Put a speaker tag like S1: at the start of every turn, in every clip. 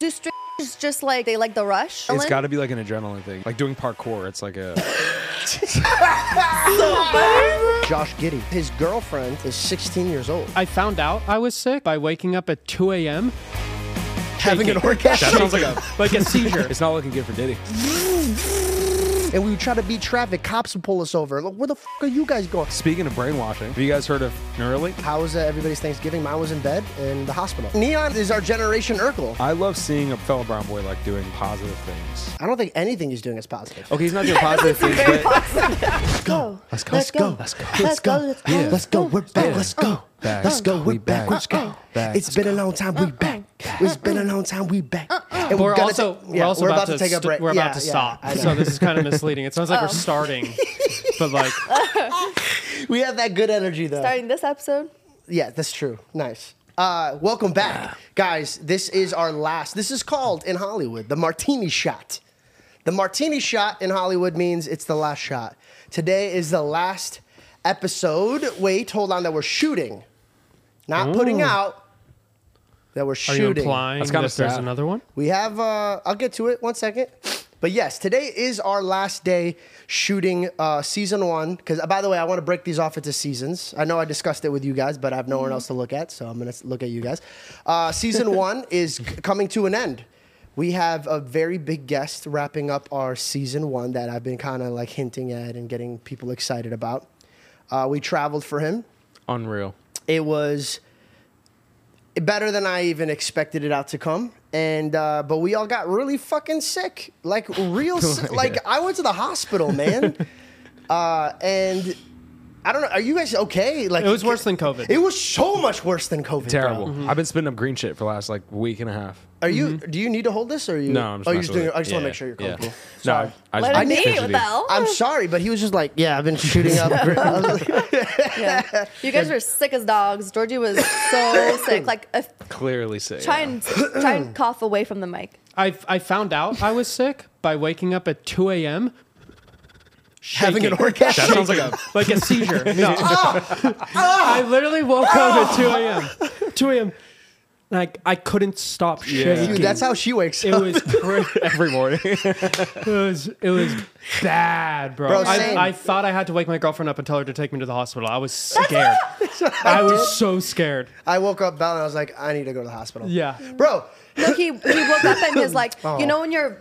S1: Do strangers just like they like the rush?
S2: It's got to be like an adrenaline thing, like doing parkour. It's like a
S3: Josh Giddy. His girlfriend is 16 years old.
S4: I found out I was sick by waking up at 2 a.m.
S3: Having an
S4: shaking.
S3: orgasm.
S2: that sounds like a
S4: like a seizure.
S2: It's not looking good for Diddy.
S3: and we would try to beat traffic. Cops would pull us over. Like, where the f- are you guys going?
S2: Speaking of brainwashing, have you guys heard of Neuralink?
S3: How was uh, everybody's Thanksgiving? Mine was in bed in the hospital. Neon is our generation Urkel.
S2: I love seeing a fellow brown boy like doing positive things.
S3: I don't think anything he's doing is positive.
S2: Okay, he's not doing positive things, but
S1: go.
S3: Let's go. Let's go.
S1: Let's go. Let's go. Let's go.
S3: Let's go. We're back.
S2: Yeah.
S3: Let's go.
S2: Back.
S3: Let's go.
S2: We
S3: We're back.
S2: back.
S3: Let's go.
S2: Back.
S3: It's been a long time. We back. It's been a long time. We back. And
S4: Uh-uh. We're
S3: gonna
S4: also,
S3: ta-
S4: we're
S3: yeah,
S4: also
S3: we're
S4: about, to,
S3: take a
S4: st-
S3: break.
S4: We're
S3: Yeah,
S4: about to
S3: yeah,
S4: stop.
S3: I know. Um,
S4: so this is kind of misleading. It sounds like we're starting, but like
S3: we have that good energy though.
S1: Starting this episode.
S3: Yeah, that's true. Nice. Uh, welcome back, guys. This is our last. This is called in Hollywood the martini shot. The martini shot in Hollywood means it's the last shot. Today is the last episode. Wait, hold on, that we're shooting, not putting out. That we're
S4: are
S3: shooting.
S4: you implying
S2: That's
S4: that
S2: kinda
S4: there's
S2: sad.
S4: another one?
S3: We have. Uh, I'll get to it. One second. But yes, today is our last day shooting uh, season one. Because by the way, I want to break these off into seasons. I know I discussed it with you guys, but I have no one else to look at, so I'm gonna s- look at you guys. Uh, season one is c- coming to an end. We have a very big guest wrapping up our season one that I've been kind of like hinting at and getting people excited about. Uh, we traveled for him
S2: unreal.
S3: it was better than I even expected it out to come. And uh, but we all got really fucking sick, like real, si- like I went to the hospital, man. uh, and I don't know. Are you guys okay? Like
S4: It was worse than COVID.
S3: It was so much worse than COVID. bro.
S2: Terrible.
S3: Mm-hmm.
S2: I've been spitting up green shit for the last like week and a half.
S3: Are you? Do you need to hold this? Or are you?
S2: Mm-hmm. No, I'm just
S3: Mm-hmm. oh,
S2: messing
S3: you're just doing.
S2: with
S3: it. I just want
S2: Yeah,
S3: to make sure you're
S2: yeah.
S3: comfortable.
S2: No, I, I
S1: Let
S2: just
S1: him be. What
S2: fidgety.
S1: the hell?
S3: I'm sorry, but he was just like, yeah, I've been shooting up. I was like,
S1: Yeah. You guys were sick as dogs. Georgie was so sick. Like, if,
S2: Clearly sick.
S1: try and try and cough away from the mic.
S4: I I found out I was sick by waking up at 2 a.m.
S3: having an
S4: shaking.
S3: orgasm. Ah!
S2: That sounds like a
S4: like a seizure. No. I literally woke up at 2 a.m. 2 a.m. Like I couldn't stop
S2: Yeah.
S4: shaking.
S3: Dude, that's how she wakes
S4: it
S3: up.
S4: was, cra-
S2: every morning.
S4: it was it was bad, bro.
S3: Bro, same.
S4: I, I thought I had to wake my girlfriend up and tell her to take me to the hospital. I was scared. I was so scared.
S3: I woke up, Bell, and I was like, I need to go to the hospital.
S4: Yeah.
S3: bro.
S1: No, he he woke up and was like, you know, when your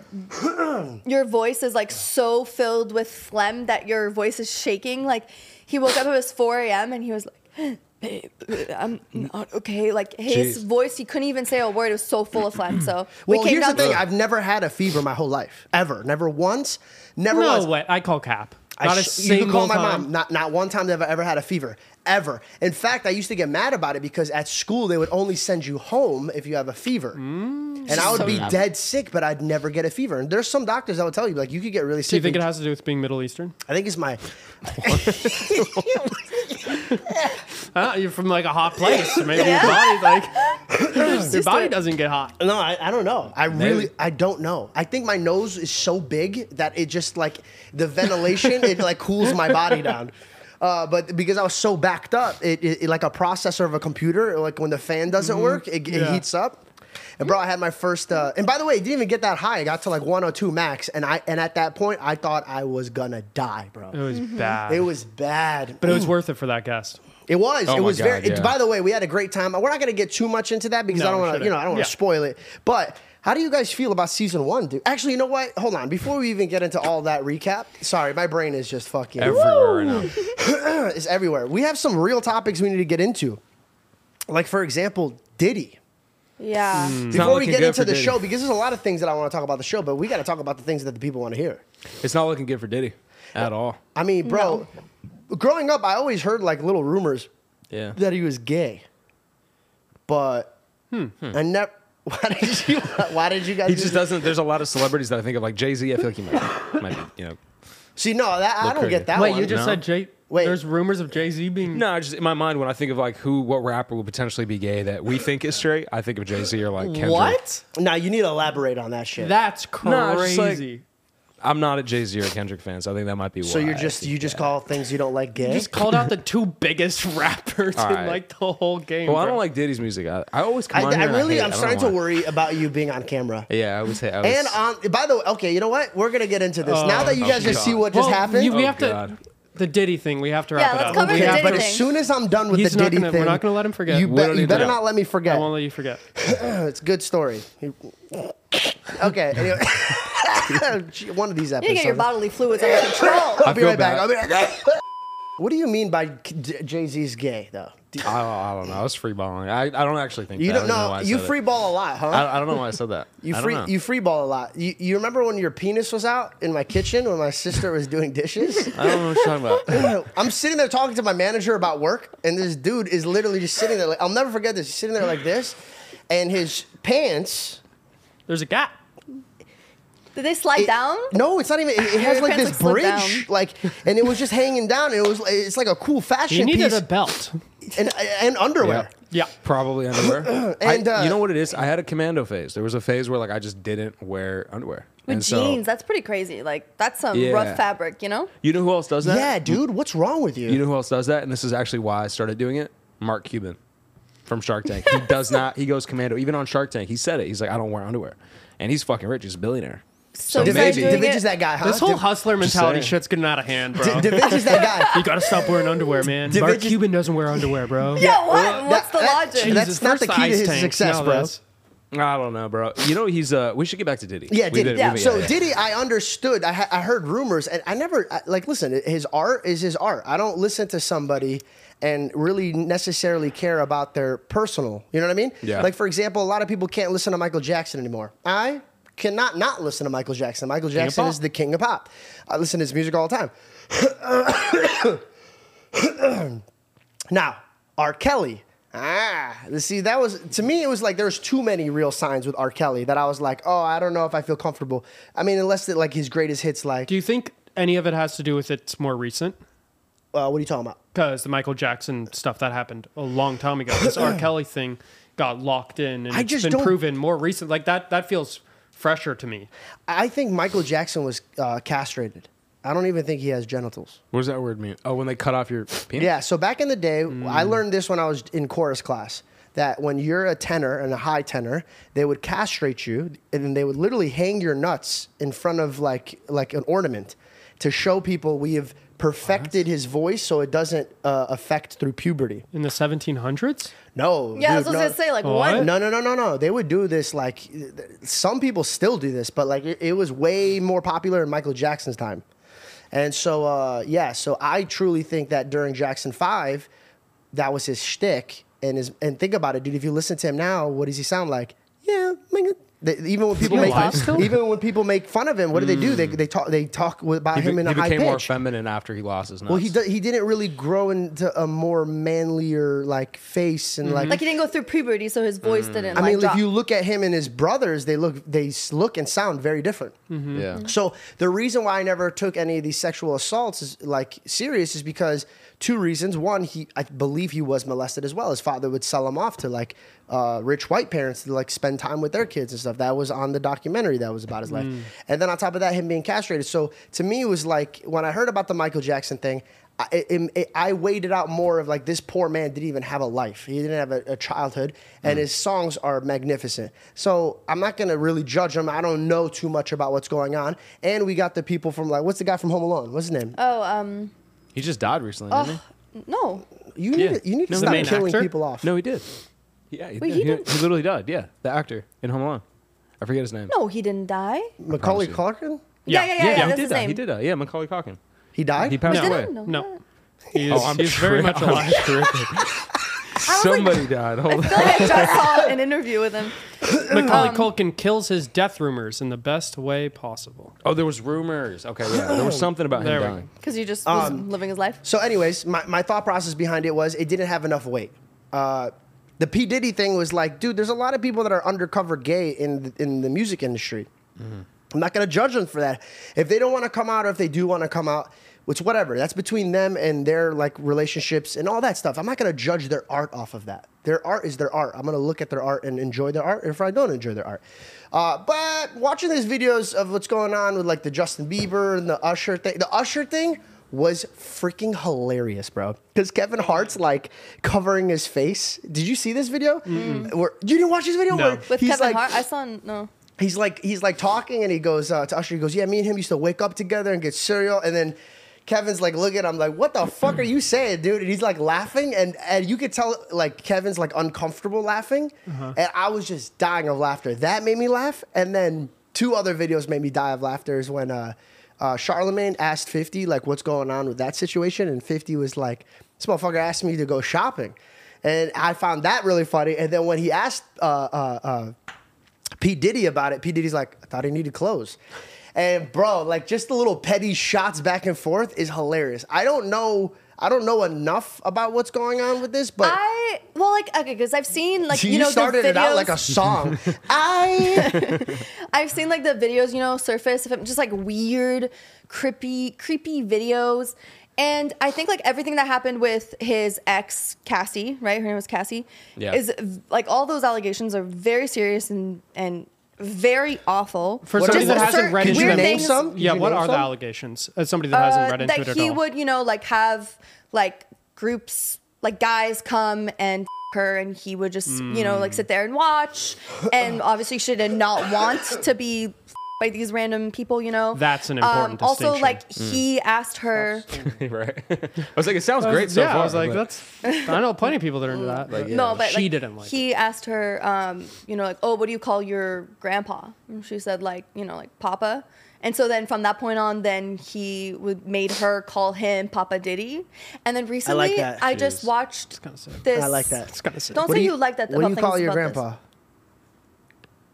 S1: your voice is like so filled with phlegm that your voice is shaking. Like, he woke up. It was 4 a.m. and he was like. Babe, I'm not okay. Like his
S2: Jeez.
S1: voice, he couldn't even say a word. It was so full of phlegm. So we
S3: Well,
S1: came
S3: here's the
S1: down
S3: thing. I've never had a fever my whole life, ever. Never once. Never
S4: No
S3: once.
S4: way. I call cap.
S3: I
S4: Not a
S3: sh-
S4: single
S3: you can call my
S4: time.
S3: mom. Not not one time have I ever had a fever, ever. In fact, I used to get mad about it because at school they would only send you home if you have a fever,
S4: Mm.
S3: and I would be dead sick, but I'd never get a fever. And there's some doctors that would tell you like you could get really sick.
S4: Do you think it
S3: and-
S4: has to do with being Middle Eastern?
S3: I think it's my.
S4: Uh, you're from like a hot place. Maybe your body like your body doesn't get hot.
S3: No, I, I don't know. I really I don't know. I think my nose is so big that it just like the ventilation it like cools my body down. Uh, but because I was so backed up, it, it, it- like a processor of a computer, like when the fan doesn't work, it, it
S4: Mm-hmm. Yeah.
S3: heats up. And bro, I had my first. Uh, and by the way, it didn't even get that high. It got to like 102 max, and I and at that point, I thought I was gonna die, bro.
S4: It was bad.
S3: Mm-hmm. It was bad.
S4: but it was worth it for that guest.
S3: It was.
S2: Oh
S3: it
S2: my
S3: was
S2: God,
S3: very. It,
S2: yeah.
S3: by the way, we had a great time. We're not going to get too much into that because
S4: No,
S3: I don't
S4: we
S3: want to. You know, I don't want to
S4: shouldn't. Yeah.
S3: spoil it. But how do you guys feel about season one, dude? Actually, you know what? Hold on. Before we even get into all that recap, sorry, my brain is just fucking.
S2: Everywhere right now.
S3: It's everywhere. We have some real topics we need to get into, like for example, Diddy.
S1: Yeah.
S2: It's not
S3: Before we
S2: looking
S3: get
S2: good
S3: into
S2: for
S3: the
S2: Diddy.
S3: show, because there's a lot of things that I want to talk about the show, but we got to talk about the things that the people want to hear.
S2: It's not looking good for Diddy at all.
S3: I mean, bro, growing up, I always heard like little rumors
S2: Yeah.
S4: Hmm.
S3: that he was gay, but I never. Why did you? Why did you guys?
S2: He
S3: do
S2: just
S3: that?
S2: doesn't. There's a lot of celebrities that I think of, like Jay Z. I feel like he might, might be, you know.
S3: See, no, that, I
S2: Look
S3: don't
S2: who
S3: get
S2: you-
S3: that
S4: Wait,
S3: one.
S4: you just
S2: No.
S4: said Jay.
S3: Wait.
S4: There's rumors of Jay Z being.
S2: No, just in my mind when I think of like who, what rapper would potentially be gay that we think is straight, I think of Jay Z or like Kendrick.
S4: What?
S3: Now you need to elaborate on that shit.
S4: That's
S2: No, it's just like-
S4: crazy.
S2: I'm not a Jay Z or Kendrick fan, so I think that might be.
S3: so
S2: why
S3: you're
S2: I
S3: just
S2: think
S3: you just
S2: that.
S3: call things you don't like gay.
S4: You just called out the two biggest rappers
S2: All
S4: in
S2: right.
S4: like the whole game.
S2: Well, I
S4: bro.
S2: don't like Diddy's music. I, I always come
S3: I,
S2: on
S3: I
S2: here and
S3: really
S2: hate.
S3: I'm
S2: I don't
S3: starting
S2: know
S3: to
S2: why.
S3: worry about you being on camera.
S2: Yeah, I would say. I was,
S3: And on by the way, okay, you know what? We're gonna get into this now that you
S2: oh,
S3: guys just
S2: God.
S3: see what just
S4: Well,
S3: happened.
S4: You, we
S2: Oh,
S4: have to
S2: God.
S4: the Diddy thing. We have to
S1: Yeah,
S4: wrap it
S1: let's
S4: up.
S1: cover
S4: We
S1: the
S4: have
S3: yeah,
S4: to-
S3: but
S1: Diddy
S3: as
S1: thing.
S3: soon as I'm done with
S4: He's
S3: the
S4: not
S3: Diddy
S4: gonna- we're
S3: thing,
S4: not gonna let him forget.
S3: You,
S4: We
S3: bet-
S2: don't
S3: you
S2: need
S3: better
S2: to.
S3: not let me
S4: I
S3: forget.
S4: won't let you forget.
S3: It's a good story. okay. Anyway, Gee, one of these
S1: You
S3: episodes.
S1: gotta get your bodily fluids under control.
S3: I'll be
S2: feel
S3: right back.
S2: bad.
S3: I'll be right back. what do you mean by Jay Z's gay though? Do-
S2: I, I don't know. I was free balling. I, I don't actually think
S3: You
S2: that.
S3: don't
S2: I even know.
S3: know.
S2: why I
S3: You
S2: said it.
S3: free ball a lot, huh?
S2: I, I don't know why I said that.
S3: You
S2: I don't
S3: free
S2: know.
S3: you free ball a lot. You, you remember when your penis was out in my kitchen when my sister was doing dishes?
S2: I don't know what you're talking about.
S3: I'm sitting there talking to my manager about work, and this dude is literally just sitting there. Like, I'll never forget this. He's sitting there like this, and his pants.
S4: There's a gap.
S1: Did they slide
S3: it-
S1: down?
S3: No, it's not even. It, it has
S1: your
S3: like
S1: pants,
S3: this
S1: like, slid
S3: bridge, like, and it was just hanging down. And it was. It's like a cool fashion
S4: You needed
S3: piece
S4: a belt.
S3: and, and underwear.
S4: Yeah.
S2: Probably underwear.
S3: And,
S2: I-
S3: uh,
S2: you know what it is? I had a commando phase. There was a phase where like I just didn't wear underwear.
S1: With
S2: And so-
S1: jeans, that's pretty crazy. Like that's some
S2: Yeah.
S1: rough fabric, you know?
S2: you know who else does that?
S3: Yeah, dude, what's wrong with you?
S2: You know who else does that? And this is actually why I started doing it. Mark Cuban from Shark Tank. He does not. He goes commando. Even on Shark Tank, he said it. He's like, I don't wear underwear, and he's fucking rich. He's a billionaire.
S1: So,
S2: Did
S1: you
S2: they-
S1: started
S3: Divinci,
S2: maybe.
S1: doing
S3: Divinci's
S1: it-
S3: that guy, huh?
S4: This whole
S3: Div-
S4: hustler mentality
S2: saying.
S4: shit's getting out of hand, bro.
S3: Divinci's that guy.
S4: you gotta stop wearing underwear, man.
S3: Did
S4: Mark
S3: they just-
S4: Cuban doesn't wear underwear, bro.
S1: Yeah, what? What's
S3: That-
S1: the
S3: that-
S1: logic?
S3: That's
S4: Jesus,
S3: not
S4: first
S3: the key to
S4: ice
S3: his
S4: tank,
S3: success,
S4: now
S3: bro.
S4: this.
S2: I don't know, bro. You know he's. uh We should get back to Diddy.
S3: Yeah,
S2: We
S3: Diddy.
S2: did-
S1: Yeah.
S2: we-
S3: So Diddy, I understood. I, ha- I heard rumors, and I never I, like listen. His art is his art. I don't listen to somebody and really necessarily care about their personal. You know what I mean?
S2: Yeah.
S3: Like for example, a lot of people can't listen to Michael Jackson anymore. I cannot not listen to Michael Jackson. Michael
S4: of
S3: Jackson
S4: pop.
S3: is the king of pop. I listen to his music all the time. Now, R. Kelly. Ah, see, that was to me. It was like there was too many real signs with R. Kelly that I was like, oh, I don't know if I feel comfortable. I mean, unless it, like his greatest hits, like
S4: Do you think any of it has to do with it's more recent?
S3: uh, what are you talking about?
S4: Because the Michael Jackson stuff that happened a long time ago, this R. Kelly thing got locked in, and
S3: I
S4: it's
S3: just
S4: been
S3: don't-
S4: proven more recent. Like that, that feels fresher to me.
S3: I think Michael Jackson was uh, castrated. I don't even think he has genitals.
S2: What does that word mean? Oh, when they cut off your penis.
S3: Yeah. So back in the day, I learned this when I was in chorus class that when you're a tenor and a high tenor, they would castrate you and then they would literally hang your nuts in front of like like an ornament to show people we have perfected his voice so it doesn't uh, affect through puberty.
S4: In the 1700s,
S3: No.
S1: yeah, I was just
S3: dude, no.
S1: gonna say like
S4: What?
S1: one
S3: No, no, no, no, no. They would do this like some people still do this, but like it, it was way more popular in Michael Jackson's time. And so, uh, yeah, so I truly think that during Jackson 5, that was his shtick. And his, and think about it, dude. If you listen to him now, what does he sound like? Yeah, nigga. They- even when people
S4: he
S3: make
S4: alive still?
S3: even when people make fun of him, what do they do? They, they talk they talk about
S2: He, be-
S3: him in
S2: he
S3: a high
S2: became more
S3: pitch.
S2: feminine after he lost his nuts.
S3: well, he do, he didn't really grow into a more manlier like face and like
S1: like he didn't go through puberty, so his voice didn't
S3: I
S1: like
S3: mean,
S1: drop.
S3: if you look at him and his brothers, they look they s- look and sound very different.
S2: Yeah.
S3: So the reason why I never took any of these sexual assaults is like serious is because two reasons. One, he I believe he was molested as well. His father would sell him off to like uh, rich white parents to like spend time with their kids and stuff. That was on the documentary that was about his life. And then on top of that, him being castrated. So to me, it was like when I heard about the Michael Jackson thing. I, it, it, I weighed it out more of like this poor man didn't even have a life. He didn't have a, a childhood, and
S2: Mm.
S3: his songs are magnificent. So I'm not gonna really judge him. I don't know too much about what's going on. And we got the people from like, what's the guy from Home Alone? What's his name?
S1: oh, um,
S2: He just died recently. didn't
S1: oh, no.
S3: you need to, you need to
S2: No, the
S3: stop
S4: main
S3: killing
S4: actor?
S3: people off.
S2: he? No, he did. Yeah, he,
S1: Wait, he
S2: did. He,
S1: didn't-
S2: he literally died. Yeah, the actor in Home Alone. I forget his name.
S1: No, he didn't die.
S3: Macaulay
S2: you.
S3: Culkin,
S1: Yeah, yeah, yeah, yeah.
S2: he
S1: that's
S2: did
S1: his
S2: that.
S1: name.
S2: He did that. Yeah, Macaulay Culkin.
S3: he died.
S2: He passed
S4: No.
S2: away.
S1: No.
S4: no, he is,
S2: Oh, I'm
S4: he's very
S2: tri-
S4: much
S2: I'm
S4: alive.
S2: Somebody died. Hold
S1: I
S2: on.
S1: feel like I just saw an interview with him.
S4: Macaulay
S1: Um,
S4: Culkin kills his death rumors in the best way possible.
S2: Oh, there was rumors. Okay, yeah, there was something about
S4: Oh, There
S2: him
S4: we go.
S2: dying.
S1: Because he just was living his life.
S3: So, anyways, my, my thought process behind it was it didn't have enough weight. Uh, the P Diddy thing was like, dude, there's a lot of people that are undercover gay in the, in the music industry.
S2: Mm-hmm.
S3: I'm not gonna judge them for that. If they don't want to come out, or if they do want to come out, it's whatever. That's between them and their like relationships and all that stuff. I'm not gonna judge their art off of that. Their art is their art. I'm gonna look at their art and enjoy their art. If I don't enjoy their art, uh, but watching these videos of what's going on with like the Justin Bieber and the Usher thing, the Usher thing was freaking hilarious, bro. Because Kevin Hart's like covering his face. Did you see this video? Where you didn't watch this video?
S4: No.
S3: Where
S1: With
S3: he's
S1: Kevin
S3: like-
S1: Hart, I saw no.
S3: he's like he's like talking and he goes uh, to Usher. He goes, "Yeah, me and him used to wake up together and get cereal." And then Kevin's like, "Look at him, like, what the fuck are you saying, dude?" And he's like laughing, and and you could tell like Kevin's like uncomfortable laughing, and I was just dying of laughter. That made me laugh, and then two other videos made me die of laughter. Is when uh, uh, Charlemagne asked Fifty like, "What's going on with that situation?" and Fifty was like, "This motherfucker asked me to go shopping." And I found that really funny. And then when he asked uh, uh, uh, P. Diddy about it. P. Diddy's like, I thought he needed clothes. And bro, like just the little petty shots back and forth is hilarious. I don't know, I don't know enough about what's going on with this, but
S1: I well, like okay, because I've seen like
S3: See,
S1: you know
S3: started
S1: the videos.
S3: it out like a song. I
S1: I've seen like the videos, you know, surface of him just like weird, creepy, creepy videos. And I think like everything that happened with his ex Cassie, right? Her name was Cassie.
S2: Yeah.
S1: Is like all those allegations are very serious and and very awful.
S4: For
S3: What
S4: somebody
S3: is
S4: that
S3: it?
S4: hasn't
S1: Certain
S4: read
S3: Could
S4: into
S3: you
S4: them,
S3: name some? Could
S4: yeah.
S3: you
S4: What
S3: name
S4: are the
S3: some?
S4: allegations? As somebody that hasn't
S1: uh,
S4: read into
S1: that
S4: it at
S1: he
S4: all.
S1: would, you know, like have like groups, like guys come and her, and he would just, you know, like sit there and watch. And obviously, she did not want to be by these random people, you know. Um,
S4: That's an important
S1: Also,
S4: distinction. Mm.
S1: like he asked her.
S2: right. I was like, it sounds great so
S4: yeah,
S2: far.
S4: I was like,
S2: but-
S4: that's. I know plenty of people that are into that. but-
S2: yeah.
S1: No, but
S4: she
S1: like,
S4: didn't like. it.
S1: He asked her, um, you know, like, oh, what do you call your grandpa? And she said, like, you know, like Papa. And so then from that point on, then he would made her call him Papa Diddy. And then recently, I,
S3: that.
S1: just watched
S4: kinda sick.
S1: this.
S3: I like that.
S4: It's kind of sick.
S1: Don't
S3: What
S1: say
S3: do
S1: you, like that.
S3: What do
S1: about
S3: you
S1: things
S3: call your
S1: about this.
S3: grandpa?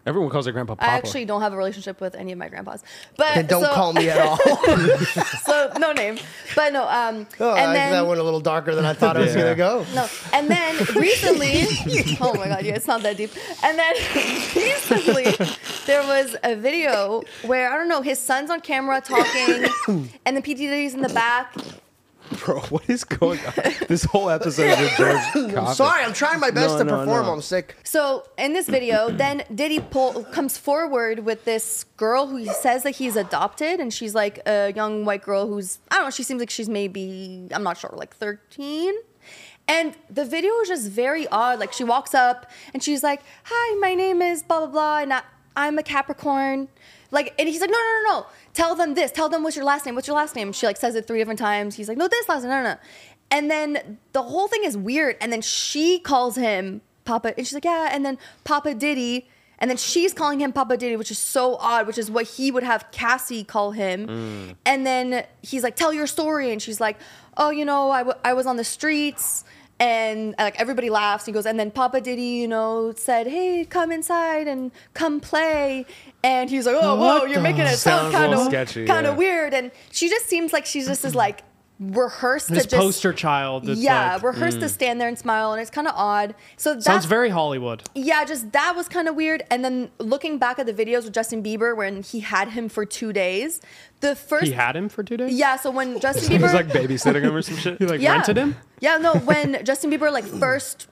S2: everyone calls their grandpa Papa.
S1: I actually don't have a relationship with any of my grandpas, but
S3: Then don't
S1: Uh, so,
S3: call me at all.
S1: So no name, but no. Um,
S3: oh,
S1: and
S3: I,
S1: then
S3: that went a little darker than I thought it was
S2: Yeah.
S3: gonna go.
S1: No. And then recently, oh my God, yeah, it's not that deep. And then recently, there was a video where, I don't know, his son's on camera talking, and the PTD's in the back.
S2: bro, what is going on? this whole episode is with George. Coffin.
S3: Sorry, I'm trying my best
S2: No,
S3: to
S2: no,
S3: perform.
S2: no.
S3: I'm sick.
S1: So in this video, then Diddy pull, comes forward with this girl who he says that he's adopted, and she's like a young white girl who's I don't know. She seems like she's maybe I'm not sure, like 13. And the video is just very odd. Like she walks up and she's like, "Hi, my name is blah blah blah, and I, I'm a Capricorn." Like, and he's like, "No, no, no, no. Tell them this. Tell them what's your last name. What's your last name?" She like says it three different times. He's like, "No, this last name. No, no." no." And then the whole thing is weird. And then she calls him Papa, and she's like, yeah, and then Papa Diddy, and then she's calling him Papa Diddy, which is so odd, which is what he would have Cassie call him,
S2: Mm.
S1: and then he's like, tell your story, and she's like, oh, you know, I, w- I was on the streets. And like everybody laughs, he goes, and then Papa Diddy, you know, said, "Hey, come inside and come play." And he's like, "Oh, whoa,
S4: What
S1: you're
S4: the-
S1: making it sound
S2: Sounds a
S1: kind
S2: little
S1: of
S2: sketchy,
S1: kind of
S2: yeah.
S1: weird." And she just seems like she's just is like rehearsed
S4: His
S1: to just
S4: poster child. that's
S1: yeah,
S4: like-
S1: rehearsed
S2: Mm.
S1: to stand there and smile, and it's kind of odd. So that's,
S4: sounds very Hollywood.
S1: yeah, just that was kind of weird. And then looking back at the videos with Justin Bieber, when he had him for two days, the first
S4: He had him for two days.
S1: yeah, so when Justin
S2: He
S1: Bieber
S2: was like babysitting him or some shit.
S4: He like
S1: yeah.
S4: rented him.
S1: Yeah, no, when Justin Bieber like first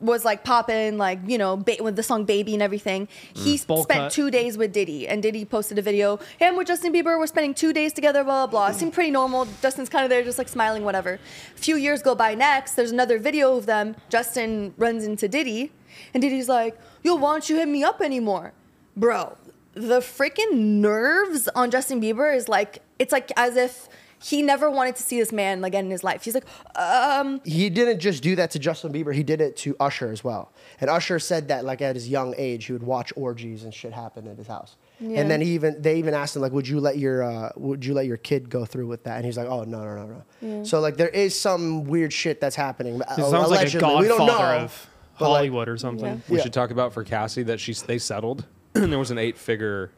S1: was like popping, like you know, ba- with the song "Baby" and everything. He
S4: Mm. Bowl
S1: spent
S4: cut.
S1: two days with Diddy, and Diddy posted a video. Him with Justin Bieber, we're spending two days together. Blah blah.
S4: Mm.
S1: blah. It seemed pretty normal. Justin's kind of there, just like smiling, whatever. A few years go by. Next, there's another video of them. Justin runs into Diddy, and Diddy's like, "Yo, why don't you hit me up anymore, bro?" The freaking nerves on Justin Bieber is like, it's like as if he never wanted to see this man again in his life. He's like,
S3: he didn't just do that to Justin Bieber. He did it to Usher as well. And Usher said that like at his young age, he would watch orgies and shit happen at his house.
S1: Yeah.
S3: And then he even they even asked him like, would you let your uh, would you let your kid go through with that? And he's like, oh no no no no. So like there is some weird shit that's happening. It
S4: It sounds like a
S3: we don't
S4: godfather
S3: know.
S4: of Hollywood or something.
S2: we
S3: Yeah.
S2: should talk about for Cassie that she's they settled and there was an eight figure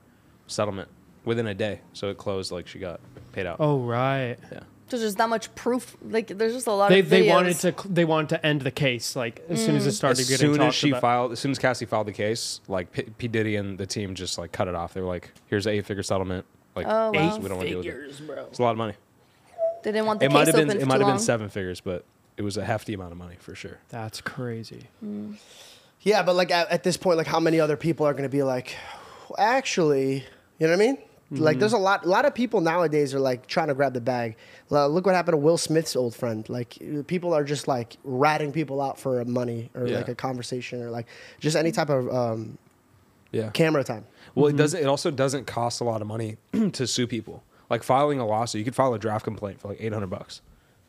S2: settlement within a day. So it closed like she got paid out.
S4: Oh right.
S2: Yeah.
S1: There's just not much proof. Like there's just a lot
S4: They,
S1: of.
S4: they
S1: videos. Mm.
S4: wanted to cl- they wanted to end the case like as soon as it started
S2: As
S4: getting
S2: soon as
S4: talked
S2: she
S4: about.
S2: filed, as soon as Cassie filed the case, like P-, P Diddy and the team just like cut it off. They were like, "Here's a eight figure settlement. Like
S1: Oh, wow.
S2: we don't want to deal with it. It's a lot of money.
S1: They didn't want the
S2: It
S1: case
S2: might have been
S1: open for
S2: it might
S1: too
S2: have been
S1: long.
S2: seven figures, but it was a hefty amount of money for sure.
S4: That's crazy.
S3: Yeah, but like at, at this point, like how many other people are going to be like, actually, you know what I mean? Like there's a
S4: Mm-hmm.
S3: lot, a lot of people nowadays are like trying to grab the bag. Lo- Look what happened to Will Smith's old friend. Like people are just like ratting people out for money or
S2: Yeah.
S3: like a conversation or like just any type of um,
S2: Yeah.
S3: camera time.
S2: Well, it doesn't. It also doesn't cost a lot of money to sue people. Like filing a lawsuit, you could file a draft complaint for like eight hundred bucks.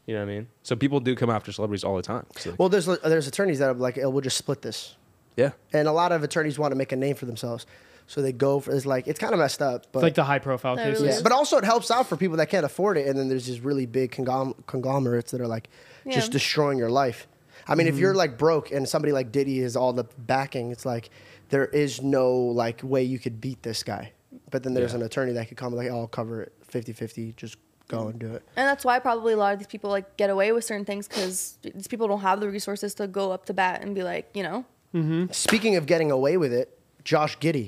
S2: You know what I mean? So people do come after celebrities all the time. It's like-
S3: Well, there's there's attorneys that are like, "Oh, we'll just split this,
S2: yeah,
S3: and a lot of attorneys want to make a name for themselves, so they go for it's like it's kind of messed up, but
S4: It's like the high profile
S1: That
S4: cases.
S1: really
S3: Yeah, but also it helps out for people that can't afford it, and then there's these really big conglom- conglomerates that are like just
S1: Yeah. Mm-hmm.
S3: destroying your life. I mean, if you're like broke and somebody like Diddy has all the backing, it's like there is no like way you could beat this guy. But then there's
S2: Yeah.
S3: an attorney that could come and like, oh, I'll cover it 50-50, just go and do it.
S1: And that's why probably a lot of these people like get away with certain things because these people don't have the resources to go up to bat and be like, you know,
S4: Mm-hmm.
S3: Speaking of getting away with it, Josh Giddy.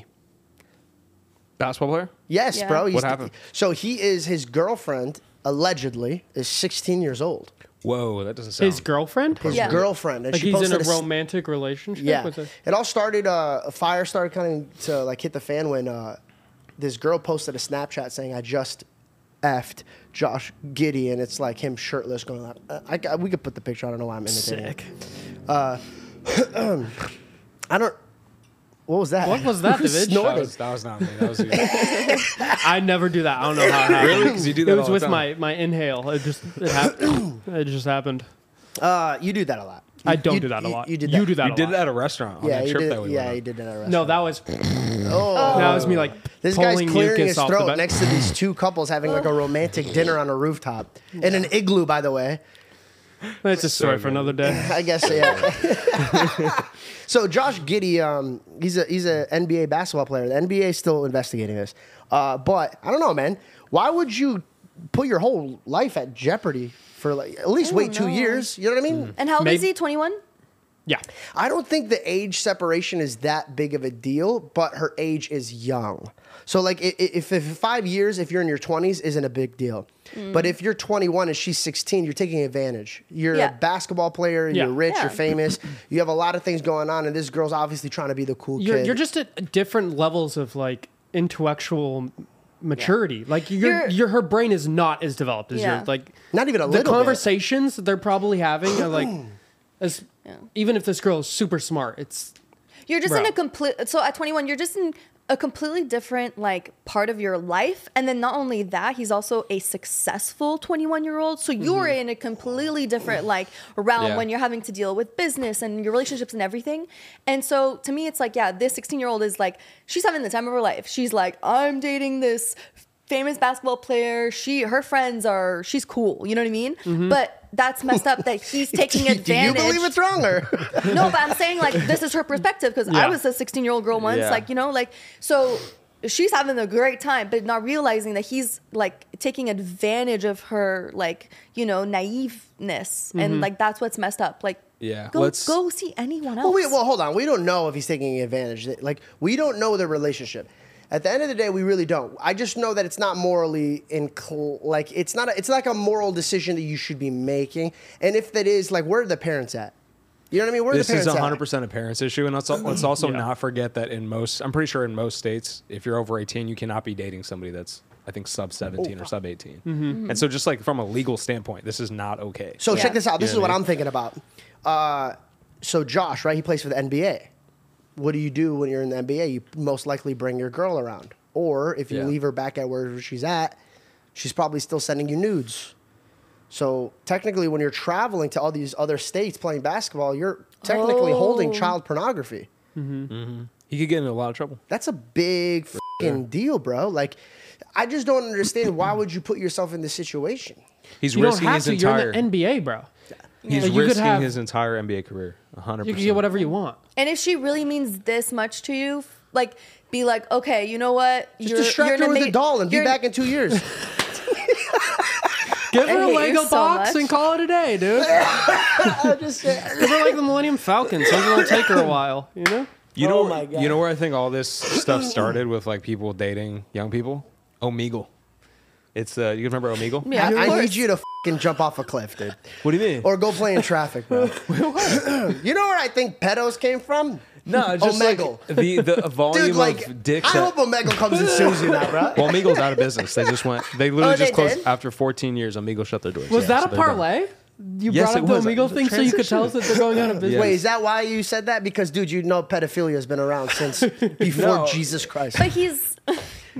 S2: basketball player.
S3: Yes,
S1: Yeah.
S3: bro.
S1: What
S3: he's-
S2: happened?
S3: So he is his girlfriend allegedly is 16 years old.
S2: Whoa, that doesn't sound.
S4: His girlfriend?
S3: His
S1: Yeah.
S3: girlfriend, and
S4: Like
S3: she
S4: he's in
S3: posted s-
S4: a romantic relationship
S3: Yeah,
S4: with her.
S3: it all started. Uh, a fire started coming to like hit the fan when uh, this girl posted a Snapchat saying, "I just effed Josh Giddy," and it's like him shirtless going like, uh, I, I- "We could put the picture." I don't know why I'm imitating. it.
S4: Sick.
S3: I don't. What was that?
S4: What was that,
S3: Who
S4: David?
S2: that
S3: snorted?
S2: was, that was not me. That was you.
S4: I never do that. I don't know how it happened.
S2: really because you do that.
S4: It was
S2: all
S4: with
S2: the time.
S4: my, my inhale. It just it happened. it just happened.
S3: Uh, you do that a lot.
S4: I don't
S3: you-
S4: do that a
S3: you-
S4: lot.
S3: you did
S4: You
S3: that.
S4: do that.
S2: You
S4: a
S2: did
S4: lot.
S2: it at a restaurant on
S3: Yeah,
S2: that
S3: you
S2: trip
S3: did.
S2: that we
S3: yeah,
S2: went on.
S3: you did that. At a
S4: No,
S3: restaurant.
S4: that was
S3: Oh.
S4: that was me like
S3: This guy's
S4: pulling
S3: clearing
S4: mucus
S3: his
S4: off the
S3: throat
S4: back.
S3: next to these two couples having like a romantic dinner on a rooftop in an igloo, by the way.
S4: That's a story for another day.
S3: I guess yeah. so Josh Giddy, um, he's a he's a NBA basketball player. The NBA is still investigating this, uh, but I don't know, man. Why would you put your whole life at jeopardy for like at least wait two
S1: know.
S3: years? You know what I mean?
S1: and how old is
S4: Maybe-
S1: he? Twenty one.
S4: Yeah.
S3: I don't think the age separation is that big of a deal, but her age is young. So like i- i- if, if five years, if you're in your 20s, isn't a big deal.
S1: Mm.
S3: But if you're 21 and she's 16, you're taking advantage. You're
S1: Yeah.
S3: a basketball player.
S4: Yeah.
S3: You're rich.
S1: Yeah.
S3: You're famous. You have a lot of things going on, and this girl's obviously trying to be the cool
S4: You're
S3: kid.
S4: you're just at different levels of like intellectual maturity. Like your
S1: You're-
S4: your her brain is not as developed as
S1: Yeah.
S4: your like
S3: Not even a
S4: the
S3: little bit.
S4: conversations that they're probably having are like as even if this girl is super smart, it's
S1: You're just in
S4: Bro.
S1: a complete. So at 21, you're just in a completely different like part of your life. And then not only that, he's also a successful 21 year old. So you're
S3: Mm-hmm.
S1: in a completely different like realm
S2: Yeah.
S1: when you're having to deal with business and your relationships and everything. And so to me, it's like yeah, this 16 year old is like she's having the time of her life. She's like I'm dating this famous basketball player she her friends are she's cool you know what i mean but that's messed up that he's taking
S3: Mm-hmm. do, you- do
S1: advantage
S3: you believe it's wrong or?
S1: no, but I'm saying like this is her perspective because I
S4: Yeah.
S1: was a 16 year old girl once,
S2: Yeah.
S1: like you know, like so she's having a great time, but not realizing that he's like taking advantage of her like you know naiveness, and like that's what's messed up. Like
S2: Mm-hmm. Yeah,
S1: go
S2: let's-
S1: go see anyone else.
S3: Well, we, well, hold on. We don't know if he's taking advantage. Like, we don't know the relationship. At the end of the day, we really don't. I just know that it's not morally in like it's not. A, it's like a moral decision that you should be making. And if that is, like, where are the parents at? You know what I mean? Where are
S2: This
S3: the parents
S2: is 100
S3: at?
S2: percent a parents issue, and let's al- let's also
S4: Yeah.
S2: not forget that in most, I'm pretty sure in most states, if you're over 18, you cannot be dating somebody that's I think sub 17 or sub 18. And so, just like from a legal standpoint, this is not okay.
S3: So
S1: Yeah.
S3: check this out. This
S2: You
S3: is
S2: know
S3: what
S2: what I
S3: I'm thinking about. Uh, so Josh, right? He plays for the NBA. What do you do when you're in the NBA? You most likely bring your girl around, or if you
S2: Yeah.
S3: leave her back at wherever she's at, she's probably still sending you nudes. So technically, when you're traveling to all these other states playing basketball, you're technically holding
S1: Oh.
S3: child pornography.
S2: he could get into a lot of trouble.
S3: That's a big fucking deal, bro. Like, I just don't understand why would you put yourself in this situation?
S2: He's
S4: you don't
S2: risking
S4: have
S2: his
S4: to.
S2: entire
S4: You're in the NBA, bro.
S2: he's
S4: Like, you could
S2: risking
S4: have-
S2: his entire NBA career. 100.
S4: You can get whatever you want.
S1: and if she really means this much to you, f- like be like okay, you know what?
S3: Just distract her with a doll and be back in two years.
S4: Give her
S1: I
S4: a
S1: hate you
S4: Lego
S1: so
S4: box
S1: much.
S4: and call it a day, dude. Give her like the Millennium Falcon. Something will take her a while, you know?
S2: You know,
S3: Oh my God.
S2: you know where I think all this stuff started with like people dating young people. Omegle. It's uh, you remember Omegle?
S1: Yeah, of
S3: I, I
S1: course.
S3: need you to fucking jump off a cliff, dude.
S2: What do you mean?
S3: Or go play in traffic, bro. you know where I think pedos came from?
S2: no, it's just
S3: Omegle.
S2: like the the volume
S3: Dude, like,
S2: of dicks.
S3: I
S2: that-
S3: hope Omega comes and sues you now, bro.
S2: well, Omegle's out of business. They just went. They literally
S1: Oh,
S2: just
S1: they
S2: closed
S1: did?
S2: after 14 years. Omegle shut their doors.
S4: Was
S2: Yeah, so
S4: that a
S2: they're done.
S4: parlay? You
S2: Yes,
S4: brought
S2: it
S4: up the
S2: was.
S4: Omegle
S2: It was a
S4: thing so you could tell us that they're going out of business.
S3: Wait, is that why you said that? Because, dude, you know pedophilia has been around since before
S2: No.
S3: Jesus Christ.
S1: But he's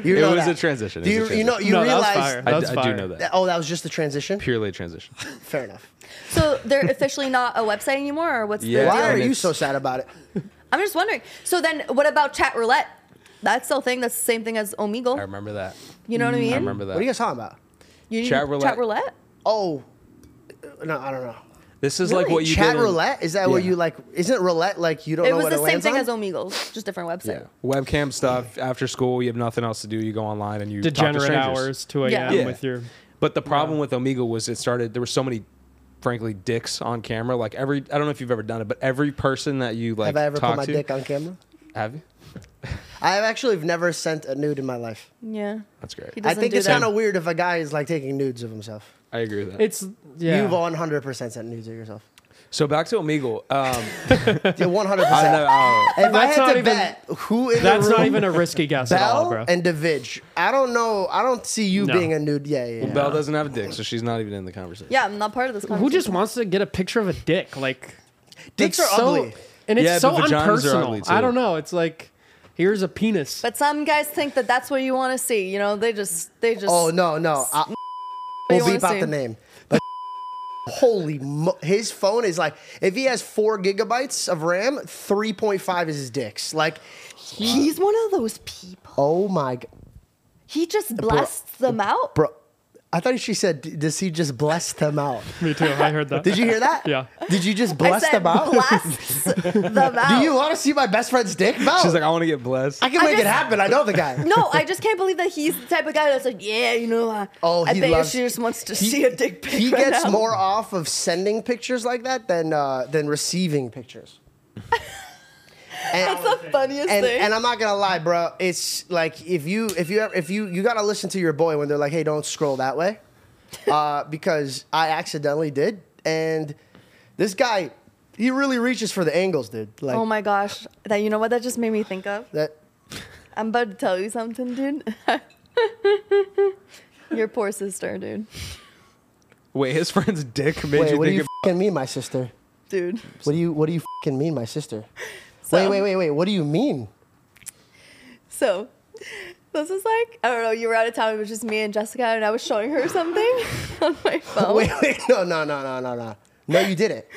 S3: You
S2: It
S3: know
S2: was
S3: that.
S2: a transition. It
S3: Do you,
S2: was a
S3: you know,
S2: transition.
S3: you
S4: No, that was
S3: realize.
S4: fire.
S2: I,
S4: That's
S2: I do
S4: fire.
S2: know that.
S3: that- oh, that was just a transition?
S2: Purely a transition.
S3: Fair enough.
S1: so they're officially not a website anymore, or what's
S2: Yeah.
S3: Why
S1: the
S3: are
S2: and
S1: deal?
S3: you
S2: it's-
S3: so sad about it?
S1: I'm just wondering. So then, what about chat roulette? That's still a thing. That's the same thing as
S2: I
S1: Omegle.
S2: remember that.
S1: You know what I mean?
S2: I remember that.
S3: What are you guys talking about?
S1: You need
S2: mm, Chat roulette.
S1: Chat roulette.
S3: Oh, no, I don't know.
S2: This is like
S1: Really?
S2: what you
S3: Chat
S2: did in-
S3: roulette? Is that what
S2: Yeah.
S3: you like? Isn't roulette like you don't
S1: It
S3: know
S1: was
S3: what
S1: the
S3: it
S1: same
S3: lands
S1: thing
S3: on?
S1: as Omegle's, just different
S2: Yeah.
S1: website.
S2: Webcam stuff after school. You have nothing else to do. You go online and you talk to
S4: Degenerate
S2: strangers.
S4: hours, 2 a.m.
S1: Yeah.
S2: Yeah.
S4: with your.
S2: But the problem with Omegle was it started. There were so many, frankly, dicks on camera. Like every, I don't know if you've ever done it, but every person that you like
S3: Have I ever
S2: talk
S3: put my
S2: to,
S3: dick on camera?
S2: have you?
S3: I have actually never sent a nude in my life.
S1: Yeah.
S2: That's great.
S1: He
S3: I
S1: doesn't
S3: think
S1: do
S3: it's
S1: that.
S3: kind of weird if a guy is like taking nudes of himself.
S2: I agree with that.
S4: It's yeah.
S3: You've 100% sent nudes of yourself.
S2: so back to Omegle. Um, uh,
S3: Yeah, 100%.
S2: I don't know. I don't know.
S3: If I
S4: That's
S3: had
S4: not
S3: to
S4: even-
S3: bet who in
S4: That's
S3: the room,
S4: not even a risky guess at all,
S3: Bell
S4: bro.
S3: and Davidge. I don't know. I don't see you
S4: No.
S3: being a nude. Yeah, yeah. yeah.
S2: Belle doesn't have a dick, so she's not even in the conversation.
S1: Yeah, I'm not part of this.
S4: Who just
S1: conversation.
S4: wants to get a picture of a dick? Like,
S3: Dicks
S4: it's
S3: are
S4: so-
S3: ugly.
S4: and it's
S2: Yeah,
S4: so
S2: but vaginas are
S4: unpersonal.
S2: ugly, too.
S4: I don't know. It's like, here's a penis.
S1: But some guys think that that's what you want to see. You know, they just they just.
S3: Oh no, no. I,
S1: you
S3: we'll
S1: wanna
S3: beep out
S1: see?
S3: the name. But holy, mo- his phone is like if he has four gigabytes of RAM, three point five is his dicks. Like,
S1: He's one of those people.
S3: oh my, g-
S1: He just blasts them out.
S3: bro. I thought she said, d- "Does he just bless them out?"
S4: Me too. I heard that.
S3: Did you hear that?
S4: Yeah.
S3: Did you just
S1: I
S3: bless
S1: said
S3: them out?
S1: blasts them out.
S3: Do you want to see my best friend's dick? No.
S2: She's like, I want to get blessed.
S3: Oh. I can
S1: I
S3: make it
S1: just-
S3: happen. I know the guy.
S1: No, I just can't believe that he's the type of guy that's like, yeah, you know, I,
S3: Oh,
S1: I
S3: he
S1: bet you
S3: loves-
S1: she just wants to see a dick pic.
S3: He
S1: right
S3: gets
S1: now.
S3: more off of sending pictures like that than uh, than receiving pictures. And-
S1: That's the funniest
S3: and,
S1: thing.
S3: and I'm not gonna lie, bro. It's like if you if you ever, if you you gotta listen to your boy when they're like, hey, don't scroll that way, uh, because I accidentally did, and this guy, he really reaches for the angles, dude. Like
S1: oh my gosh, that you know what that just made me think of.
S3: that.
S1: I'm about to tell you something, dude. Your poor sister, dude.
S2: Wait, his friend's dick made
S3: Wait,
S2: you
S3: what do
S2: think
S3: you
S2: of
S3: fucking mean, my sister?
S1: Dude.
S3: What do you what do you fucking mean, my sister?
S1: So,
S3: wait, wait, wait, wait. What do you mean?
S1: So, this is like, I don't know, you were out of town. It was just me and Jessica, and I was showing her something on my phone.
S3: Wait, wait, no, no, no, no, no, no. No, you did it.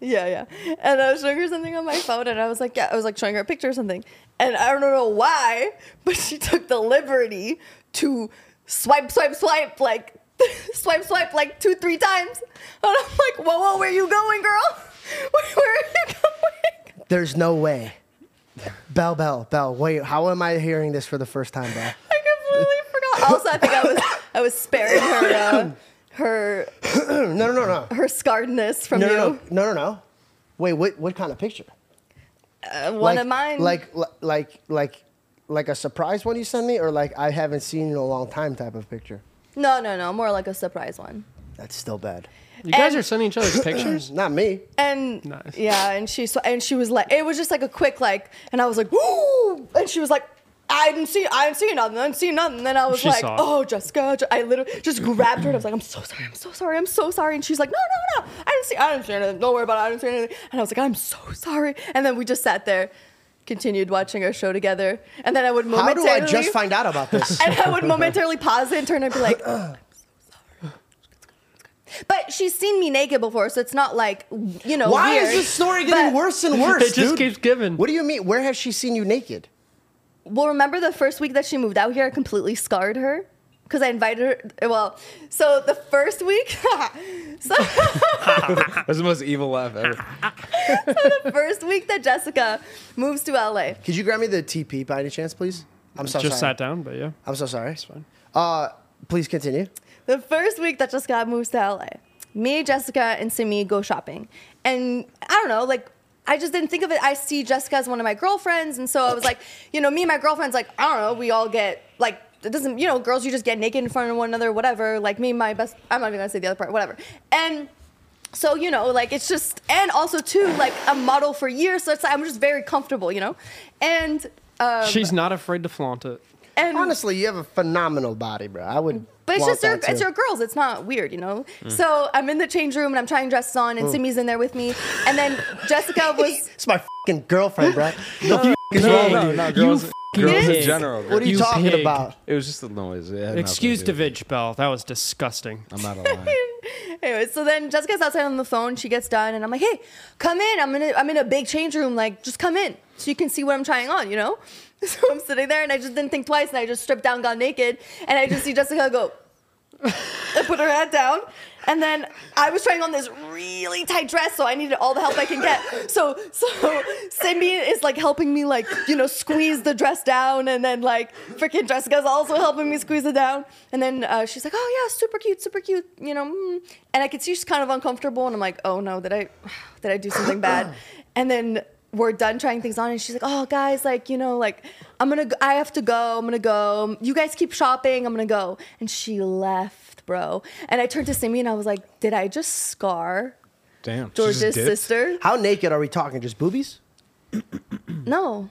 S1: Yeah, yeah. And I was showing her something on my phone, and I was like, yeah, I was like showing her a picture or something. And I don't know why, but she took the liberty to swipe, swipe, swipe, like, swipe, swipe, like two, three times. And I'm like, whoa, whoa, where you going, girl? Where, where are you going?
S3: There's no way. Bell, Bell, Bell. Wait, how am I hearing this for the first time, Bell?
S1: I completely forgot. Also, I think I was, I was sparing her, uh, her,
S3: No, no, no, no.
S1: her scarredness from
S3: No,
S1: you.
S3: no, no, no, no, no. Wait, what? What kind of picture?
S1: Uh, one
S3: like,
S1: of mine.
S3: Like, li- like, like, like a surprise one you sent me, or like I haven't seen in a long time type of picture.
S1: no, no, no, more like a surprise one.
S3: That's still bad.
S4: You guys
S1: And-
S4: are sending each other pictures?
S3: Not me.
S1: And
S4: Nice.
S1: yeah, and she sw- and she was like, it was just like a quick like, and I was like, woo, and she was like, I didn't see, I didn't see nothing, I didn't see nothing. And then I was
S4: She
S1: like,
S4: saw it.
S1: oh, Jessica, J-" I literally just grabbed her and I was like, I'm so sorry, I'm so sorry, I'm so sorry. And she's like, no, no, no, I didn't see, I didn't see anything. Don't worry about it, I didn't see anything. And I was like, I'm so sorry. And then we just sat there, continued watching our show together, and then I would
S3: How do
S1: momentarily
S3: I just find out about this?
S1: and I would momentarily pause it and turn and be like, "I'm so sorry. It's good, it's good." But she's seen me naked before, so it's not like you know.
S3: Why
S1: weird.
S3: is this story getting
S1: But-
S3: worse and worse,
S4: it just
S3: dude?
S4: keeps giving.
S3: What do you mean? Where has she seen you naked?
S1: Well, remember the first week that she moved out here, I completely scarred her because I invited her. Well, so the first week, so
S2: That's the most evil laugh ever.
S1: the first week that Jessica moves to LA,
S3: Could you grab me the TP by any chance, please? I'm so
S4: Just
S3: sorry.
S4: sat down, but yeah.
S3: I'm so sorry. It's
S4: fine.
S3: Uh, Please continue.
S1: The first week that Jessica moves to LA, me, Jessica, and Simi go shopping. And I don't know, like, I just didn't think of it. I see Jessica as one of my girlfriends. And so I was like, you know, me and my girlfriends, like, I don't know, we all get, like, it doesn't, you know, girls, you just get naked in front of one another, whatever. Like, me and my best, I'm not even gonna say the other part, whatever. And so, you know, like, it's just, and also, too, like, a model for years. So it's like, I'm just very comfortable, you know? And, um,
S4: She's not afraid to flaunt it.
S1: and
S3: Honestly, you have a phenomenal body, bro. I would.
S1: But it's
S3: flaunt
S1: just your,
S3: that,
S1: it's
S3: too.
S1: your girls. It's not weird, you know. So I'm in the change room and I'm trying dresses on, and Simi's in there with me, and then Jessica was.
S3: It's my fucking girlfriend, bro. The f- is
S4: no,
S3: wrong
S4: no,
S3: with you?
S4: no.
S2: girls,
S4: You
S2: girls in
S4: pig.
S2: general.
S3: What are you,
S4: You
S3: talking
S4: pig.
S3: about?
S2: It was just the noise. It had nothing
S4: Excuse
S2: to do with it.
S4: DaVinci Bell. That was disgusting.
S2: I'm out of line.
S1: Anyway, so then Jessica's outside on the phone. She gets done, and I'm like, "Hey, come in. I'm in. A, I'm in a big change room. Like, just come in so you can see what I'm trying on." You know. So I'm sitting there, and I just didn't think twice, and I just stripped down, got naked, and I just see Jessica go. and put her head down. And then I was trying on this really tight dress, so I needed all the help I can get. So so Cindy is like helping me like, you know, squeeze the dress down and then like freaking Jessica's also helping me squeeze it down. And then uh, she's like, "Oh yeah, super cute, super cute," you know. Mm. And I could see she's kind of uncomfortable and I'm like, "Oh no, did I did I do something bad?" And then we're done trying things on and she's like oh guys like you know like i'm gonna go, i have to go i'm gonna go you guys keep shopping i'm gonna go and she left bro and i turned to simi and i was like did i just scar
S2: Damn. she just
S1: george's
S2: dipped?
S1: sister
S3: How naked are we talking? Just boobies?
S1: no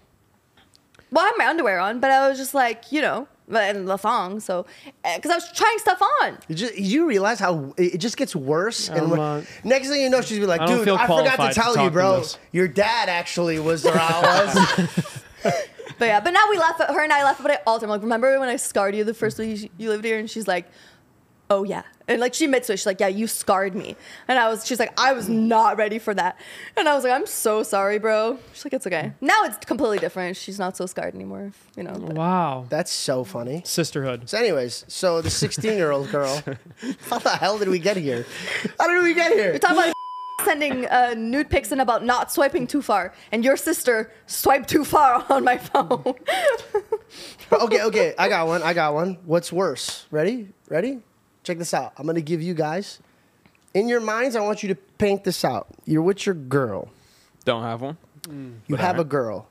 S1: well i had my underwear on but i was just like you know and the thong so because i was trying stuff on
S3: You just you realize how it it just gets worse and
S4: I'm
S3: wor-
S4: not-
S3: next thing you know she's be like,
S4: I don't
S3: dude,
S4: feel
S3: I forgot
S4: qualified
S3: to
S4: to
S3: tell
S4: talk
S3: you,
S4: on
S3: bro.
S4: this."
S3: Your dad actually was where I was.
S1: but yeah but now we laugh at her and i laugh about it all the time like remember when i scarred you the first week you- you lived here and she's like oh yeah and like she admits to it she's like yeah you scarred me and i was she's like i was not ready for that and i was like i'm so sorry bro she's like it's okay now it's completely different she's not so scarred anymore you know but-
S4: Wow.
S3: That's so funny.
S4: Sisterhood.
S3: So, anyways, so the 16 year old girl. How the hell did we get here? How did we get here?
S1: we talk about sending uh, nude pics and about not swiping too far and your sister swiped too far on my phone
S3: But okay, okay, I got one. I got one. What's worse? Ready? Ready? Check this out. I'm gonna give you guys. In your minds, I want you to paint this out. You're with your girl.
S2: Don't have one.
S3: You have a girl.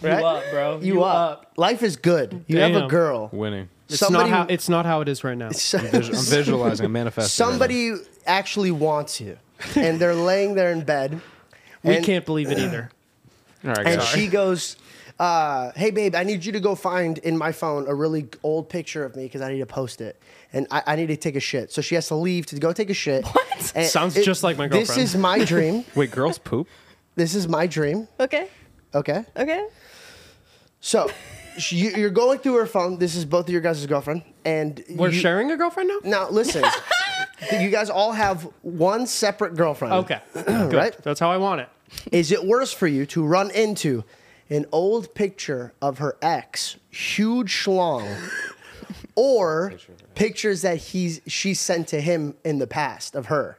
S3: Right?
S4: You up, bro.
S3: You, up. Life is good. You have a
S4: Damn.
S3: girl.
S2: Winning.
S4: It's
S3: Somebody-
S4: not how it's not how it is right now.
S2: Visu- I'm visualizing. I'm manifesting. right now.
S3: Somebody actually wants you, and they're laying there in bed.
S4: We
S3: and-
S4: can't believe it either.
S2: All right,
S3: And
S2: guys.
S3: she goes, uh, "Hey, babe, I need you to go find in my phone a really old picture of me because I need to post it, and I, I need to take a shit." So she has to leave to go take a shit. What?
S4: Sounds just like my
S3: This
S4: girlfriend.
S3: is my dream.
S2: Wait, girls poop?
S3: this is my dream.
S1: okay
S3: Okay.
S1: okay
S3: So she, you- you're going through her phone. This is both of your guys' girlfriend, and
S4: We're
S3: you-
S4: sharing a girlfriend now?
S3: Now listen, you guys all have one separate girlfriend.
S4: Okay. Good.
S3: Right?
S4: That's how I want it.
S3: Is it worse for you to run into an old picture of her ex, huge schlong, or pictures that he's she sent to him in the past of her?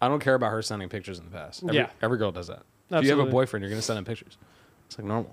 S2: I don't care about her sending pictures in the past. Every,
S4: Yeah.
S2: every girl does that. If you have a
S4: Absolutely.
S2: boyfriend, you're going to send him pictures. It's like normal.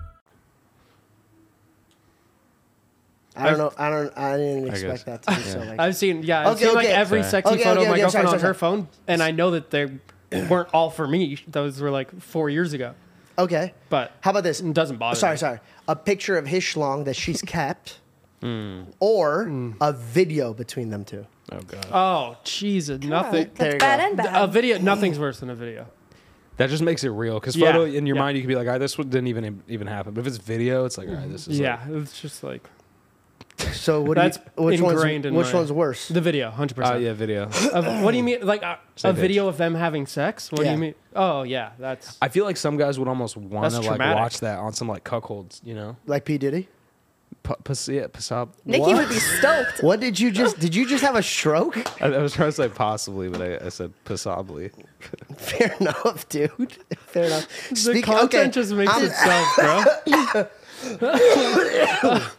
S3: I don't know. I don't. I didn't
S2: guess.
S3: expect that to be so. Like,
S4: I've seen yeah, I've
S3: Okay,
S4: seen like
S3: okay.
S4: every
S3: Sorry.
S4: sexy
S3: Okay, okay,
S4: photo of my
S3: okay,
S4: girlfriend
S3: sorry,
S4: on
S3: sorry,
S4: her phone, and I know that they weren't all for me. Those were like four years ago.
S3: okay,
S4: But
S3: how about this?
S4: It doesn't bother
S3: Sorry,
S4: me.
S3: sorry. A picture of his schlong that she's kept,
S4: Hmm.
S3: or a video between them two.
S2: Oh, God.
S4: Oh, Jesus, nothing.
S3: There
S1: that's
S3: you
S1: bad
S3: go.
S1: and bad
S4: A video, nothing's worse than a video.
S2: That just makes it real because
S4: Yeah,
S2: photo in your
S4: yeah.
S2: mind you could be like, "All right, this one didn't even even happen." But if it's video, it's like, "All right, this is
S4: Yeah,
S2: like-
S4: it's just like
S3: So what
S4: that's
S3: do you? Which one's
S4: ingrained in
S3: which
S4: my-
S3: one's worse?
S4: the video, hundred
S3: Uh,
S2: oh yeah,
S4: percent.
S2: video."
S4: What do you mean, like a, a
S2: bitch.
S4: video of them having sex? What
S3: Yeah.
S4: do you mean? Oh yeah, that's
S2: I feel like some guys would almost want to
S4: That's
S2: like
S4: traumatic.
S2: watch that on some like cuckolds, you know?
S3: like P Diddy.
S2: P- p- yeah, Passab.
S1: Nikki would be stoked.
S3: What did you just? Did you just have a stroke?
S2: I, I was trying to say possibly, but I, I said possibly.
S3: Fair enough, dude. Fair enough.
S4: The content just makes
S3: I'm-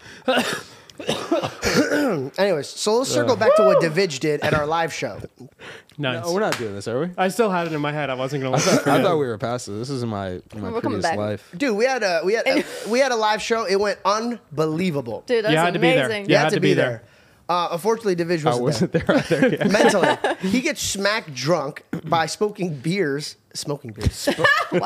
S4: itself, bro.
S3: Anyways, so let's circle back to what Davidge did at our live show.
S4: Nice.
S2: No, we're not doing this, are we?
S4: I still had it in my head. I wasn't gonna.
S2: I
S4: Look
S2: thought, I thought we were past this. This is my my
S1: We're coming
S2: previous
S1: back.
S2: life.
S3: Dude, we had a we had a, we had a live show. It went unbelievable.
S1: Dude, that's
S4: You had to be there.
S1: amazing.
S4: You had to be there.
S3: Uh, unfortunately, Davidge
S2: I wasn't
S3: wasn't, there.
S2: there either. Yeah.
S3: Mentally, he gets smack drunk by smoking beers, smoking beers, sm-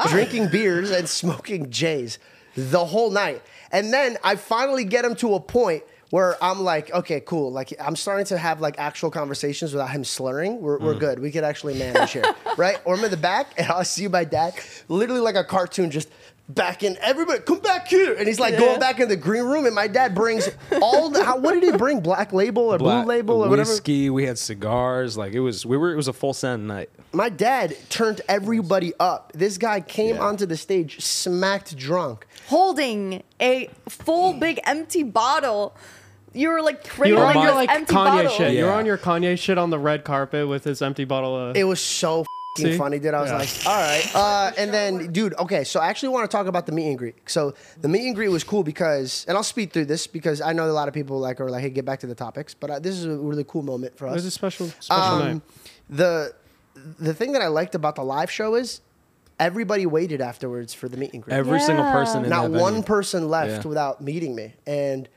S3: drinking beers, and smoking J's the whole night. And then I finally get him to a point where I'm like, okay, cool. Like I'm starting to have like actual conversations without him slurring. We're, we're good. We could actually manage here, right? Or I'm in the back, and I see my dad, literally like a cartoon, just back in. Everybody, come back here, and he's like going back in the green room. And my dad brings all the. How, what did he bring? Black Label or
S2: Black
S3: Blue Label or whatever.
S2: whiskey. We had cigars. Like it was, we were. It was a full send night.
S3: My dad turned everybody up. This guy came
S2: Yeah.
S3: onto the stage smacked drunk.
S1: Holding a full big empty bottle. You were like
S4: you
S1: cradling
S4: were on your
S1: this
S4: like Kanye
S1: empty bottle.
S4: shit. You were
S2: Yeah.
S4: on your Kanye shit on the red carpet with his empty bottle of.
S3: It was so fing
S4: See?
S3: funny, dude. I was
S4: Yeah.
S3: like, all right. Uh, and then, dude, okay, so I actually want to talk about the meet and greet. So the meet and greet was cool because, and I'll speed through this because I know a lot of people like are like, hey, get back to the topics. But uh, this is a really cool moment for us. Um,
S4: it was a special special night.
S3: the the thing that I liked about the live show is everybody waited afterwards for the meet and greet.
S2: Every single person in
S3: not
S2: that venue.
S3: one person left
S2: Yeah.
S3: without meeting me and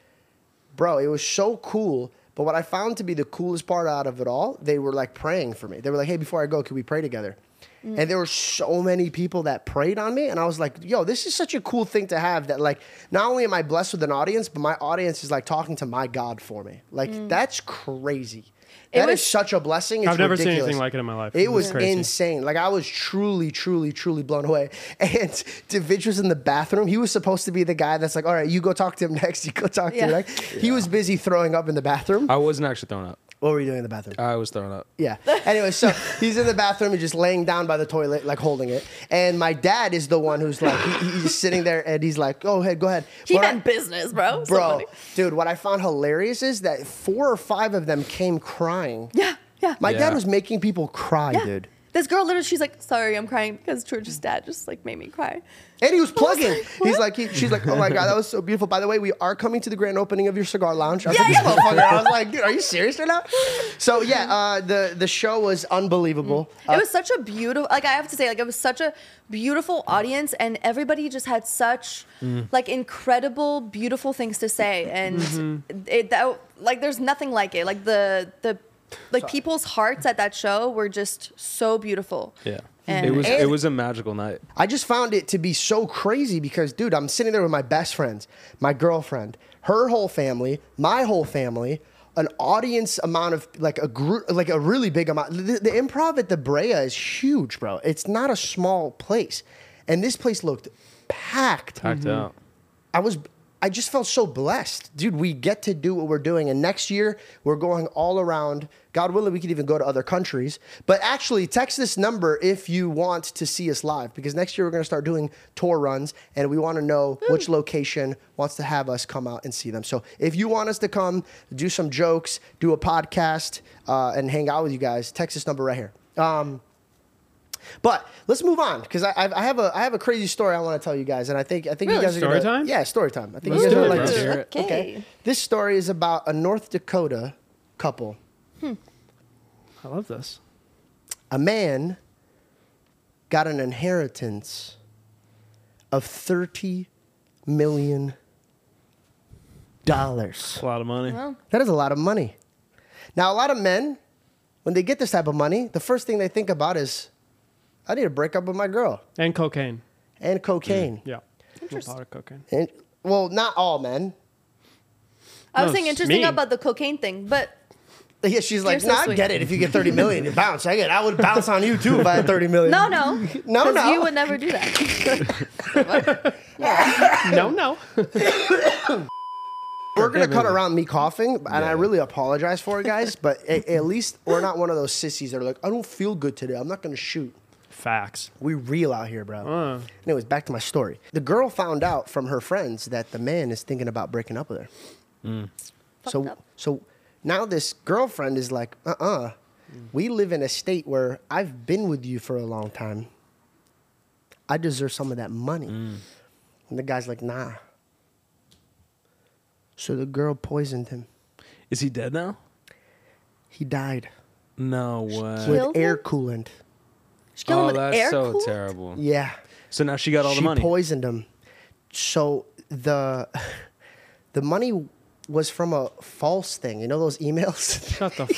S3: bro it was so cool but what i found to be the coolest part out of it all they were like praying for me they were like hey before i go can we pray together and there were so many people that prayed on me and i was like yo this is such a cool thing to have that like not only am i blessed with an audience but my audience is like talking to my god for me like that's crazy That is
S1: was-
S3: such a blessing. It's
S4: I've never seen
S3: ridiculous.
S4: anything like it in my life.
S3: It
S4: It's
S3: was
S4: crazy.
S3: insane. Like I was truly, truly, truly blown away. And David was in the bathroom. He was supposed to be the guy that's like, all right, you go talk to him next. You go talk to him
S1: Yeah.
S3: next. He was busy throwing up in the bathroom.
S2: I wasn't actually thrown up.
S3: what were you doing in the bathroom?
S2: I was thrown up.
S3: Yeah. Anyway, so he's in the bathroom and just laying down by the toilet, like holding it. And my dad is the one who's like, he, he's sitting there and he's like, go ahead, go ahead.
S1: He
S3: But I-
S1: meant business, bro. So
S3: Bro,
S1: funny.
S3: dude, what I found hilarious is that four or five of them came crying.
S1: Yeah, yeah.
S3: My dad
S2: Yeah.
S3: was making people cry,
S1: yeah.
S3: dude.
S1: This girl literally, she's like, sorry, I'm crying because George's dad just like made me cry.
S3: And he was plugging.
S1: like,
S3: He's
S1: what?
S3: like, he, she's like, oh my god, that was so beautiful. By the way, we are coming to the grand opening of your cigar lounge. I was, like,
S1: Yeah,
S3: "This
S1: yeah.
S3: motherfucker." I was like, dude, are you serious right now? So yeah, uh, the the show was unbelievable. Uh,
S1: Mm. it was such a beautiful like i have to say like it was such a beautiful audience and everybody just had such like incredible beautiful things to say and it that like there's nothing like it like the the like people's hearts at that show were just so beautiful
S2: Yeah.
S1: And-
S2: it was
S3: And-
S2: it was a magical night.
S3: I just found it to be so crazy because, dude, I'm sitting there with my best friends, my girlfriend, her whole family, my whole family, an audience amount of like a group, like a really big amount. The, the improv at the Brea is huge, bro. It's not a small place, and this place looked packed.
S2: Packed out.
S3: I was I just felt so blessed. Dude, we get to do what we're doing. And next year we're going all around. God willing, we could even go to other countries. But actually, text this number if you want to see us live because next year we're going to start doing tour runs and we want to know which location wants to have us come out and see them. So if you want us to come, do some jokes, do a podcast, uh, and hang out with you guys, text this number right here. Um, but let's move on because I, I I have a I have a crazy story I want to tell you guys, and I think I think you
S4: Really?
S3: guys are
S4: Story
S3: gonna,
S4: time?
S3: Yeah, story time. I think
S4: Let's
S3: you guys
S4: do
S3: would
S4: it,
S3: like
S4: bro.
S3: this.
S4: Let's
S1: hear it.
S3: Okay.
S1: Okay.
S3: This story is about a North Dakota couple.
S4: I love this.
S3: A man got an inheritance of thirty million dollars.
S4: It's a lot of money.
S3: That is a lot of money. Now, a lot of men, when they get this type of money, the first thing they think about is, I need to break up with my girl
S4: And cocaine.
S3: and cocaine.
S4: Mm, Yeah. A lot of cocaine.
S3: And, well, not all men.
S1: i was
S4: No,
S1: saying
S4: it's
S1: interesting
S4: mean.
S1: about the cocaine thing but
S3: Yeah, she's like,
S1: so
S3: no, I
S1: sweet."
S3: get it. If you get 30 million, you bounce. I get it. I would bounce on you too if I had 30 million.
S1: no no
S3: No,
S1: 'Cause
S3: no.
S1: you would never do that
S4: no, no.
S3: We're going to cut around me coughing, and I really apologize for it, guys, but a- at least we're not one of those sissies that are like, I don't feel good today. I'm not going to shoot.
S4: Facts.
S3: We real out here, bro. Anyways, back to my story. The girl found out from her friends that the man is thinking about breaking up with her. So
S1: up.
S3: so now this girlfriend is like, uh uh We live in a state where I've been with you for a long time. I deserve some of that money. And the guy's like, nah. So the girl poisoned him.
S2: Is he dead now?
S3: He died
S2: No way.
S1: Killed
S3: with air
S1: him?
S3: coolant.
S1: She killed him with
S2: Oh, that's
S1: air
S2: so
S1: coolant?
S2: terrible.
S3: Yeah.
S2: So now she got all
S3: she
S2: the money.
S3: poisoned him. So the the money was from a false thing. You know those emails?
S4: Shut the f- up.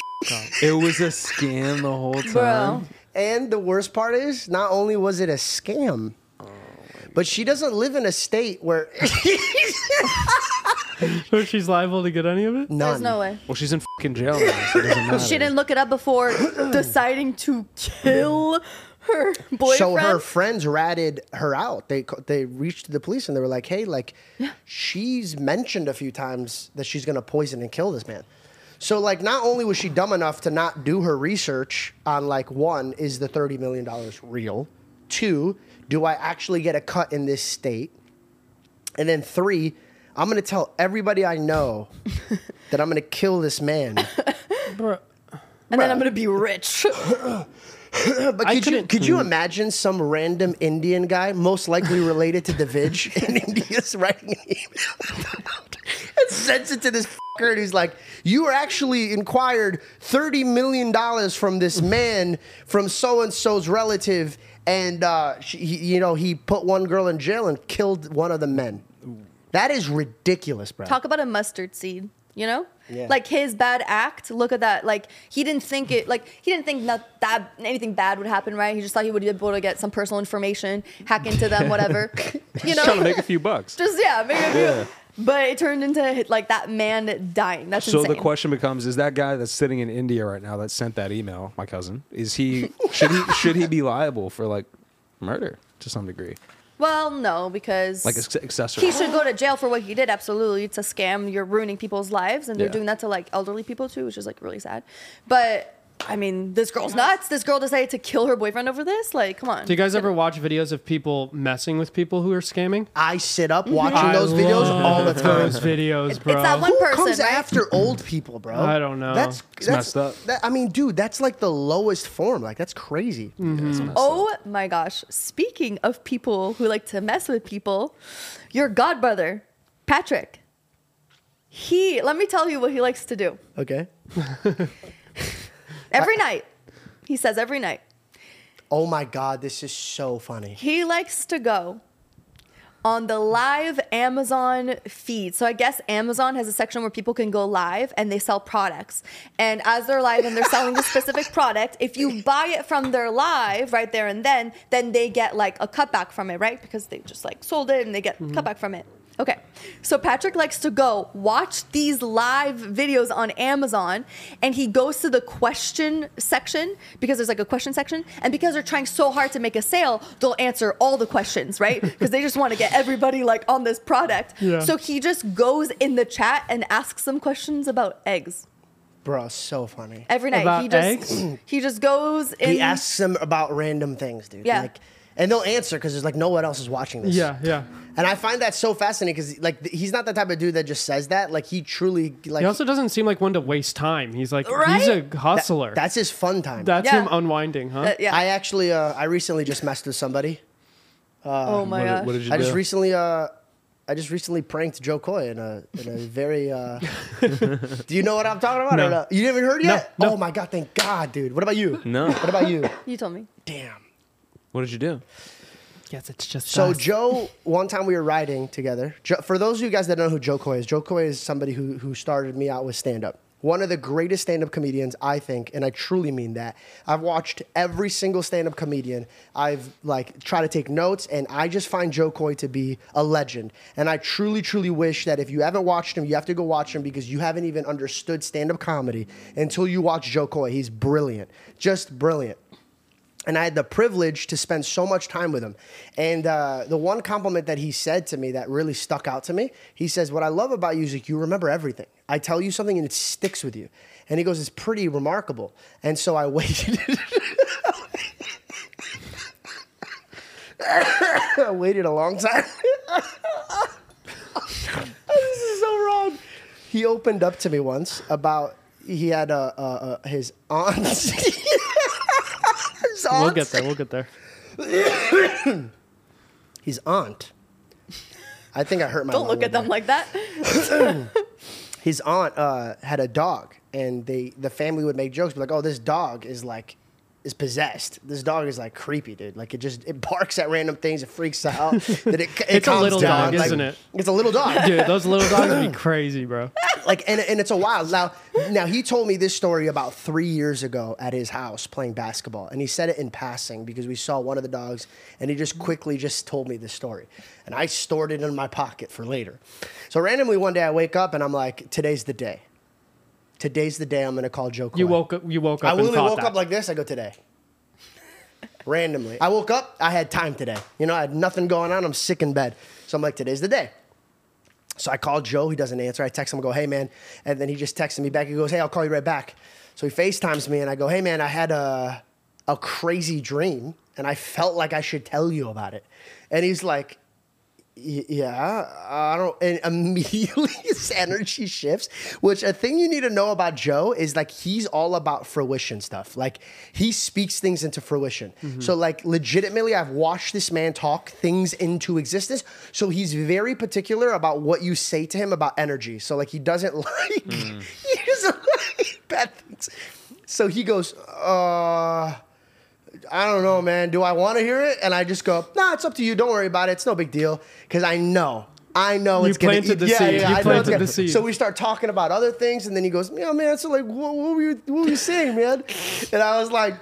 S2: it was a scam the whole time.
S3: And the worst part is, not only was it a scam,
S2: Oh
S3: but she doesn't live in a state where
S4: So she's liable to get any of it?
S3: none.
S1: There's no way.
S2: Well, she's in fucking jail now, so it doesn't matter.
S1: She didn't look it up before deciding to kill her boyfriend.
S3: So her friends ratted her out. They co- they reached the police and they were like, "Hey, like, she's mentioned a few times that she's gonna poison and kill this man." So like, not only was she dumb enough to not do her research on like, one, is the thirty million dollars real? Two, do I actually get a cut in this state? And then three, I'm gonna tell everybody I know that I'm gonna kill this man.
S1: and then I'm gonna be rich. Hmm.
S3: But could you
S4: couldn't-
S3: could you imagine some random Indian guy, most likely related to Davidge in India's writing an email and sends it to this fucker and he's like, You were actually inquired thirty million dollars from this man from so and so's relative and uh, she, he, you know he put one girl in jail and killed one of the men. That is ridiculous, bro.
S1: Talk about a mustard seed, you know?
S3: Yeah.
S1: Like his bad act. Look at that. Like he didn't think it. Like he didn't think not that anything bad would happen, right? He just thought he would be able to get some personal information, hack into them, whatever. you know,
S2: Trying to make a few bucks.
S1: just yeah, make a few. But it turned into like that man dying. That's
S2: So
S1: insane.
S2: the question becomes: Is that guy that's sitting in India right now that sent that email, my cousin, is he should he should he be liable for like murder to some degree,
S1: Well, no, because
S2: like acc- accessory?
S1: he should go to jail for what he did. Absolutely, it's a scam. You're ruining people's lives, and they're
S2: Yeah.
S1: doing that to like elderly people too, which is like really sad. But I mean, this girl's nuts. This girl decided to kill her boyfriend over this. Like, come on.
S4: Do you guys ever watch videos of people messing with people who are scamming?
S3: I sit
S1: Mm-hmm.
S3: up watching those videos all the
S4: love
S3: time.
S4: Those videos, bro.
S1: it's that one
S3: Who
S1: person.
S3: comes
S1: right?
S3: after old people, bro?
S4: I don't know.
S3: That's,
S2: It's
S3: that's
S2: messed up.
S3: That, I mean, dude, that's like the lowest form. Like that's crazy.
S4: Mm.
S1: Oh my gosh! Speaking of people who like to mess with people, your godbrother Patrick. He let me tell you what he likes to do.
S3: Okay.
S1: Every night, he says every night
S3: Oh my god, this is so funny.
S1: he likes to go on the live Amazon feed. So I guess Amazon has a section where people can go live and they sell products. And as they're live and they're selling a specific product, if you buy it from their live right there and then, then they get like a cutback from it, right? Because they just like sold it and they get cutback from it. Okay. So Patrick likes to go watch these live videos on Amazon and he goes to the question section because there's like a question section. And because they're trying so hard to make a sale, they'll answer all the questions, right? Because they just want to get everybody like on this product.
S4: Yeah.
S1: So he just goes in the chat and asks them questions about eggs.
S3: Bro, so funny.
S1: Every night
S4: About
S1: he just
S4: eggs?
S1: he just goes in
S3: He asks them about random things, dude.
S1: Yeah.
S3: Like, and they'll answer because there's like no one else is watching this.
S4: yeah, yeah.
S3: And I find that so fascinating because like th- he's not the type of dude that just says that. Like he truly like
S4: He also doesn't seem like one to waste time. He's like he's
S1: Right?
S4: a
S3: that-
S4: hustler.
S3: that's his fun time.
S4: that's
S1: Yeah.
S4: him unwinding, huh?
S1: Uh, yeah.
S3: I actually uh, I recently just messed with somebody.
S1: oh my
S2: what,
S1: gosh.
S2: did, what did you
S3: I
S2: do?
S3: just recently uh I just recently pranked Joe Coy in a in a very uh Do you know what I'm talking about? or
S4: No.
S3: no? You haven't heard yet?
S4: no.
S3: Oh my god, thank God, dude. What about you?
S2: No.
S3: What about you?
S1: you told me.
S3: Damn.
S2: what did you do?
S4: Yes, it's just
S3: So Joe, one time we were riding together. Joe, for those of you guys that don't know who Joe Coy is, Joe Coy is somebody who who started me out with stand up. One of the greatest stand up comedians, I think, and I truly mean that. I've watched every single stand up comedian. I've like tried to take notes, and I just find Joe Coy to be a legend. And I truly, truly wish that if you haven't watched him, you have to go watch him because you haven't even understood stand up comedy until you watch Joe Coy. He's brilliant, just brilliant and I had the privilege to spend so much time with him. And uh, the one compliment that he said to me that really stuck out to me, he says, "What I love about you is like you remember everything. I tell you something and it sticks with you." And he goes, "It's pretty remarkable." And so I waited. I waited a long time. this is so wrong. he opened up to me once about he had uh, uh, uh, his aunts. His
S4: We'll
S3: aunts.
S4: get there. We'll get there.
S3: His aunt. I think I hurt my.
S1: Don't look
S3: lung with
S1: at them
S3: that.
S1: like that.
S3: his aunt uh, had a dog, and they the family would make jokes, be like, "Oh, this dog is like." Is possessed. This dog is like creepy, dude. Like it just it barks at random things. It freaks out. Then it, it
S4: It's a
S3: calms
S4: little
S3: down.
S4: dog,
S3: Like,
S4: isn't it?
S3: It's a little dog,
S4: Dude, those little dogs would be crazy, bro.
S3: like and, and it's a wild now now he told me this story about three years ago at his house playing basketball and he said it in passing because we saw one of the dogs and he just quickly just told me this story and i stored it in my pocket for later so randomly one day i wake up and i'm like today's the day today's the day i'm gonna call joe
S4: You
S3: Coy."
S4: woke up. You woke up.
S3: i
S4: and
S3: literally
S4: thought
S3: woke
S4: that.
S3: up like this i go today randomly i woke up i had time today you know i had nothing going on i'm sick in bed so i'm like today's the day so I called Joe. He doesn't answer. I text him. I go, hey, man. And then he just texted me back. He goes, hey, I'll call you right back. So he FaceTimes me and I go, hey, man, I had a, a crazy dream and I felt like I should tell you about it. And he's like, "Y- yeah, I don't. And immediately his energy shifts, which a thing you need to know about Joe is like he's all about fruition stuff. Like he speaks things into fruition. So, like, legitimately, I've watched this man talk things into existence. So, he's very particular about what you say to him about energy. So, like, he doesn't like, he doesn't like bad things. So, he goes, uh, I don't know, man. Do I want to hear it? And I just go, nah, it's up to you. Don't worry about it. It's no big deal. Because I know. I know
S4: You
S3: it's gonna
S4: planted
S3: eat-
S4: the
S3: yeah,
S4: seed.
S3: Yeah,
S4: You
S3: I know it's
S4: planted
S3: gonna-
S4: the seed.
S3: So we start talking about other things, and then he goes, "Yeah, man. So like, what, what were you, what were you saying, man?" And I was like,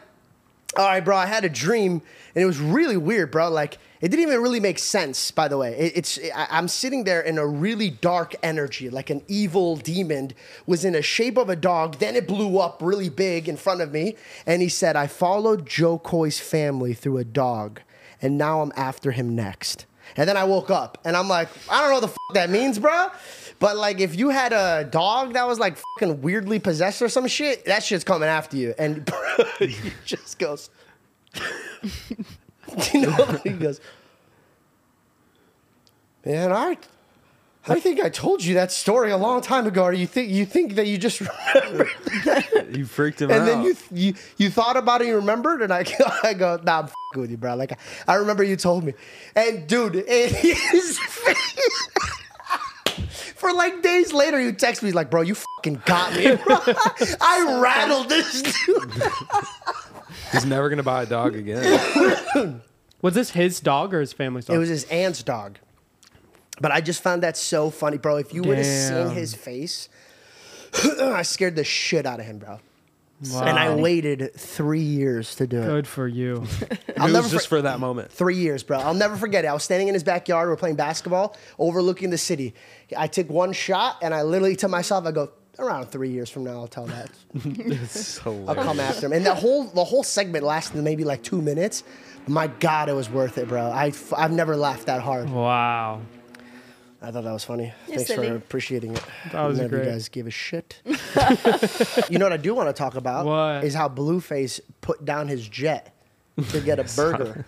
S3: "All right, bro. I had a dream, and it was really weird, bro. Like, it didn't even really make sense. By the way, it, it's I, I'm sitting there in a really dark energy, like an evil demon was in a shape of a dog. Then it blew up really big in front of me, and he said, "I followed Joe Coy's family through a dog, and now I'm after him next." And then I woke up and I'm like, I don't know what the f- that means, bro. But like, if you had a dog that was like fucking weirdly possessed or some shit, that shit's coming after you. And bro, he just goes, you know, he goes, man, I, I think I told you that story a long time ago. Or you think you think that you just remembered,
S2: You freaked him
S3: and then you, you you thought about it, you remembered, and I go, I go, nah, I'm fing with you, bro. Like I, I remember you told me, and dude, it is. For like days later, you text me he's like, "Bro, you fucking got me, bro. I rattled this dude."
S2: He's never gonna buy a dog again.
S4: Was this his dog or his family's dog?
S3: It was his aunt's dog. But I just found that so funny, bro. If you would have seen
S4: Damn.
S3: his face, I scared the shit out of him, bro.
S4: Wow.
S3: And I waited three years to do it.
S4: Good for you.
S2: I'll
S3: never
S2: just
S3: for-
S2: for that moment.
S3: Three years, bro. I'll never forget it. I was standing in his backyard. We're playing basketball, overlooking the city. I took one shot, and I literally to myself, I go, around three years from now, I'll tell that. I'll come after him. And the whole the whole segment lasted maybe like two minutes. My God, it was worth it, bro. I f- I've never laughed that hard.
S4: Wow.
S3: I thought that was funny.
S1: You're
S3: Thanks
S1: silly.
S3: for appreciating it.
S4: That was
S3: None of
S4: great.
S3: you guys give a shit. you know what I do want to talk about
S4: What?
S3: is how Blueface put down his jet to get a burger.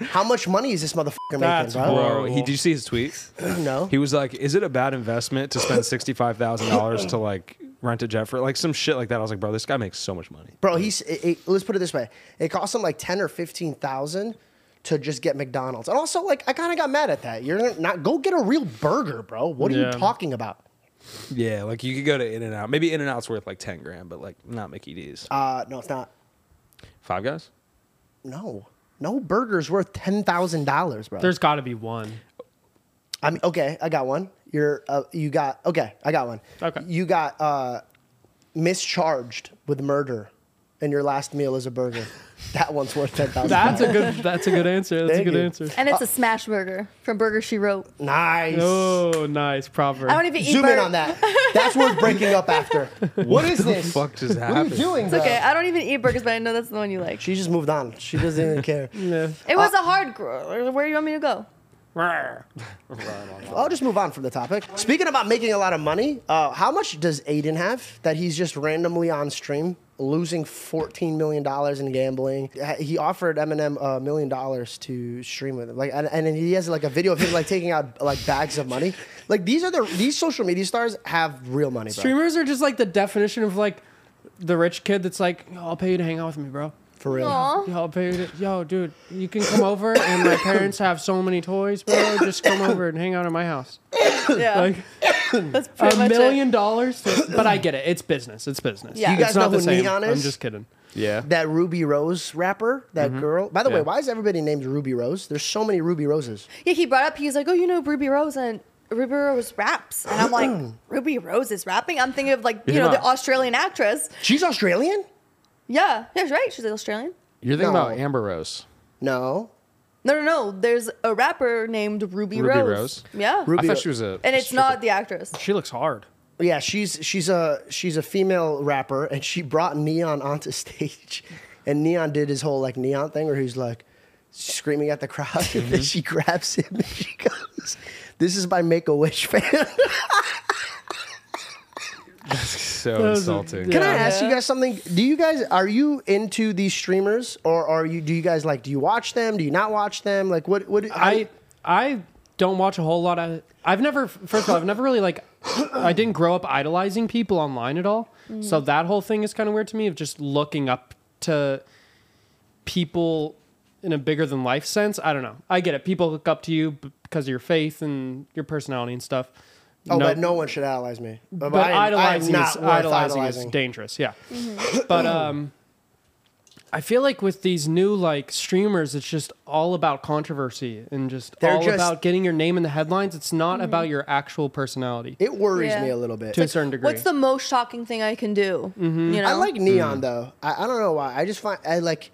S3: how much money is this motherfucker
S4: That's
S3: making, bro?
S2: Bro, he, did you see his tweet?
S3: No.
S2: He was like, "Is it a bad investment to spend sixty five thousand dollars to like rent a jet for like some shit like that?" I was like, "Bro, this guy makes so much money."
S3: bro, he's it, it- let's put it this way. It cost him like 10 or 15,000 to just get McDonald's. And also like I kind of got mad at that. You're not go get a real burger, bro. What are you
S4: Yeah.
S3: talking about?
S2: Yeah, like you could go to In and Out. Maybe In and Out's worth like ten grand, but like not Mickey D's.
S3: Uh no, it's not.
S2: Five Guys.
S3: No. No burger's worth $10,000, bro.
S4: There's got to be one.
S3: I mean, okay, I got one. You're, uh, you got, okay, I got one.
S4: Okay.
S3: You got uh, mischarged with murder, and your last meal is a burger. that one's worth ten thousand.
S4: That's a good. That's a good answer. That's a
S3: Thank
S4: good
S3: you.
S4: answer.
S1: And it's a smash burger from Burger She Wrote.
S3: nice.
S4: Oh, nice proverb.
S1: I don't even eat
S3: Zoom in
S1: burger-
S3: on that. That's worth breaking up after. what is
S2: the
S3: this?
S2: fuck just
S3: What are you
S2: happened?
S3: doing,
S1: It's
S3: bro?
S1: okay. I don't even eat burgers, but I know that's the one you like.
S3: She just moved on. She doesn't even care.
S4: Yeah.
S1: It was a hard. gr- Where do you want me to go?
S3: I'll just move on from the topic. Speaking about making a lot of money, uh, how much does Aiden have that he's just randomly on stream losing $14 million in gambling? Uh, He offered Eminem a million dollars to stream with him. Like, and, and then he has like a video of him like taking out like bags of money. Like these are the, these social media stars have real money, bro.
S4: Streamers are just like the definition of like the rich kid that's like, yo, I'll pay you to hang out with me, bro.
S3: For real.
S1: Aw.
S4: Yo, I'll pay you to, yo, dude, you can come over and my parents have so many toys, bro. Just come over and hang out at my house.
S1: Yeah.
S4: Like
S1: that's pretty
S4: a
S1: much
S4: million dollars, to- but I get it. It's business. It's business.
S1: Yeah. You
S3: guys
S4: it's not
S3: know
S4: the
S3: who
S4: same.
S3: Neon
S4: I'm
S3: is?
S4: just kidding.
S2: Yeah.
S3: That Ruby Rose rapper, that girl. By the way,
S2: Mm-hmm. Yeah.
S3: why is everybody named Ruby Rose? There's so many Ruby Roses.
S1: it. Yeah, he brought up, he's like, oh, you know, Ruby Rose and Ruby Rose raps. And I'm like, Ruby Rose is rapping? I'm thinking of like, you
S2: You're
S1: know, the
S2: not.
S1: Australian actress.
S3: She's Australian?
S1: Yeah, that's right. She's Australian.
S2: You're thinking
S3: No.
S2: about Amber Rose.
S3: No.
S1: No, no, no. There's a rapper named Ruby,
S2: Ruby Rose?
S1: Rose. Yeah.
S3: Ruby-
S2: I thought she was a.
S1: and it's
S2: stripper.
S1: not the actress.
S4: She looks hard.
S3: Yeah, she's she's a she's a female rapper, and she brought Neon onto stage, and Neon did his whole like Neon thing where he's like screaming at the crowd, and
S4: Mm-hmm.
S3: then she grabs him and she goes, "This is my Make a Wish fan."
S2: so insulting.
S3: Can I ask you guys something? Do you guys are you into these streamers, or are you do you guys like do you watch them? Do you not watch them? Like what what
S4: I I don't watch a whole lot of. I've never. First of all, I've never really like. I didn't grow up idolizing people online at all. So that whole thing is kind of weird to me of just looking up to people in a bigger than life sense. I don't know. I get it. People look up to you b- because of your faith and your personality and stuff.
S3: oh, but no one should idolize me.
S4: but idolizing, is,
S3: worth
S4: idolizing, is dangerous. Yeah, but um, I feel like with these new like streamers, it's just all about controversy and just
S3: They're
S4: all
S3: just-
S4: about getting your name in the headlines. It's not about your actual personality.
S3: It worries
S1: Yeah.
S3: me a little bit.
S4: To a certain degree.
S1: What's the most shocking thing I can do? You know?
S3: I like
S4: Mm.
S3: Neon though. I, I don't know why. I just find I like.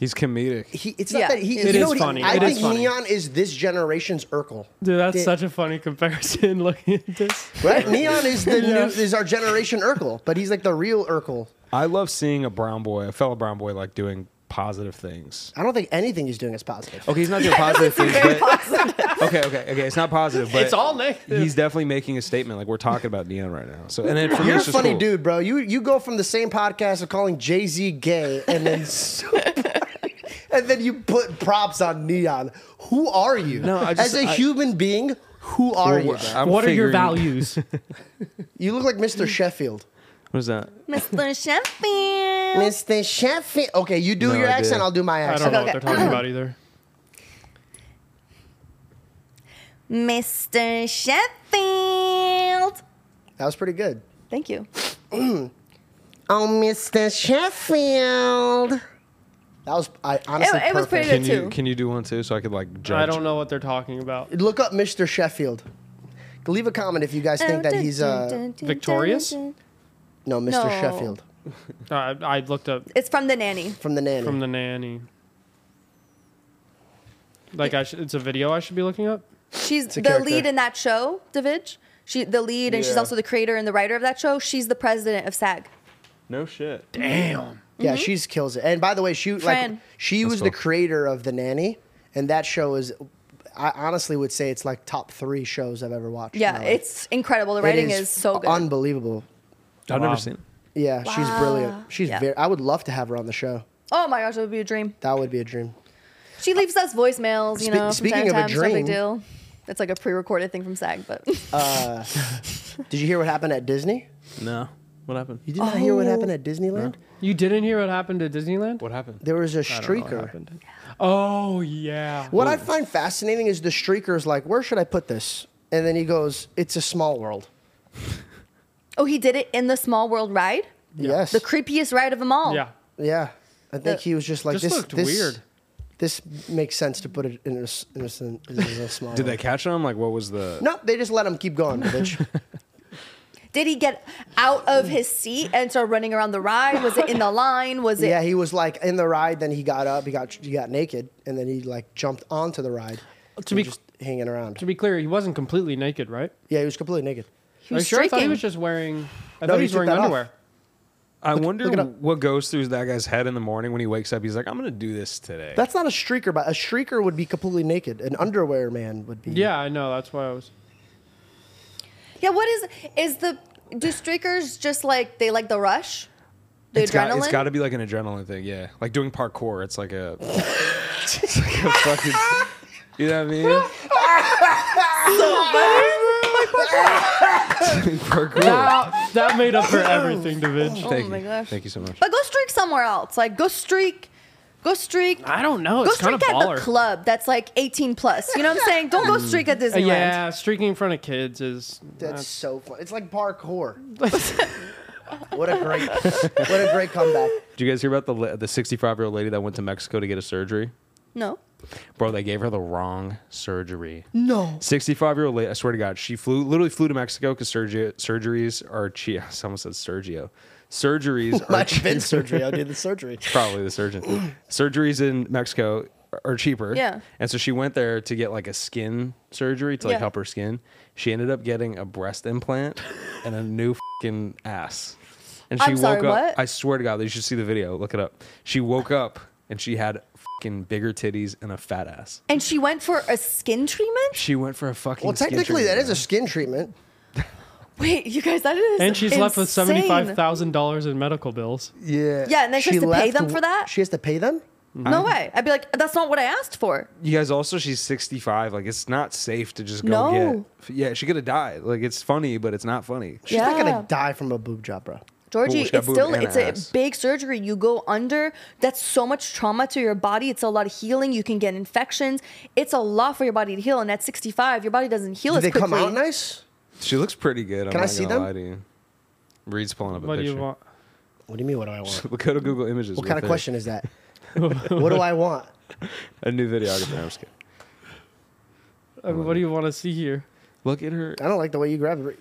S2: He's comedic.
S3: He, it's not
S1: Yeah.
S3: that he.
S1: It
S3: you
S4: is
S3: know what he-
S4: funny.
S3: I
S4: It is
S3: think
S4: funny.
S3: Neon is this generation's Urkel.
S4: Dude, that's
S3: Did-
S4: such a funny comparison. Looking at this,
S3: Right? Neon is the new, is our generation Urkel, but he's like the real Urkel.
S2: I love seeing a brown boy, a fellow brown boy, like doing positive things.
S3: I don't think anything he's doing is positive.
S2: Okay, he's not doing positive things, but okay, okay, okay. It's not positive, but
S4: It's all negative.
S2: He's definitely making a statement. Like we're talking about Neon right now. So and then for me,
S3: You're a
S2: it's just
S3: funny
S2: cool.
S3: dude, bro. You you go from the same podcast of calling Jay Z gay, and then and then you put props on Neon. Who are you?
S2: No, I just-
S3: as a
S2: I-
S3: human being, who are
S2: Well,
S3: you?
S2: wh-
S3: bro?
S2: I'm
S4: what are your
S2: figuring-
S4: values?
S3: You look like Mr. Sheffield.
S2: What is that?
S1: Mr. Sheffield.
S3: Mr. Sheffield. Okay, you do
S2: No
S3: your
S2: idea.
S3: accent. I'll do my
S4: I
S3: accent.
S4: don't know what
S1: Okay.
S4: they're talking about either.
S1: Mr. Sheffield.
S3: That was pretty good.
S1: Thank you.
S3: Oh, Mr. Sheffield. That was I honestly.
S1: It- it was pretty
S3: perfect.
S2: Can
S1: Too.
S2: you can you do one too so I could like judge?
S4: I don't know what they're talking about.
S3: Look up Mr. Sheffield. Leave a comment if you guys think that he's uh
S4: Victorious?
S3: no Mr.
S1: No.
S3: Sheffield
S4: Uh, I, I looked up
S1: It's from the nanny.
S3: from the nanny.
S4: from the nanny. Like I, sh- it's a video I should be looking up.
S1: She's the
S3: character.
S1: lead in that show, Davidge. She the lead and she's
S2: Yeah.
S1: also the creator and the writer of that show. She's the president of SAG.
S2: No shit.
S3: yeah, she's kills it. And by the way, she like
S1: Mm-hmm. Fran.
S3: she was the
S2: cool.
S3: creator of the nanny, and that show is. I honestly would say it's like top three shows I've ever watched. in
S1: Yeah,
S3: my life.
S1: it's incredible. The
S3: It
S1: writing is, so good.
S3: unbelievable.
S2: I've
S4: Wow.
S2: never seen. it.
S3: Yeah, she's brilliant. She's
S1: Yeah.
S3: very. I would love to have her on the show.
S1: oh my gosh, that would be a dream.
S3: That would be a dream.
S1: She leaves us voicemails, you
S3: Spe-
S1: know, from
S3: speaking of
S1: time
S3: a
S1: to time. It's no
S3: dream-
S1: big deal. It's like a pre-recorded thing from SAG, but
S3: Uh, Did you hear what happened at Disney?
S2: No. What happened?
S3: You did not hear what
S1: Oh.
S3: happened at Disneyland?
S4: You didn't hear what happened at Disneyland?
S2: What happened?
S3: There was a
S4: What
S3: streaker.
S4: happened? Oh yeah.
S3: What I find fascinating is the streaker's like, where should I put this? And then he goes, it's a small world.
S1: oh, he did it in the Small World ride,
S3: Yes.
S1: the creepiest ride of them all.
S4: Yeah.
S3: yeah. I think
S1: The-
S3: he was just like,
S4: This
S3: this
S4: looked
S3: this-
S4: weird.
S3: This makes sense to put it in a, s- in a s- in a small
S2: Did they
S3: world.
S2: catch him? Like what was the?
S3: Nope, they just let him keep going, bitch.
S1: Did he get out of his seat and start running around the ride? Was it in the line? Was it?
S3: yeah, he was like in the ride, then he got up, he got he got naked, and then he like jumped onto the ride.
S4: To
S3: and
S4: be-
S3: just hanging around.
S4: To be clear, he wasn't completely naked, right?
S3: Yeah, he was completely naked.
S1: he was
S4: Are you sure? I thought he
S1: streaking.
S4: was just wearing. I
S3: No,
S4: thought
S3: he
S4: he was
S3: took
S4: wearing
S3: that off.
S4: underwear.
S2: I wonder
S3: look it up.
S2: what goes through that guy's head in the morning when he wakes up. He's like, I'm going to do this today.
S3: That's not a streaker, but a streaker would be completely naked. An underwear man would be.
S4: Yeah, I know. That's why I was.
S1: Yeah, what is is the do streakers just like they like the rush? The
S2: It's
S1: adrenaline?
S2: Got, it's got to be like an adrenaline thing, yeah. Like doing parkour. It's like a, it's like a fucking. You know what I mean? Doing parkour.
S1: Oh.
S4: That, that made up for everything, Da Vinci.
S2: Thank
S1: my
S2: you.
S1: gosh.
S2: Thank you so much.
S1: but go streak somewhere else. Like go streak go streak
S4: I don't know.
S1: Go
S4: It's kind
S1: streak
S4: of
S1: at
S4: baller.
S1: the club that's like 18 plus. You know what I'm saying? Don't go streak at
S4: Uh,
S1: Disneyland.
S4: yeah, streaking in front of kids is. uh,
S3: That's so fun. It's like parkour. what a great, what a great comeback.
S2: Did you guys hear about the la- the 65 year old lady that went to Mexico to get a surgery?
S1: No.
S2: Bro, they gave her the wrong surgery. No. 65 year old lady, I swear to God, she flew, literally flew to Mexico because surgery, surgeries are cheap. Someone said Sergio. Surgeries are
S3: Might have been
S2: cheap.
S3: surgery. I did the surgery.
S2: Probably the surgeon. surgeries in Mexico are cheaper.
S1: Yeah.
S2: And so she went there to get like a skin surgery to like
S1: Yeah.
S2: help her skin. She ended up getting a breast implant and a new fucking ass. And she
S1: I'm sorry,
S2: woke up.
S1: what?
S2: I swear to God, you should see the video. Look it up. She woke up and she had fucking bigger titties and a fat ass.
S1: And she went for a skin treatment?
S2: She went for a fucking.
S3: Well,
S2: skin
S3: technically, that
S2: treatment,
S3: is a skin treatment.
S1: Wait, you guys, that is
S4: And she's left with
S1: insane.
S4: seventy-five thousand dollars in medical bills.
S3: Yeah.
S1: Yeah, and then she has to pay them
S3: w-
S1: for that?
S3: She has to pay them.
S1: No way. I'd be like, that's not what I asked for.
S2: man. You guys also, she's sixty five. Like it's not safe to just go
S1: No.
S2: get. Yeah, she could have died. Like it's funny, but it's not funny.
S3: She's not
S1: Yeah.
S3: gonna die from a boob job, bro.
S1: Georgie,
S2: Ooh, she got
S1: it's
S2: boob
S1: still
S2: and
S1: it's a
S2: ass.
S1: big surgery. You go under. That's so much trauma to your body. It's a lot of healing. You can get infections. It's a lot for your body to heal. And at 65, your body doesn't heal
S3: Do
S1: as
S3: they
S1: quickly.
S3: come out nice?
S2: She looks pretty good. I'm
S3: Can I
S2: not
S3: see
S2: gonna
S3: them?
S2: lie to you. Reed's pulling up a
S4: What do
S2: picture.
S4: you want?
S3: What do you mean? What do I want?
S2: Go to Google Images.
S3: What kind
S2: with
S3: of
S2: it.
S3: question is that? what do I want?
S2: A new videographer. I'm just kidding.
S4: I mean, what do you want to see here?
S2: Look at her.
S3: I don't like the way you grabbed it.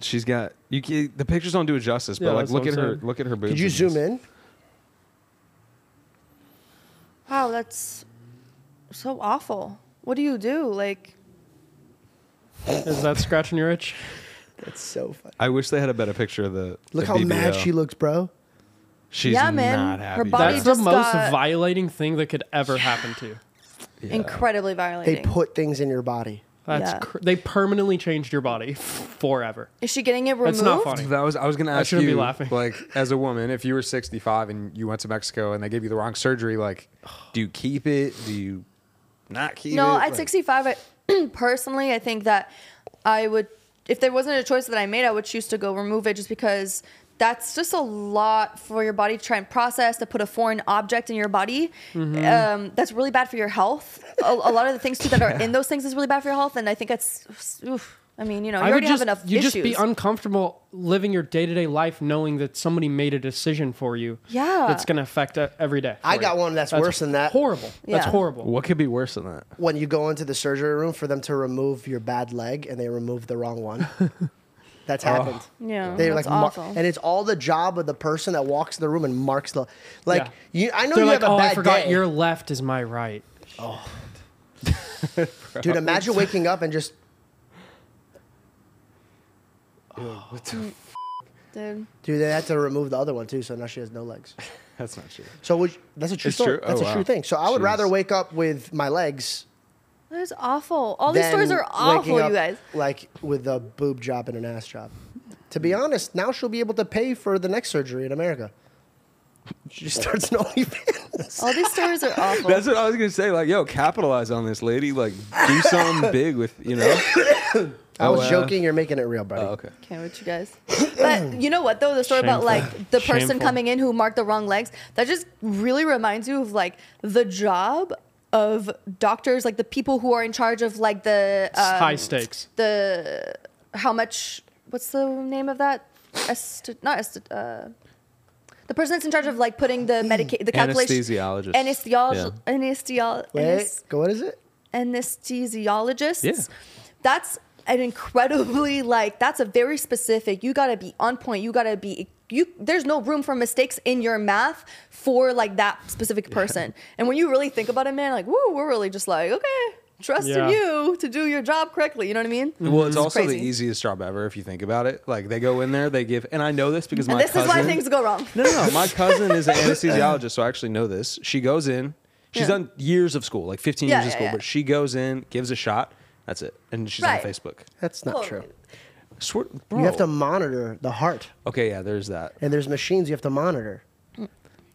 S2: She's got you. ca- The pictures don't do it justice, but
S4: Yeah,
S2: like
S4: that's
S2: look
S4: what
S2: at
S4: I'm
S2: her.
S4: saying.
S2: Look at her boobs.
S3: Could you zoom in?
S1: Wow, that's so awful. What do you do? Like,
S4: Is that scratching your itch?
S3: That's so funny.
S2: I wish they had a better picture of the. the
S3: Look how mad
S2: BBL.
S3: she looks, bro.
S2: She's
S1: Yeah, man.
S2: not
S1: Her
S2: happy.
S1: body
S4: That's
S1: just-
S4: the most
S1: got-
S4: violating thing that could ever happen to. you.
S1: incredibly
S3: They
S1: violating.
S3: put things in your body.
S4: That's
S1: Yeah.
S4: cr- they permanently changed your body forever.
S1: Is she getting it removed?
S4: That's not funny.
S2: That was I was gonna ask
S4: shouldn't
S2: you,
S4: be laughing.
S2: like, as a woman, if you were 65 and you went to Mexico and they gave you the wrong surgery, like, do you keep it? Do you not keep it?
S1: No,
S2: Like,
S1: at 65, I, personally, I think that I would, if there wasn't a choice that I made, I would choose to go remove it just because that's just a lot for your body to try and process, to put a foreign object in your body. Um, that's really bad for your health. A, a lot of the things, too, that are in those things is really bad for your health. And I think that's, oof, I mean, you know, you
S4: I would
S1: already
S4: just
S1: have enough
S4: you
S1: issues.
S4: just be uncomfortable living your day to day life knowing that somebody made a decision for you.
S1: Yeah.
S4: that's gonna affect uh, every day.
S3: I
S4: for
S3: got
S4: you.
S3: one that's worse than that.
S4: Horrible. That's
S1: Yeah.
S4: horrible.
S2: What could be worse than that?
S3: When you go into the surgery room for them to remove your bad leg and they remove the wrong one. That's
S4: Oh.
S3: happened.
S1: Yeah,
S3: They're
S1: that's
S3: like, mar-
S1: awful.
S3: and it's all the job of the person that walks in the room and marks the, like,
S4: Yeah.
S3: you. I know
S4: They're
S3: you
S4: like,
S3: have a
S4: oh,
S3: bad
S4: I forgot
S3: day,
S4: your left is my right.
S3: dude. Imagine waking up and just
S1: Dude.
S3: Dude, they had to remove the other one too, so now she has no legs.
S2: That's not true.
S3: So would you- that's a true
S2: It's
S3: story.
S2: true?
S3: That's
S2: Oh,
S3: a true
S2: wow.
S3: thing. So I would
S2: Jeez.
S3: rather wake up with my legs.
S1: That is awful. All these
S3: than
S1: stories are
S3: waking
S1: awful,
S3: up,
S1: you guys.
S3: Like with a boob job and an ass job. To be honest, now she'll be able to pay for the next surgery in America. She starts an OnlyFans.
S1: All these stories are awful.
S2: That's what I was gonna say. Like, yo, capitalize on this lady. Like, do something big with you know.
S3: I was
S2: uh,
S3: joking. You're making it real, buddy.
S2: Okay.
S1: Okay, with you guys. But you know what though, the story about
S4: Shameful.
S1: like the person
S4: Shameful.
S1: coming in who marked the wrong legs, that just really reminds you of like the job of doctors, like the people who are in charge of like the
S4: It's
S1: um,
S4: high stakes.
S1: the how much what's the name of that? Est- not est- uh, the person that's in charge of like putting the medica- the calculation
S2: Anesthesiologist.
S1: anesthesiologist
S2: Yeah.
S1: anesthesiologist
S3: Wait, go. What is it?
S1: anesthesiologists.
S2: Yeah.
S1: That's an incredibly like that's a very specific. You got to be on point. You got to be you there's no room for mistakes in your math for like that specific person. And when you really think about it, man, like woo, we're really just like, okay, trust in
S4: Yeah.
S1: you to do your job correctly. You know what I mean?
S2: Well, it's also
S1: crazy.
S2: the easiest job ever if you think about it. Like they go in there, they give, and I know this because
S1: And
S2: my
S1: this
S2: cousin.
S1: is why things go wrong.
S2: No, no, no. My cousin is an anesthesiologist, so I actually know this. She goes in. She's
S1: Yeah.
S2: done years of school, like 15
S1: Yeah,
S2: years of
S1: yeah,
S2: school,
S1: yeah.
S2: but she goes in, gives a shot. That's it, and she's
S1: Right.
S2: on Facebook.
S3: That's not
S1: Well,
S3: true.
S2: Swear, bro.
S3: You have to monitor the heart,
S2: Okay, yeah, there's that.
S3: and there's machines you have to monitor.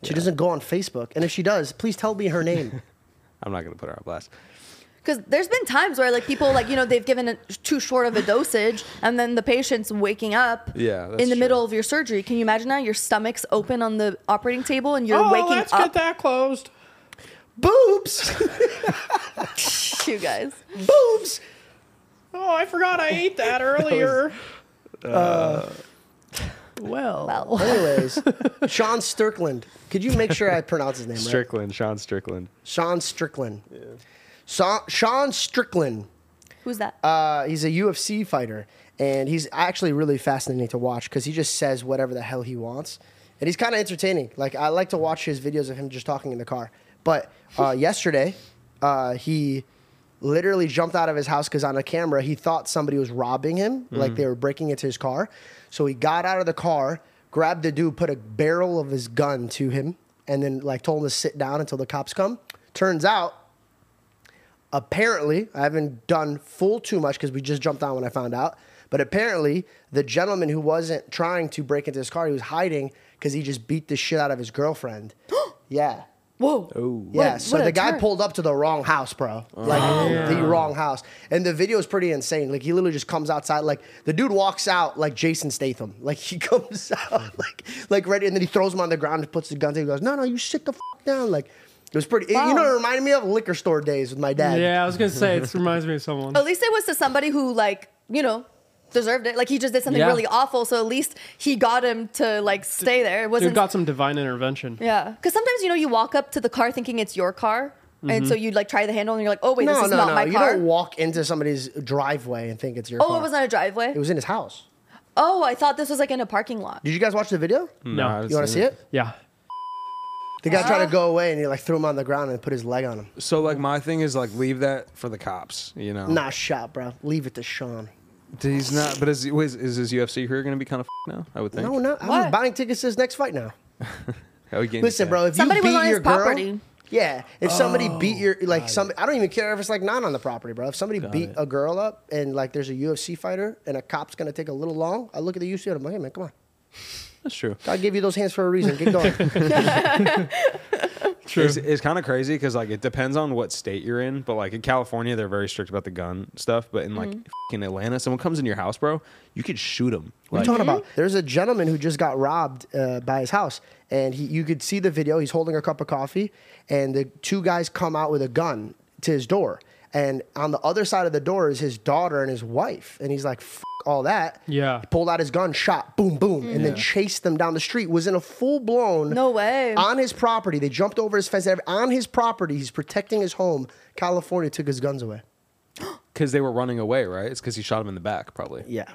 S3: She doesn't go on Facebook, and if she does, please tell me her name.
S2: I'm not gonna put her on blast.
S1: Because there's been times where like people like you know they've given a, too short of a dosage, and then the patient's waking up
S2: Yeah, that's
S1: in the
S2: true.
S1: middle of your surgery. Can you imagine that your stomach's open on the operating table and you're waking
S4: "Oh, let's
S1: up?
S4: get that closed.
S3: boobs,
S1: You guys,
S3: boobs.
S4: Oh, I forgot I ate that earlier. Uh,
S1: uh, well,
S3: Anyways, Sean Strickland. Could you make sure I pronounce his name right?
S2: Strickland, Sean Strickland.
S3: Sean Strickland. Sa- Sean Strickland.
S1: who's that?
S3: Uh, he's a UFC fighter, and he's actually really fascinating to watch because he just says whatever the hell he wants, and he's kind of entertaining. Like I like to watch his videos of him just talking in the car. But uh, yesterday, uh, he literally jumped out of his house because on a camera he thought somebody was robbing him, like they were breaking into his car. So he got out of the car, grabbed the dude, put a barrel of his gun to him, and then like told him to sit down until the cops come. Turns out apparently, I haven't done full too much because we just jumped on when I found out. But apparently, the gentleman who wasn't trying to break into his car, he was hiding because he just beat the shit out of his girlfriend. yeah.
S1: Whoa,
S3: Oh. Yeah.
S1: What-
S3: so
S1: what a
S3: the guy
S1: turn. Oh,
S3: pulled up to the wrong house, bro. Like the wrong house. And the video is pretty insane. Like he literally just comes outside. Like the dude walks out like Jason Statham. Like he comes out like like ready, and then he throws him on the ground and puts the gun. down. He goes, "No, no, you sit the fuck down." Like it was pretty. you know,
S1: Wow.
S3: it reminded me of liquor store days with my dad.
S4: yeah, I was gonna say it reminds me of someone.
S1: at least it was to somebody who like you know deserved it. Like he just did something
S4: Yeah.
S1: really awful, so at least he got him to like stay there. It
S4: Dude
S1: wasn't
S4: got some divine intervention.
S1: yeah. Because sometimes you know you walk up to the car thinking it's your car, and so you like try the handle and you're like, oh wait, this is not my
S3: you
S1: car.
S3: don't walk into somebody's driveway and think it's your.
S1: Oh,
S3: car.
S1: it was not a driveway.
S3: It was in his house.
S1: Oh, I thought this was like in a parking lot.
S3: Did you guys watch the video?
S4: No.
S3: You
S2: Mm-hmm.
S3: want to see it?
S4: Yeah.
S3: The guy tried to go away and he like threw him on the ground and put his leg on him.
S2: So like my thing is like leave that for the cops, you know.
S3: Nah, shot, bro. Leave it to Sean.
S2: He's not. But is is, is his UFC career gonna be kind of f- now? I would think.
S3: No, no.
S1: Why?
S3: I'm buying tickets to his next fight now.
S2: How we getting
S3: Listen,
S2: sad?
S3: bro. If
S1: Somebody
S3: you beat
S1: was on
S3: your
S1: his
S3: girl,
S1: property.
S3: yeah. If somebody
S2: Oh,
S3: beat your like some, I don't even care if it's like not on the property, bro. If somebody beat a girl up and like there's a UFC fighter and a cop's gonna take a little long, I look at the UFC and I'm like, hey man, come on.
S2: That's true.
S3: I gave you those hands for a reason. Get going.
S2: It's, it's kind of crazy because like it depends on what state you're in, but like in California they're very strict about the gun stuff. But in like in Atlanta, someone comes in your house, bro, you could shoot them.
S3: Mm-hmm. What are you talking about? There's a gentleman who just got robbed uh, by his house, and he, you could see the video. He's holding a cup of coffee, and the two guys come out with a gun to his door. And on the other side of the door is his daughter and his wife, and he's like, F- all that.
S4: Yeah.
S3: He pulled out his gun, shot, boom, boom, and then chased them down the street. Was in a full blown.
S1: No way.
S3: On his property, they jumped over his fence. On his property, he's protecting his home. California took his guns away.
S2: Because they were running away, right? It's because he shot him in the back, probably.
S3: Yeah.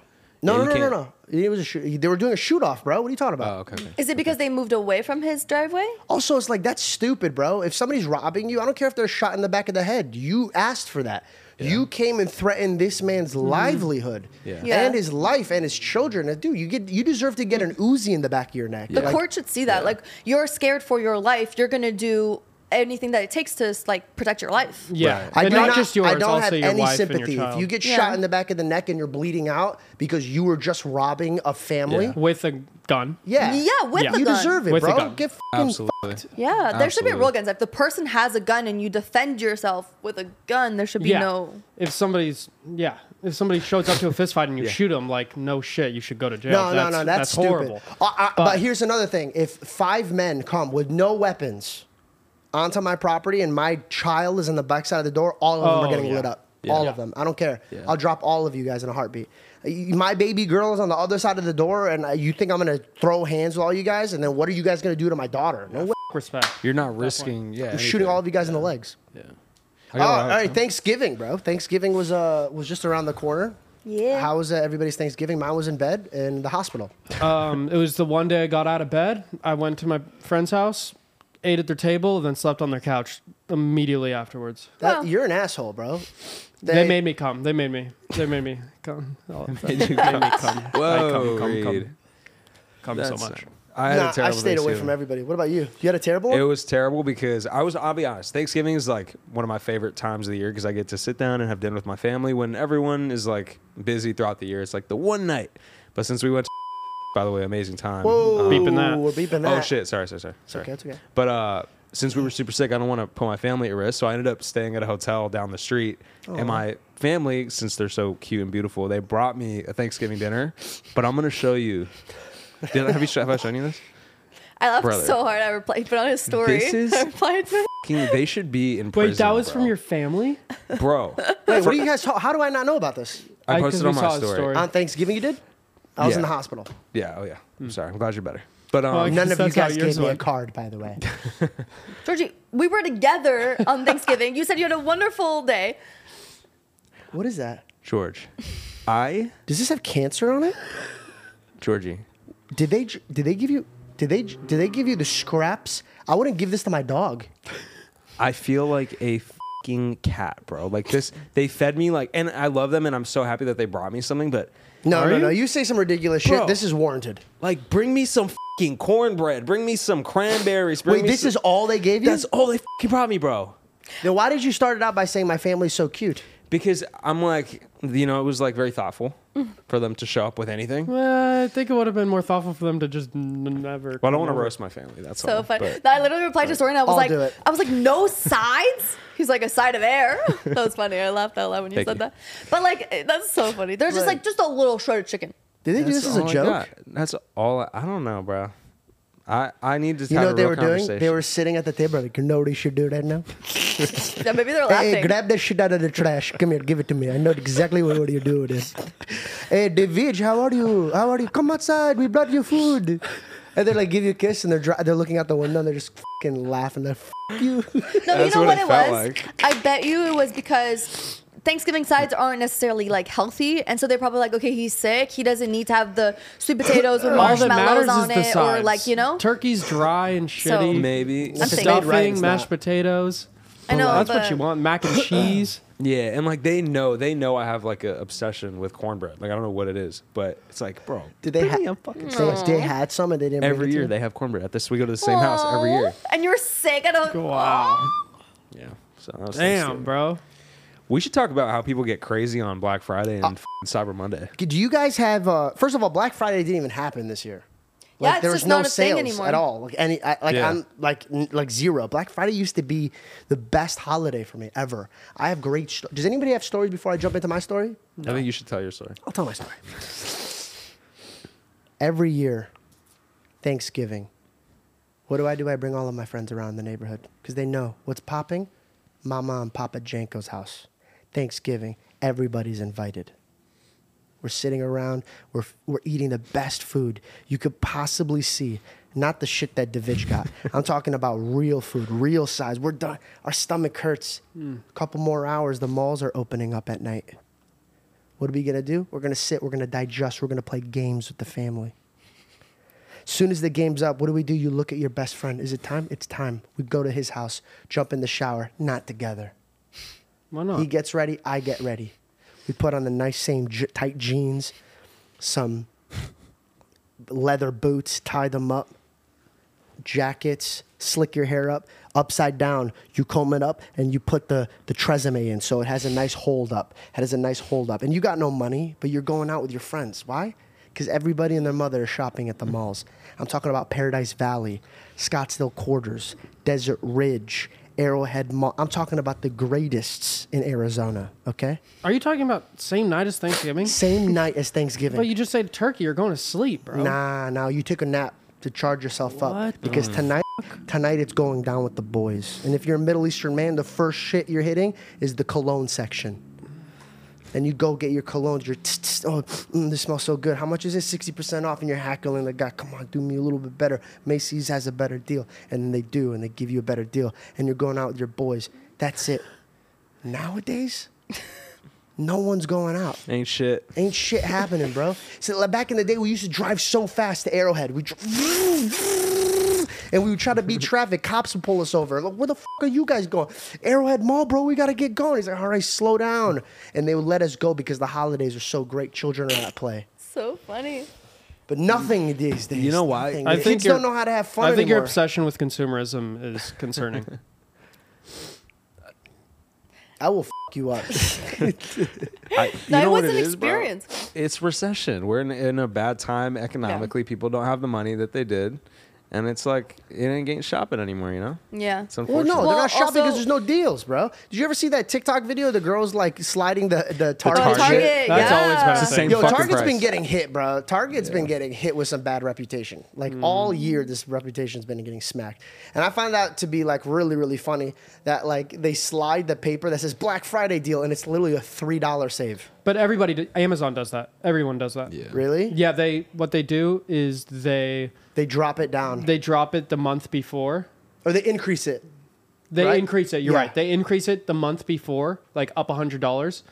S2: Yeah,
S3: No, no,
S2: you
S3: no, no,
S2: can't-
S3: no. It was a shoot. They were doing a shoot off, bro. What are you talking about?
S2: Oh, okay. okay.
S1: Is it because they moved away from his driveway?
S3: Also, it's like that's stupid, bro. If somebody's robbing you, I don't care if they're shot in the back of the head. You asked for that. You came and threatened this man's livelihood
S2: Yeah.
S1: Mm-hmm. Yeah.
S3: and his life and his children. And dude, you get you deserve to get an Uzi in the back of your neck.
S1: The
S3: Like,
S1: court should see that. Like you're scared for your life. You're gonna do anything that it takes to like protect your life.
S4: Yeah.
S3: I
S4: And
S3: do
S4: not, just yours,
S3: I don't
S4: also
S3: have
S4: your
S3: any
S4: wife and
S3: sympathy.
S4: your
S3: If
S4: child.
S3: you get
S1: Yeah.
S3: shot in the back of the neck and you're bleeding out because you were just robbing a family, yeah,
S4: with a gun.
S1: Yeah, with
S4: Yeah.
S1: a
S3: you
S1: gun.
S3: deserve it,
S4: With a
S3: bro.
S4: gun.
S3: Get fucking
S2: Absolutely.
S1: Yeah, there should be a
S2: Absolutely.
S1: rule against that. If the person has a gun and you defend yourself with a gun, there should be
S4: yeah.
S1: no.
S4: If somebody's yeah, if somebody shows up to a fist fight and you shoot 'em, shoot them, like no shit, you should go to jail.
S3: No,
S4: that's,
S3: no, no, that's, stupid.
S4: horrible.
S3: Uh, uh, but,
S4: But-
S3: here's another thing: if five men come with no weapons onto my property and my child is in the backside of the door, all of them
S4: Oh,
S3: are getting
S4: yeah.
S3: lit up.
S2: Yeah.
S3: All
S2: Yeah.
S3: of them. I don't care. I'll drop all of you guys in a heartbeat. Uh, you- My baby girl is on the other side of the door, and uh, you think I'm gonna throw hands with all you guys? And then what are you guys gonna do to my daughter? No way.
S4: Respect.
S2: You're not risking. Yeah.
S3: I'm shooting all of you guys in the legs.
S2: I
S3: Oh,
S2: got a
S3: all
S2: lot-
S3: right. Thanksgiving, bro. Thanksgiving was uh was just around the corner.
S1: Yeah.
S3: How was uh, everybody's Thanksgiving? Mine was in bed in the hospital.
S4: Um, it was the one day I got out of bed. I went to my friend's house, ate at their table, and then slept on their couch immediately afterwards.
S3: That,
S1: Well.
S3: You're an asshole, bro.
S4: They, made me come. They made me. They made me come. Oh, they made me come. I
S2: Whoa,
S4: come,
S2: Reed.
S4: come, come, come so
S2: That's-
S4: much.
S2: I had
S3: Nah,
S2: a
S3: I
S2: terrible
S3: stayed away
S2: Thanksgiving.
S3: from everybody. What about you? You had a terrible one?
S2: It was terrible because I was. I'll be honest. Thanksgiving is like one of my favorite times of the year because I get to sit down and have dinner with my family when everyone is like busy throughout the year. It's like the one night. But since we went, to by the way, amazing time.
S3: Whoa,
S2: Um,
S4: Beeping that.
S3: We're beeping that.
S2: Oh shit! Sorry, sorry, sorry. sorry.
S3: okay, it's okay.
S2: But uh, since we were super sick, I don't want to put my family at risk, so I ended up staying at a hotel down the street. And my family, since they're so cute and beautiful, they brought me a Thanksgiving dinner. But I'm gonna show you. Did I, have you have I shown you this?
S1: I laughed
S2: Brother.
S1: so hard I replied, put on his story.
S2: This is-
S1: I replied to
S2: Fucking- They should be in prison.
S4: Wait, that was
S2: bro.
S4: from your family?
S2: bro.
S3: Wait, what do you guys talk? How do I not know about this?
S2: I
S4: I- 'cause
S2: posted
S4: we
S2: on
S4: saw
S2: my
S4: his
S2: story.
S4: story.
S3: On Thanksgiving, you did? I was
S2: Yeah.
S3: in the hospital.
S2: Yeah, oh yeah.
S4: Hmm.
S2: I'm sorry. I'm glad you're better. But um,
S4: I-
S3: None of you
S4: That's how
S3: guys
S4: yours
S3: gave me a
S4: went.
S3: card, by the way.
S1: Georgie, we were together on Thanksgiving. you said you had a wonderful day.
S3: what is that?
S2: George, I
S3: Does this have cancer on it?
S2: Georgie,
S3: Did they? Did they give you? Did they? Did they give you the scraps? I wouldn't give this to my dog.
S2: I feel like a fucking cat, bro. Like this, they fed me like, and I love them, and I'm so happy that they brought me something. But
S3: No,
S4: Are
S3: no,
S4: you?
S3: no. You say some ridiculous
S2: Bro.
S3: shit. This is warranted.
S2: like, bring me some fucking cornbread. Bring me some cranberries. Bring
S3: Wait,
S2: me
S3: this
S2: some-
S3: is all they gave you?
S2: That's all they fucking brought me, bro.
S3: Then why did you start it out by saying my family's so cute?
S2: Because I'm like, you know, it was like very thoughtful
S1: Mm.
S2: for them to show up with anything. Well,
S4: Uh, I think it would have been more thoughtful for them to just n- never.
S2: I don't want to roast my family. That's
S1: So
S2: all,
S1: fun.
S2: but-
S1: I literally replied to his story and I was
S3: I'll
S1: like,
S3: do it.
S1: I was like, no sides. He's like a side of air. That was funny. I laughed out loud when you
S2: Thank
S1: said
S2: you.
S1: that. But like, eh, that's so funny. They're just
S3: Right.
S1: like just a little shredded chicken.
S3: Did they do this as a
S2: all I
S3: joke?
S2: got. That's all. I, I don't know, bro. I I need to
S3: You
S2: have
S3: know
S2: a
S3: what they
S2: real
S3: were doing? They
S2: conversation.
S3: were sitting at the table like, you know what you should do right now?
S1: Yeah, maybe they're laughing.
S3: Hey, grab that shit out of the trash. Come here, give it to me. I know exactly what, what you do with it. Hey, David, how are you? How are you? Come outside. We brought you food. And they like give you a kiss, and they're dri- they're looking out the window, and they're just fucking laughing. They're f- you.
S1: No,
S2: That's
S1: you know what,
S2: what it
S1: it
S2: felt
S1: was?
S2: like.
S1: I bet you it was because Thanksgiving sides aren't necessarily like healthy, and so they're probably like, okay, he's sick. He doesn't need to have the sweet potatoes with
S4: All that
S1: marshmallows
S4: matters
S1: on
S4: is the
S1: it,
S4: sides.
S1: or like you know.
S4: turkey's dry and shitty.
S2: Maybe
S1: I'm thinking-
S4: stuffing,
S3: Right, it's
S4: mashed
S3: not.
S4: potatoes.
S1: I know,
S4: that's what
S1: but-
S4: you want. Mac and cheese.
S2: Yeah, and like they know, they know I have like an obsession with cornbread. Like I don't know what it is, but it's like, bro.
S3: Did they
S2: bring me a
S3: have?
S2: fucking
S3: They, they had some, and they didn't.
S2: every
S3: bring it to
S2: year
S3: you?
S2: they have cornbread at this. We go to the same house every
S1: Aw,
S2: year.
S1: And you're sick. I don't.
S4: Wow.
S2: Yeah. So that was
S4: Damn,
S2: Thanksgiving.
S4: bro.
S2: We should talk about how people get crazy on Black Friday and f***ing Cyber Monday.
S3: Do you guys have? Uh, first of all, Black Friday didn't even happen this year.
S1: Yeah,
S3: Like,
S1: it's
S3: there was
S1: just
S3: no
S1: not a thing
S3: sales
S1: anymore.
S3: at all. Like any, I, like
S2: Yeah.
S3: I'm like n- like zero. Black Friday used to be the best holiday for me ever. I have great. Sto- Does anybody have stories before I jump into my story?
S2: I think you should tell your story.
S3: I'll tell my story. Every year, Thanksgiving. What do I do? I bring all of my friends around the neighborhood because they know what's popping. Mama and Papa Janko's house. Thanksgiving. Everybody's invited. We're sitting around. We're, we're eating the best food you could possibly see. Not the shit that Davidge got. I'm talking about real food, real size. We're done. Our stomach hurts. A couple more hours, the malls are opening up at night. What are we gonna do? We're gonna sit, we're gonna digest, we're gonna play games with the family. Soon as the game's up, what do we do? You look at your best friend. Is it time? It's time. We go to his house, jump in the shower, not together.
S4: Why not?
S3: He gets ready, I get ready. We put on the nice same j- tight jeans, some leather boots, tie them up, jackets, slick your hair up, upside down. You comb it up and you put the, the tresemme in so it has a nice hold up. It has a nice hold up. And you got no money, but you're going out with your friends. Why? Because everybody and their mother is shopping at the malls. I'm talking about Paradise Valley, Scottsdale Quarters, Desert Ridge, Arrowhead Mall. I'm talking about the greatest in Arizona, okay?
S4: Are you talking about same night as Thanksgiving?
S3: Same night as Thanksgiving.
S4: But you just said turkey. You're going to sleep, bro.
S3: Nah, now you took a nap to charge yourself up
S4: What
S3: because tonight, tonight it's going down with the boys. And if you're a Middle Eastern man, the first shit you're hitting is the cologne section. And you go get your colognes. You're tss, tss, oh, mm, this smells so good. How much is it? Sixty percent off, and you're hackling like, God, come on, do me a little bit better. Macy's has a better deal, and then they do, and they give you a better deal, and you're going out with your boys. That's it. Nowadays, no one's going out.
S2: Ain't shit.
S3: Ain't shit happening, bro. So like, back in the day, we used to drive so fast to Arrowhead. We dr- and we would try to beat traffic. Cops would pull us over. Like, where the fuck are you guys going? Arrowhead Mall, bro. We gotta get going. He's like, all right, slow down. And they would let us go because the holidays are so great. Children are at play.
S1: So funny.
S3: But nothing these days.
S2: You know why?
S3: Nothing.
S2: I
S3: Kids
S4: think
S3: don't
S4: you're-
S3: know how to have fun
S4: I think your
S3: anymore.
S4: obsession with consumerism is concerning.
S3: I will fuck you up.
S2: I, you
S1: No,
S2: know
S1: it
S2: what
S1: was an
S2: it is, bro?
S1: experience.
S2: It's recession. We're in, in a bad time economically. People don't have the money that they did, and it's like it ain't getting shopping anymore. You know?
S1: Yeah.
S2: It's
S3: Well,
S2: unfortunate.
S3: no,
S1: Well,
S3: they're not shopping because
S1: also-
S3: there's no deals, bro. Did you ever see that TikTok video? of The girls like sliding the the Target.
S1: Target,
S3: shit?
S1: Target,
S4: That's
S1: yeah.
S4: always been a
S2: It's the
S4: thing.
S2: same
S3: Yo,
S2: fucking
S3: Target's
S2: price.
S3: been getting hit, bro. Target's been getting hit with some bad reputation. Like
S1: Hmm.
S3: all year, this reputation's been getting smacked. And I find that to be like really, really funny that like they slide the paper that says Black Friday deal, and it's literally a three dollar save.
S4: But everybody, d- Amazon does that. Everyone does that. Yeah.
S3: Really?
S4: Yeah. They what they do is they
S3: They drop it down
S4: they drop it the month before.
S3: or they increase it.
S4: They
S3: Right?
S4: increase it. You're
S3: Yeah.
S4: right. They increase it the month before, like up hundred dollars.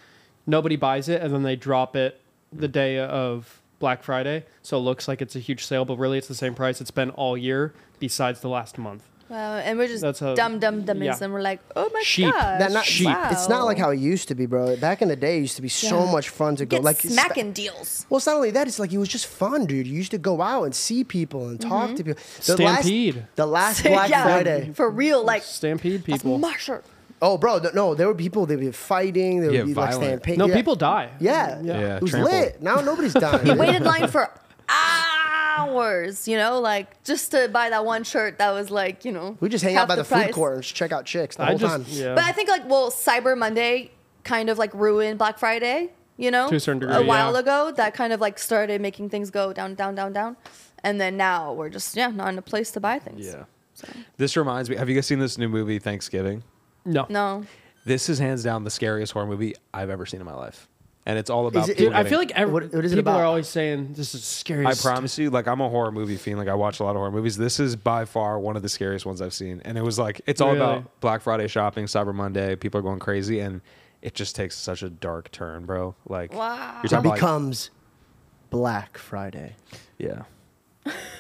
S4: Nobody buys it, and then they drop it
S3: Mm.
S4: the day of Black Friday. So it looks like it's a huge sale, but really it's the same price it's been all year, besides the last month.
S1: Wow, Uh, and we're just
S4: That's how-
S1: dumb, dumb, dumb,
S4: yeah.
S1: and we're like, oh my
S4: Sheep.
S1: gosh,
S3: That not,
S1: wow.
S3: It's not like how it used to be, bro. Back in the day, it used to be so
S1: Yeah.
S3: much fun to go.
S1: get
S3: like
S1: smacking deals.
S3: Well, it's not only that; it's like it was just fun, dude. You used to go out and see people and talk to people. The
S4: Stampede.
S3: Last, the last
S1: Mm-hmm.
S3: Black
S1: Yeah,
S3: Friday.
S1: for real, like
S4: Stampede
S1: that's
S4: people.
S1: my shirt.
S3: Oh, bro, th- no, there were people. They were fighting. They would
S2: Yeah,
S3: be like
S2: violent.
S3: stampede.
S4: No,
S3: yeah.
S4: people die.
S3: Yeah,
S2: Yeah,
S3: it was
S2: trampled.
S3: lit. Now nobody's dying.
S1: You waited in line for hours, you know, like just to buy that one shirt that was like, you know,
S3: we just hang
S1: half
S3: out by the,
S1: price.
S3: food court and just check out chicks the
S4: I
S3: whole
S4: just
S3: time.
S4: yeah.
S1: But I think like, well, Cyber Monday kind of like ruined Black Friday, you know,
S4: To a certain
S1: a
S4: degree,
S1: while
S4: yeah.
S1: ago. That kind of like started making things go down, down, down, down, and then now we're just yeah, not in a place to buy things.
S2: Yeah. This reminds me. Have you guys seen this new movie Thanksgiving?
S4: no.
S1: No.
S2: This is hands down the scariest horror movie I've ever seen in my life, and it's all about.
S3: it-
S2: people
S4: Dude, I
S2: getting-
S4: feel like every,
S3: What- what is it
S4: people
S3: about?
S4: are always saying this is scary.
S2: I
S4: as
S2: promise you, like I'm a horror movie fiend. Like I watch a lot of horror movies. This is by far one of the scariest ones I've seen, and it was like it's all
S4: Really?
S2: about Black Friday shopping, Cyber Monday. People are going crazy, and it just takes such a dark turn, bro. Like
S1: Wow.
S2: you're
S3: It
S2: talking about, like-
S3: becomes Black Friday.
S2: yeah.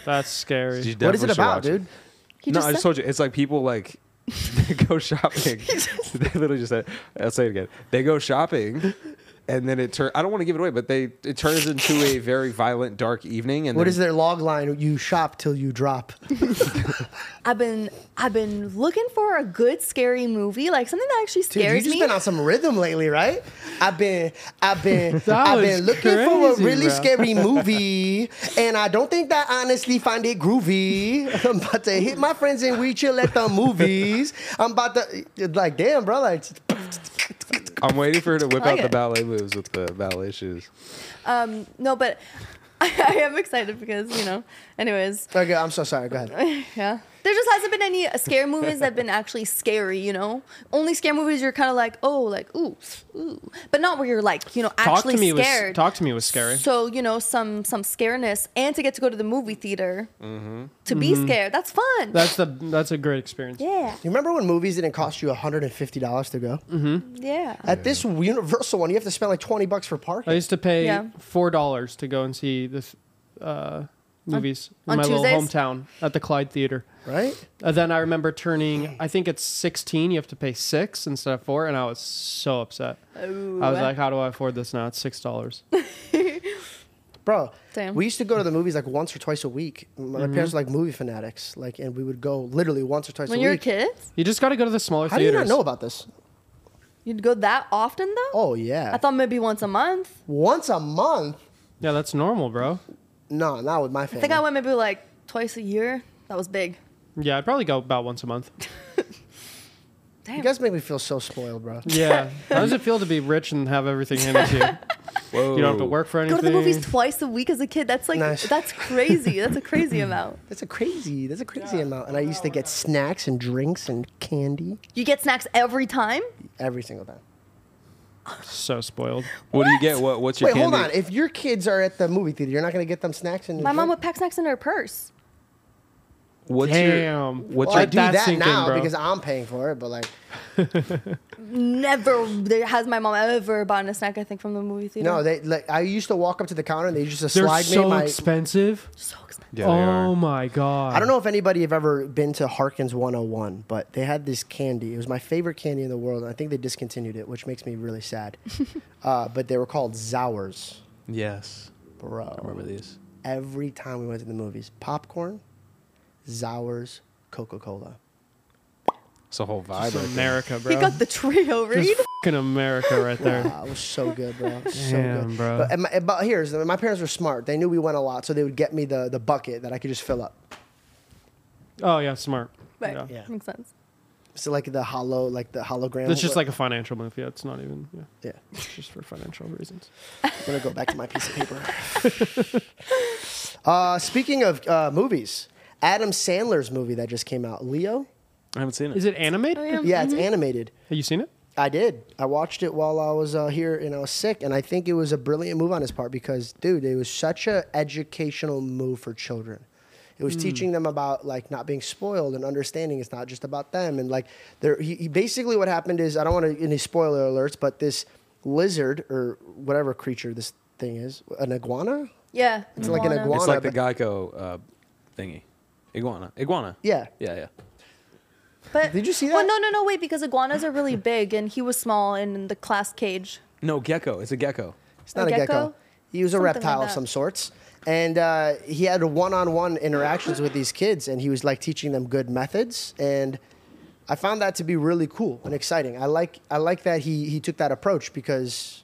S4: That's
S2: You
S4: scary.
S3: What is
S2: definitely
S3: it
S2: should
S3: about,
S2: watch it.
S3: dude?
S1: He
S2: no,
S1: just
S2: I just
S1: said-
S2: told you. It's like people like they go shopping. they literally just said, "I'll say it again." They go shopping, and then it turns. I don't want to give it away, but they it turns into a very violent, dark evening. And
S3: What
S2: then,
S3: is their log line? You shop till you drop.
S1: I've been I've been looking for a good scary movie, like something that actually
S3: Dude,
S1: scares
S3: you've just
S1: me.
S3: been on some rhythm lately, right? I've been, I've been,
S4: That
S3: I've been
S4: was
S3: looking for a
S4: crazy,
S3: really
S4: bro.
S3: scary movie, and I don't think that I honestly find it groovy. I'm about to hit my friends and we chill at the movies. I'm about to, like, damn, bro, like,
S2: I'm waiting for her to whip
S1: I like
S2: out the
S1: it.
S2: ballet moves with the ballet shoes.
S1: no, but I, I am excited because you know. Anyways,
S3: okay, I'm so sorry. Go ahead.
S1: yeah. There just hasn't been any scare movies that have been actually scary, you know. Only scare movies you're kind of like, oh, like ooh, ooh, but not where you're like, you know,
S4: talk
S1: actually
S4: to me
S1: scared.
S4: was talk to me was scary.
S1: So you know, some some scareness, and to get to go to the movie theater
S3: Mm-hmm.
S1: to be scared. That's fun.
S4: that's the that's a great experience.
S1: yeah,
S3: You remember when movies didn't cost you $150 to go?
S1: yeah.
S3: At this Universal one, you have to spend like 20 bucks for
S4: I
S3: parking.
S4: used to pay
S1: Yeah.
S4: four dollars to go and see this uh, movies
S1: on
S4: in my little
S1: Tuesdays?
S4: hometown at the Clyde Theater.
S3: Right?
S4: And then I remember turning, I think it's sixteen. You have to pay six instead of four, and I was so upset. I was like, "How do I afford this now? It's six dollars."
S3: Bro,
S1: Damn.
S3: we used to go to the movies like once or twice a week. My parents were like movie fanatics, like, and we would go literally once or twice
S1: When
S3: a
S1: you're
S3: week.
S1: kids,
S4: You just got to go to the smaller
S3: How do you
S4: theaters.
S3: not know about this?
S1: you'd go that often though.
S3: Oh yeah,
S1: I thought maybe once a month.
S3: once a month.
S4: yeah, that's normal, bro.
S3: No, not with my family.
S1: I think I went maybe like twice a year. That was big.
S4: Yeah, I'd probably go about once a month.
S3: You guys make me feel so spoiled, bro.
S4: Yeah, how does it feel to be rich and have everything handed to you?
S2: Whoa.
S4: You don't have to work for
S1: Go
S4: anything.
S1: to the movies twice a week as a kid. That's like
S3: Nice.
S1: that's crazy. That's a crazy amount.
S3: That's a crazy. That's a crazy amount. And I used to get snacks and drinks and candy
S1: You get snacks every time.
S3: every single time.
S4: so spoiled.
S2: What do you get? What what's your
S3: Wait, hold
S2: candy?
S3: on. If your kids are at the movie theater, you're not gonna get them snacks and
S1: My mom
S3: drink?
S1: would pack snacks in her purse.
S2: What's
S4: Damn.
S2: your what's
S4: Well,
S3: Well, I
S4: Let
S3: do
S4: that
S3: that
S4: sink in,
S3: now
S4: bro.
S3: because I'm paying for it, but like,
S1: Never there- has my mom ever bought a snack. I think from the movie theater.
S3: no, they like I used to walk up to the counter and they used to
S4: They're
S3: slide me
S4: so
S3: my.
S4: expensive.
S1: so expensive.
S2: your, yeah, they are.
S4: Oh my god.
S3: I don't know if anybody have ever been to Harkins 101, but they had this candy. It was my favorite candy in the world, and I think they discontinued it, which makes me really sad. uh, but they were called Zours,
S2: yes.
S3: bro.
S2: I remember these.
S3: Every time we went to the movies, popcorn, Zours, Coca Cola.
S2: It's a whole vibe.
S4: It's
S2: right there.
S4: America, bro.
S1: He got the trio
S4: It's
S1: read.
S4: fucking America right there.
S3: Wow, Uh, it was so good, bro. It was so
S4: Damn,
S3: good,
S4: bro.
S3: But, and my, but here's my parents were smart. They knew we went a lot, so they would get me the the bucket that I could just fill up.
S4: Oh yeah, smart.
S1: Right.
S4: Yeah.
S3: Yeah.
S1: Makes sense.
S3: So like the hollow, like the hologram.
S4: It's just like a financial move. Yeah, it's not even. Yeah,
S3: yeah.
S4: it's just for financial reasons.
S3: I'm gonna go back to my piece of paper. uh, speaking of uh, movies, Adam Sandler's movie that just came out, Leo.
S2: I haven't seen it.
S4: Is it animated?
S3: Oh, Yeah, it's animated.
S4: Have you seen it?
S3: I did. I watched it while I was uh, here and I was sick, and I think it was a brilliant move on his part because, dude, it was such a educational move for children. It was teaching them about like not being spoiled and understanding it's not just about them and like there. He, he basically what happened is I don't want to any spoiler alerts, but this lizard or whatever creature this thing is, an iguana.
S1: Yeah.
S3: It's like an iguana.
S2: It's like the
S3: but-
S2: Geico uh, thingy, iguana, iguana.
S3: Yeah.
S2: yeah, yeah.
S1: But
S3: Did you see
S1: Well,
S3: that?
S1: no, no, no. Wait, because iguanas are really big, and he was small and in the class cage.
S2: No gecko. It's a gecko.
S3: It's not a, gecko. He was a
S1: Something
S3: reptile
S1: like
S3: of
S1: that.
S3: some sorts. And uh, he had one-on-one interactions with these kids, and he was like teaching them good methods. And I found that to be really cool and exciting. I like I like that he he took that approach because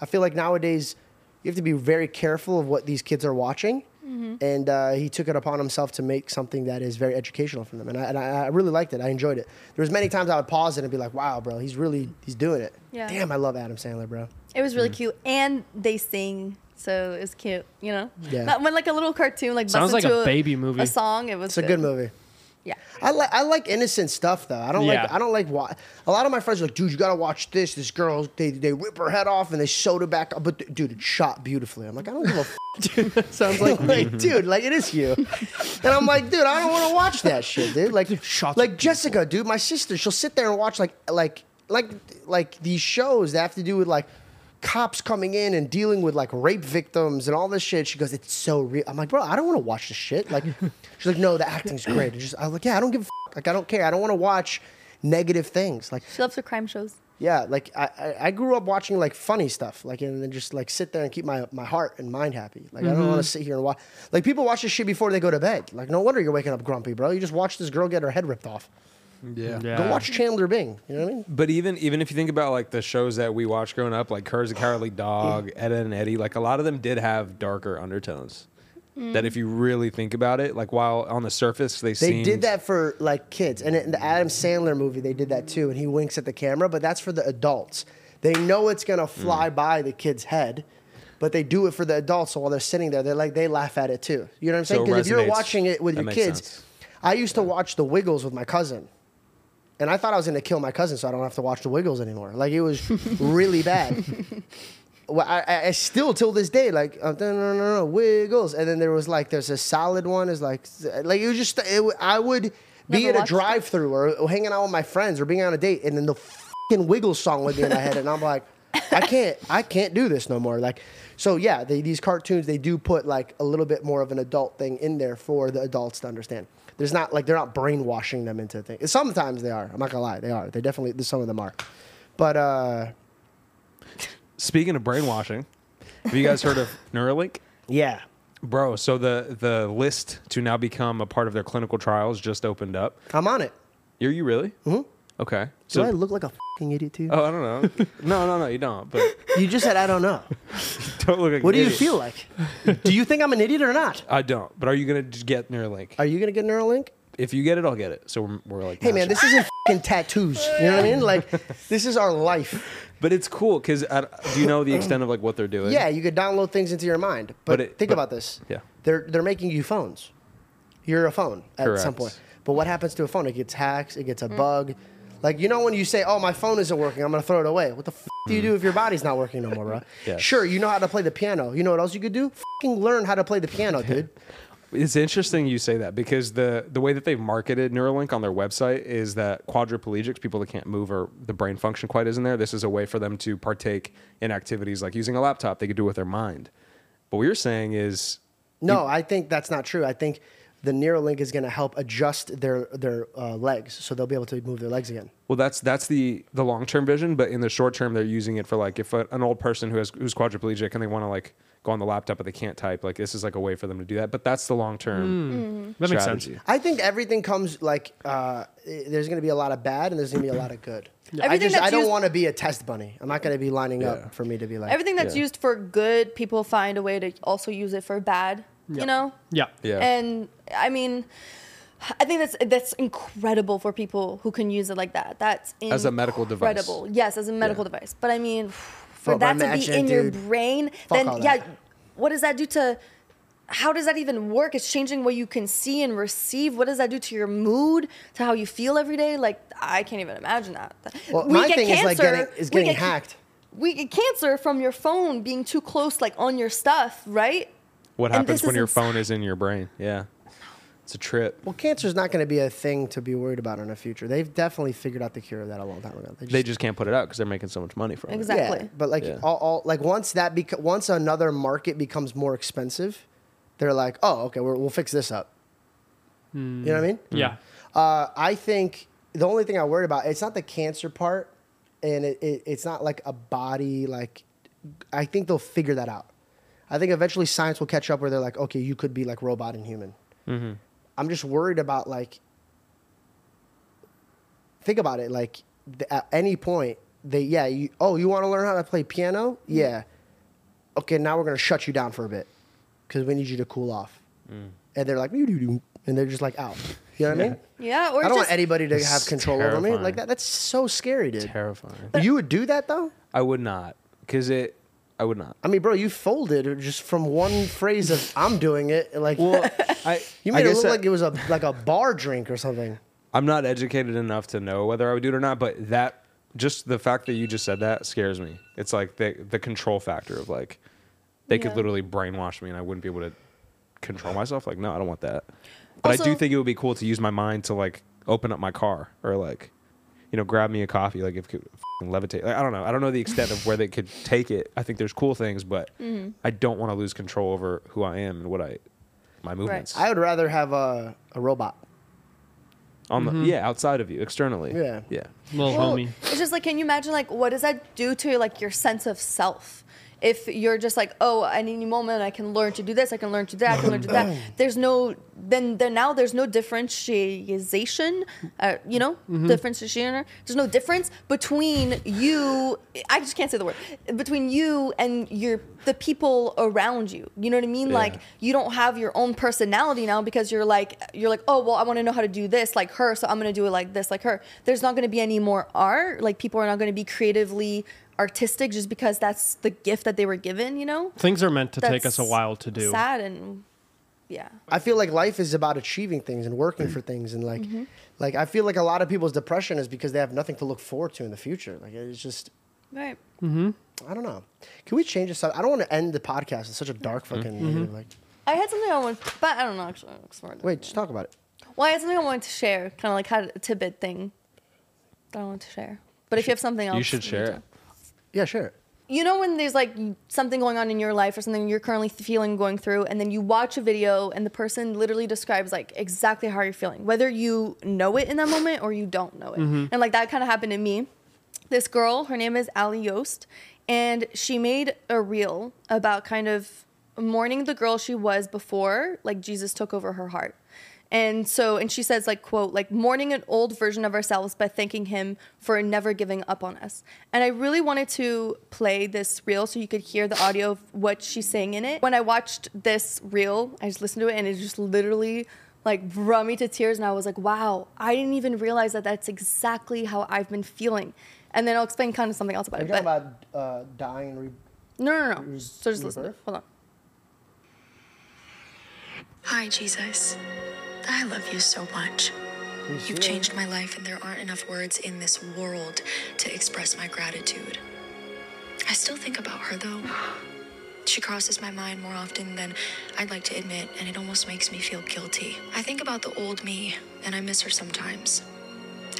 S3: I feel like nowadays you have to be very careful of what these kids are watching.
S1: Mm-hmm.
S3: And uh, he took it upon himself to make something that is very educational for them, and I, and I, I really liked it. I enjoyed it. There was many times I would pause it and be like, "Wow, bro, he's really he's doing it."
S1: Yeah.
S3: Damn, I love Adam Sandler, bro.
S1: It was really
S3: Mm.
S1: cute, and they sing, so it was cute. You know,
S3: Yeah.
S1: Not when like a little cartoon like
S4: Sounds
S1: busts
S4: like a
S1: into
S4: baby movie.
S1: A song. It was.
S3: It's a good movie.
S1: Yeah.
S3: I like I like innocent stuff though. I don't like
S4: Yeah.
S3: I don't like wa- a lot of my friends are like, dude, you gotta watch this. This girl, they they rip her head off and they sewed her back up. But th- dude, it shot beautifully. I'm like, I don't give a. F-.
S4: Dude, that sounds
S3: like, like, dude, like it is you. And I'm like, dude, I don't want to watch that shit, dude. Like,
S4: shots
S3: like Jessica, dude, my sister, she'll sit there and watch like like like like these shows that have to do with like cops coming in and dealing with like rape victims and all this shit. She goes, it's so real. I'm like, bro, I don't want to watch this shit. Like, she's like, no, the acting's great. It's just, I'm like, yeah, I don't give a f-. like I don't care. I don't want to watch negative things. Like,
S1: She loves her crime shows.
S3: yeah, like I, I, I grew up watching like funny stuff, like and then just like sit there and keep my, my heart and mind happy. Like I don't want to sit here and watch. Like people watch this shit before they go to bed. Like no wonder you're waking up grumpy, bro. You just watch this girl get her head ripped off.
S2: Yeah.
S4: Yeah.
S3: Go watch Chandler Bing. You know what I mean?
S2: But even even if you think about like the shows that we watched growing up, like Courage the Cowardly Dog, Edda and Eddie, like a lot of them did have darker undertones. That if you really think about it, like while on the surface they
S3: Mm. They
S2: seemed,
S3: did that for like kids, and in the Adam Sandler movie they did that too, and he winks at the camera, but that's for the adults. They know it's gonna
S2: Hmm.
S3: fly by the kid's head, but they do it for the adults. So while they're sitting there, they are like they laugh at it too. You know what I'm saying?
S2: So it
S3: Because if you're
S2: resonates.
S3: watching it with
S2: That
S3: your
S2: makes
S3: kids,
S2: sense.
S3: I used to watch The Wiggles with my cousin, and I thought I was gonna kill my cousin, so I don't have to watch The Wiggles anymore. Like it was really bad. Well, I, I, I still till this day like uh, no no no no Wiggles, and then there was like there's a solid one is like like it was just it, w- I would be
S1: Never
S3: at a
S1: watched it.
S3: drive-through or, or hanging out with my friends or being on a date, and then the fucking Wiggles song would be in my head, and I'm like, I can't I can't do this no more. Like so yeah, they, these cartoons they do put like a little bit more of an adult thing in there for the adults to understand. There's not like they're not brainwashing them into things. Sometimes they are. I'm not gonna lie, they are. They definitely some of them are, but uh
S2: Speaking of brainwashing, have you guys heard of Neuralink?
S3: yeah.
S2: Bro, so the the list to now become a part of their clinical trials just opened up.
S3: I'm on it.
S2: Are you really? Mm-hmm. Okay.
S3: Do
S2: So
S3: I look like a fucking idiot to you?
S2: oh, I don't know. no, no, no, you don't. But
S3: You just said I don't know.
S2: don't look like
S3: What
S2: an
S3: do you
S2: idiot.
S3: feel like? Do you think I'm an idiot or not?
S2: I don't. But are you gonna j- get Neuralink?
S3: Are you gonna get Neuralink?
S2: if you get it, I'll get it. So we're, we're like,
S3: Hey man,
S2: matching.
S3: this isn't fucking tattoos. You know what I mean? Like this is our life.
S2: But it's cool because do you know the extent of like what they're doing?
S3: Yeah, you could download things into your mind. But,
S2: But it-
S3: think
S2: but-
S3: about this.
S2: yeah.
S3: They're they're making you phones. You're a phone at some
S2: Correct.
S3: point. But what happens to a phone? It gets hacked, it gets a bug. Like you know when you say, "Oh, my phone isn't working. I'm going to throw it away." What the f- do you do if your body's not working no more, bro?
S2: Yes.
S3: Sure, you know how to play the piano. You know what else you could do? Fucking learn how to play the piano, dude.
S2: It's interesting you say that because the the way that they've marketed Neuralink on their website is that quadriplegics, people that can't move or the brain function quite isn't there, this is a way for them to partake in activities like using a laptop they could do with their mind. But what you're saying is
S3: No, I think that's not true. I think the Neuralink is going to help adjust their their uh, legs, so they'll be able to move their legs again.
S2: Well, that's that's the the long term vision, but in the short term, they're using it for like if a, an old person who has who's quadriplegic and they want to like go on the laptop but they can't type, like this is like a way for them to do that. But that's the long term.
S4: Hmm. That makes sense.
S3: I think everything comes like uh, i- there's going to be a lot of bad and there's going to be a lot of good. I
S1: Everything
S3: just I
S1: that's
S3: don't
S1: used-
S3: want to be a test bunny. I'm not going to be lining up for me to be like
S1: Everything that's used for good, people find a way to also use it for bad. You know.
S4: Yeah.
S2: Yeah.
S1: And I mean, I think that's that's incredible for people who can use it like that. That's incredible.
S2: As a medical device.
S1: Yes, as a medical device. But I mean, for
S3: Oh, but
S1: that to be
S3: imagine,
S1: in your
S3: dude.
S1: brain,
S3: all
S1: then yeah,
S3: that.
S1: what does that do to? How does that even work? It's changing what you can see and receive. What does that do to your mood, to how you feel every day? Like I can't even imagine that.
S3: Well,
S1: We
S3: my
S1: get
S3: thing is like
S1: cancer,
S3: getting is
S1: we
S3: getting
S1: get-
S3: hacked.
S1: we get cancer from your phone being too close, like on your stuff, right?
S2: What
S1: And
S2: happens
S1: this
S2: when
S1: is
S2: your phone is in your brain? Yeah, it's a trip.
S3: Well, cancer's not going to be a thing to be worried about in the future. They've definitely figured out the cure of that a long time ago.
S2: They just can't put it out because they're making so much money from
S1: Exactly.
S3: Yeah, but like
S2: Yeah.
S3: all, all like once that bec- once another market becomes more expensive, they're like, oh, okay, we're, we'll fix this up. You know what I mean?
S4: Yeah.
S3: Uh, I think the only thing I worry about it's not the cancer part, and it, it, it's not like a body like. I think they'll figure that out. I think eventually science will catch up where they're like, okay, you could be like robot and human. I'm just worried about like. Think about it. Like th- at any point, they yeah. You, oh, you want to learn how to play piano? Yeah. Okay, now we're gonna shut you down for a bit because we need you to cool off. And they're like, "Doo-doo-doo," and they're just like out. You know what I mean?
S1: Yeah, or
S3: I don't
S1: just-
S3: want anybody to have control over me
S2: terrifying.
S3: like that. That's so scary, dude.
S2: it. Terrifying.
S3: you would do that though?
S2: I would not because it. I would not.
S3: I mean, bro, you folded just from one phrase of "I'm doing it." Like
S2: I,
S3: you
S2: I
S3: made it
S2: guess
S3: look
S2: that-
S3: like it was a like a bar drink or something.
S2: I'm not educated enough to know whether I would do it or not, but that just the fact that you just said that scares me. It's like the the control factor of like they
S1: Yeah.
S2: could literally brainwash me and I wouldn't be able to control myself. Like, no, I don't want that. But I do
S1: Also-
S2: think it would be cool to use my mind to like open up my car or like you know grab me a coffee like if it could f***ing levitate. Like, I don't know. I don't know the extent of where they could take it. I think there's cool things, but
S1: Mm-hmm.
S2: I don't want to lose control over who I am and what I my movements.
S3: I would rather have a a robot.
S2: On the yeah, outside of you, externally.
S3: Yeah.
S2: Yeah.
S4: Little
S1: Well,
S4: Oh, homie.
S1: It's just like, can you imagine like what does that do to like your sense of self? If you're just like, oh, at any moment I can learn to do this, I can learn to do that, I can learn to do that. There's no then then now there's no differentiation, uh, you know,
S3: Mm-hmm.
S1: differentiation. There's no difference between you. I just can't say the word between you and your the people around you. You know what I mean? Like you don't have your own personality now because you're like you're like oh well I want to know how to do this like her so I'm gonna do it like this like her. There's not gonna be any more art. Like people are not gonna be creatively artistic just because that's the gift that they were given. You know.
S4: Things are meant to
S1: That's
S4: take us a while to do.
S1: Sad and yeah.
S3: I feel like life is about achieving things and working for things and like
S1: Mm-hmm.
S3: like I feel like a lot of people's depression is because they have nothing to look forward to in the future. Like it's just
S1: Right.
S3: I don't know. Can we change this up? I don't want to end the podcast. It's such a dark
S2: Mm-hmm.
S3: fucking negative, like
S1: I had something I want, but I don't know actually. I'll explore that.
S3: Wait, just talk about it.
S1: Well, I had something I wanted to share, kind of like had a tidbit thing that I wanted to share. But if you have something else,
S2: You should share it.
S3: Yeah, sure.
S1: You know when there's like something going on in your life or something you're currently feeling going through, and then you watch a video and the person literally describes like exactly how you're feeling, whether you know it in that moment or you don't know it. And like that kind of happened to me. This girl, her name is Ali Yost, and she made a reel about kind of mourning the girl she was before like Jesus took over her heart. And so, and she says, like, quote, like mourning an old version of ourselves by thanking him for never giving up on us. And I really wanted to play this reel so you could hear the audio of what she's saying in it. When I watched this reel, I just listened to it and it just literally like brought me to tears. And I was like, wow, I didn't even realize that that's exactly how I've been feeling. And then I'll explain kind of something else about
S3: Are
S1: it.
S3: you talking
S1: But
S3: about uh, dying and re-
S1: no, no, no. So just listen. to it.
S3: rebirth?
S1: Hold on.
S5: Hi, Jesus. I love you so much. You've changed my life, and there aren't enough words in this world to express my gratitude. I still think about her, though. She crosses my mind more often than I'd like to admit, and it almost makes me feel guilty. I think about the old me, and I miss her sometimes.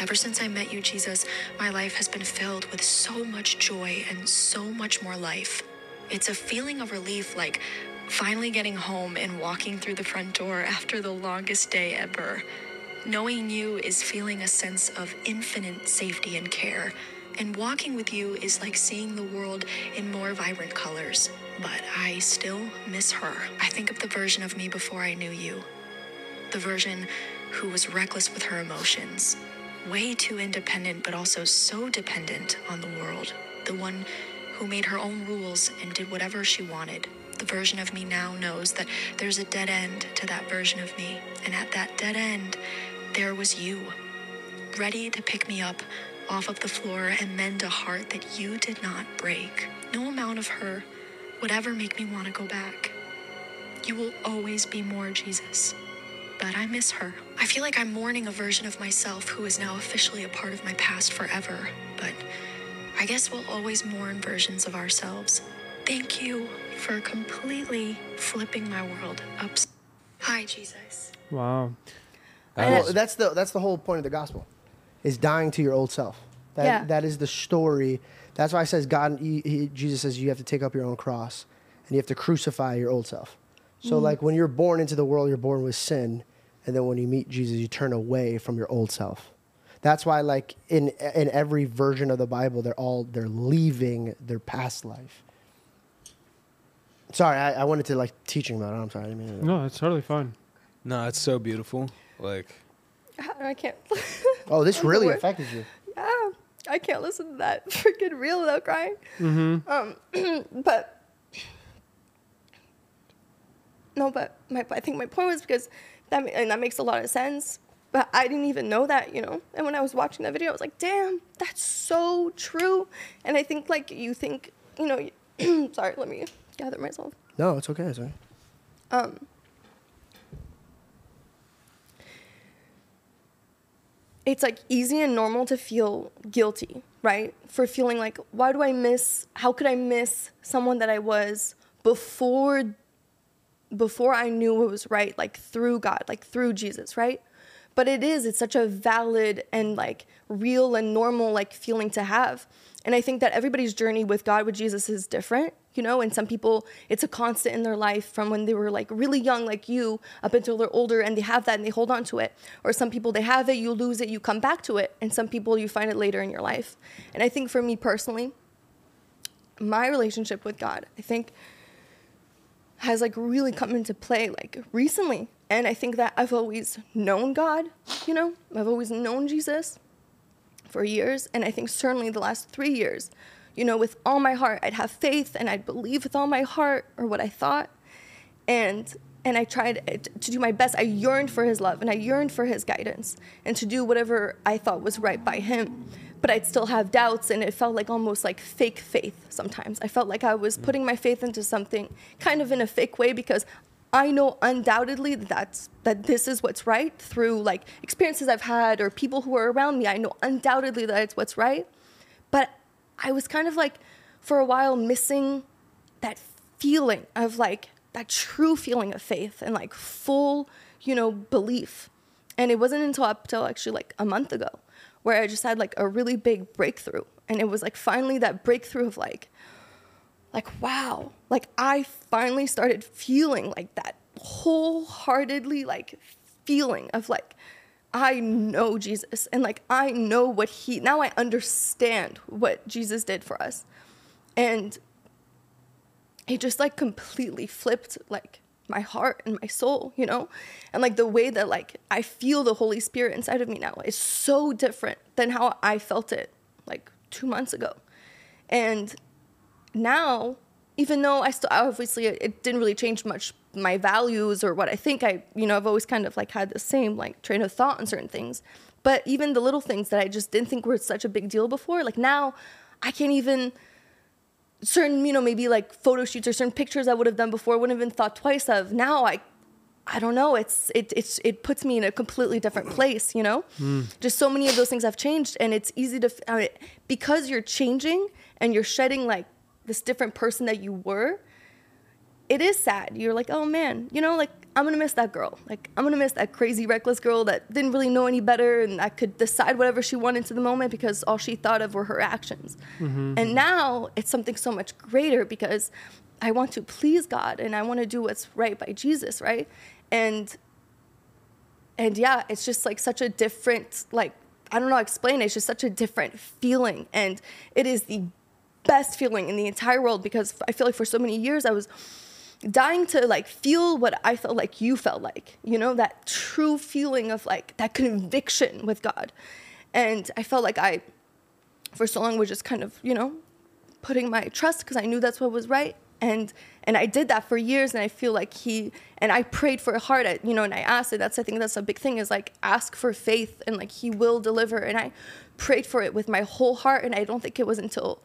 S5: Ever since I met you, Jesus, my life has been filled with so much joy and so much more life. It's a feeling of relief, like finally getting home and walking through the front door after the longest day ever. Knowing you is feeling a sense of infinite safety and care, and walking with you is like seeing the world in more vibrant colors. But I still miss her. I think of the version of me before I knew you the version who was reckless with her emotions, way too independent, but also so dependent on the world, the one who made her own rules and did whatever she wanted. The version of me now knows that there's a dead end to that version of me, and at that dead end, there was you, ready to pick me up off of the floor and mend a heart that you did not break. No amount of her would ever make me want to go back. You will always be more Jesus. But I miss her. I feel like I'm mourning a version of myself who is now officially a part of my past forever. But I guess we'll always mourn versions of ourselves. Thank you for completely flipping my world upside. Hi, Jesus.
S4: Wow.
S3: Well, that's the that's the whole point of the gospel, is dying to your old self. That,
S1: Yeah.
S3: that is the story. That's why it says God, he, he, Jesus says you have to take up your own cross, and you have to crucify your old self. So
S1: Mm.
S3: like when you're born into the world, you're born with sin, and then when you meet Jesus, you turn away from your old self. That's why like in in every version of the Bible, they're all they're leaving their past life. Sorry, I, I went into like teaching mode. I'm sorry. I didn't mean to-
S4: No, that's totally fine.
S2: No, it's so beautiful. Like,
S1: I can't.
S3: Oh, this
S1: I'm
S3: really
S1: bored.
S3: affected you.
S1: yeah, I can't listen to that freaking reel without crying. Mm-hmm. Um, but no, but my I think my point was because that ma- and that makes a lot of sense. But I didn't even know that, you know. And when I was watching that video, I was like, "Damn, that's so true." And I think like you think, you know. sorry, let me gather myself.
S3: No, it's okay. It's okay.
S1: Um, it's like easy and normal to feel guilty, right? For feeling like, why do I miss? How could I miss someone that I was before? Before I knew what was right, like through God, like through Jesus, right? But it is, it's such a valid and like real and normal like feeling to have. And I think that everybody's journey with God, with Jesus is different, you know? And some people, it's a constant in their life from when they were like really young, like you, up until they're older and they have that and they hold on to it. Or some people, they have it, you lose it, you come back to it. And some people, you find it later in your life. And I think for me personally, my relationship with God, I think has like really come into play like recently. And I think that I've always known God, you know, I've always known Jesus for years. And I think certainly the last three years, you know, with all my heart, I'd have faith and I'd believe with all my heart or what I thought. And and I tried uh, t- to do my best. I yearned for his love and I yearned for his guidance and to do whatever I thought was right by him. But I'd still have doubts and it felt like almost like fake faith sometimes. I felt like I was putting my faith into something kind of in a fake way because I know undoubtedly that that's that this is what's right through like experiences I've had or people who are around me. I know undoubtedly that it's what's right. But I was kind of like for a while missing that feeling of like that true feeling of faith and like full, you know, belief. And it wasn't until up till actually like a month ago where I just had like a really big breakthrough. And it was like finally that breakthrough of like, like wow like i finally started feeling like that wholeheartedly like feeling of like i know jesus and like i know what he now i understand what jesus did for us and it just like completely flipped like my heart and my soul, you know? And like the way that like I feel the Holy Spirit inside of me now is so different than how I felt it like 2 months ago. And now even though I still obviously it- it didn't really change much my values or what I think I you know I've always kind of like had the same like train of thought on certain things but even the little things that I just didn't think were such a big deal before like now I can't even certain you know maybe like photo shoots or certain pictures I would have done before wouldn't have been thought twice of now I I don't know it's it it's it puts me in a completely different place you know just so many of those things have changed and it's easy to f- I mean, because you're changing and you're shedding like this different person that you were it is sad. You're like, oh man, you know, like I'm gonna miss that girl. Like I'm gonna miss that crazy, reckless girl that didn't really know any better and that could decide whatever she wanted to the moment because all she thought of were her actions. And now it's something so much greater because I want to please God and I want to do what's right by Jesus, right? And and yeah, it's just like such a different like I don't know how to explain it. It's just such a different feeling, and it is the best feeling in the entire world because I feel like for so many years I was dying to like feel what I felt like you felt like, you know, that true feeling of like that conviction with God. And I felt like I, for so long, was just kind of, you know, putting my trust because I knew that's what was right. And and I did that for years, and I feel like he and I prayed for a heart, I- you know, and I asked it. That's I think that's a big thing is like ask for faith, and like he will deliver. And I prayed for it with my whole heart, and I don't think it was until,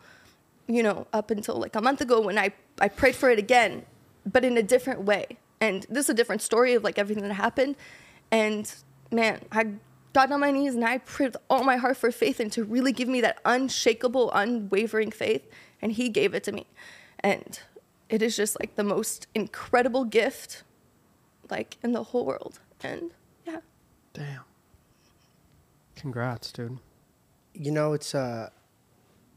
S1: you know, up until like a month ago when I I prayed for it again, but in a different way. And this is a different story of like everything that happened. And man, I got on my knees and I prayed with all my heart for faith and to really give me that unshakable, unwavering faith. And he gave it to me. And it is just like the most incredible gift like in the whole world. And yeah.
S4: Damn. Congrats,
S3: Mm.
S4: dude.
S3: you know it's uh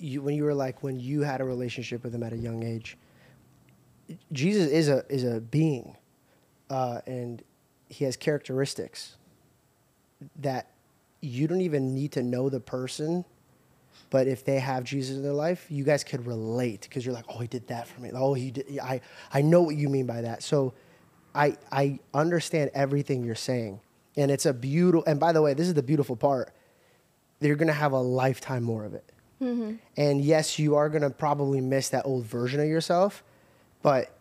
S3: you when you were like when you had a relationship with him at a young age jesus is a is a being uh and he has characteristics that you don't even need to know the person but if they have Jesus in their life, you guys could relate because you're like, oh, he did that for me. Oh, he did. I, I know what you mean by that. So I, I understand everything you're saying. And it's a beautiful, and by the way, this is the beautiful part. You're going to have a lifetime more of it. And yes, you are going to probably miss that old version of yourself, but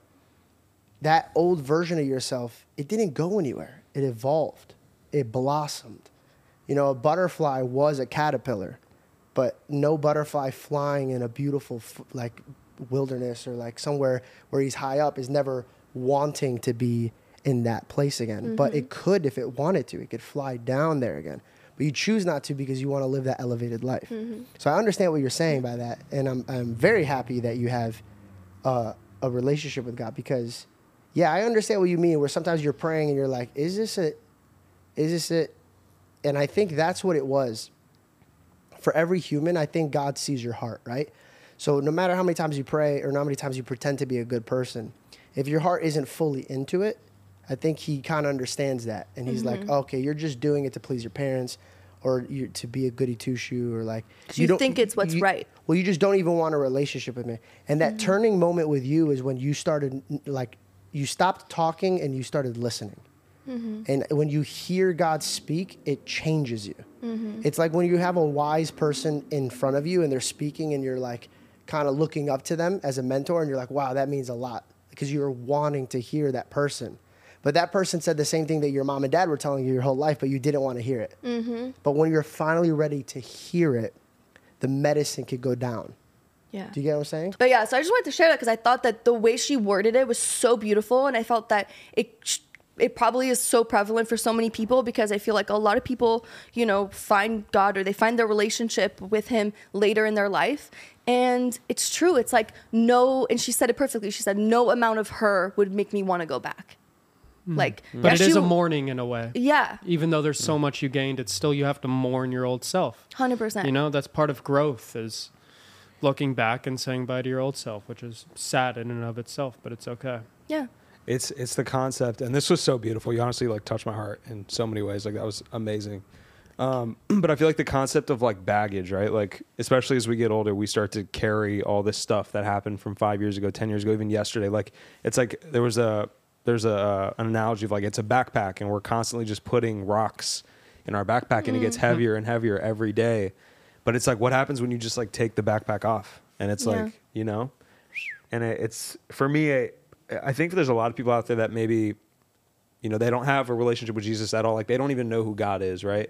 S3: that old version of yourself, it didn't go anywhere. It evolved. It blossomed. You know, a butterfly was a caterpillar, but no butterfly flying in a beautiful f- like wilderness or like somewhere where he's high up is never wanting to be in that place again. But it could if it wanted to. It could fly down there again. But you choose not to because you want to live that elevated life. So I understand what you're saying by that, and I'm I'm very happy that you have uh, a relationship with God because, yeah, I understand what you mean. Where sometimes you're praying and you're like, "Is this it? Is this it?" And I think that's what it was. For every human, I think God sees your heart, right? So no matter how many times you pray or how many times you pretend to be a good person, if your heart isn't fully into it, I think He kind of understands that, and He's
S1: Mm-hmm.
S3: like, "Okay, you're just doing it to please your parents." Or you to be a goody two shoe, or like
S1: you
S3: don't-
S1: think it's what's
S3: you-
S1: right. Mm-hmm.
S3: well you just don't even want a relationship with me and that turning moment with you is when you started like you stopped talking and you started listening and when you hear god speak it changes you it's like when you have a wise person in front of you and they're speaking and you're like kind of looking up to them as a mentor and you're like wow that means a lot because you're wanting to hear that person but that person said the same thing that your mom and dad were telling you your whole life but you didn't want to hear it but when you're finally ready to hear it the medicine could go down.
S1: Yeah.
S3: Do you get what I'm saying?
S1: But yeah, so I just wanted to share that because I thought that the way she worded it was so beautiful, and I felt that it it probably is so prevalent for so many people because I feel like a lot of people, you know, find God or they find their relationship with Him later in their life. And it's true. It's like no, and she said it perfectly. She said no amount of her would make me want to go back. Like,
S4: But
S1: yeah,
S4: it is
S1: she-
S4: a mourning in a way.
S1: Yeah,
S4: Even though there's so much you gained, it's still you have to mourn your old self.
S1: hundred percent.
S4: You know, that's part of growth is looking back and saying bye to your old self, which is sad in and of itself, but it's okay.
S1: Yeah.
S2: It's it's the concept, and this was so beautiful. You honestly like touched my heart in so many ways. Like that was amazing. Um, but I feel like the concept of like baggage, right? Like especially as we get older, we start to carry all this stuff that happened from five years ago, ten years ago, even yesterday. Like it's like there was a there's a uh, an analogy of like it's a backpack, and we're constantly just putting rocks in our backpack, and it gets heavier and heavier every day. But it's like what happens when you just like take the backpack off, and it's
S1: Yeah.
S2: like you know, and it, it's for me I, I think there's a lot of people out there that maybe you know they don't have a relationship with jesus at all like they don't even know who god is right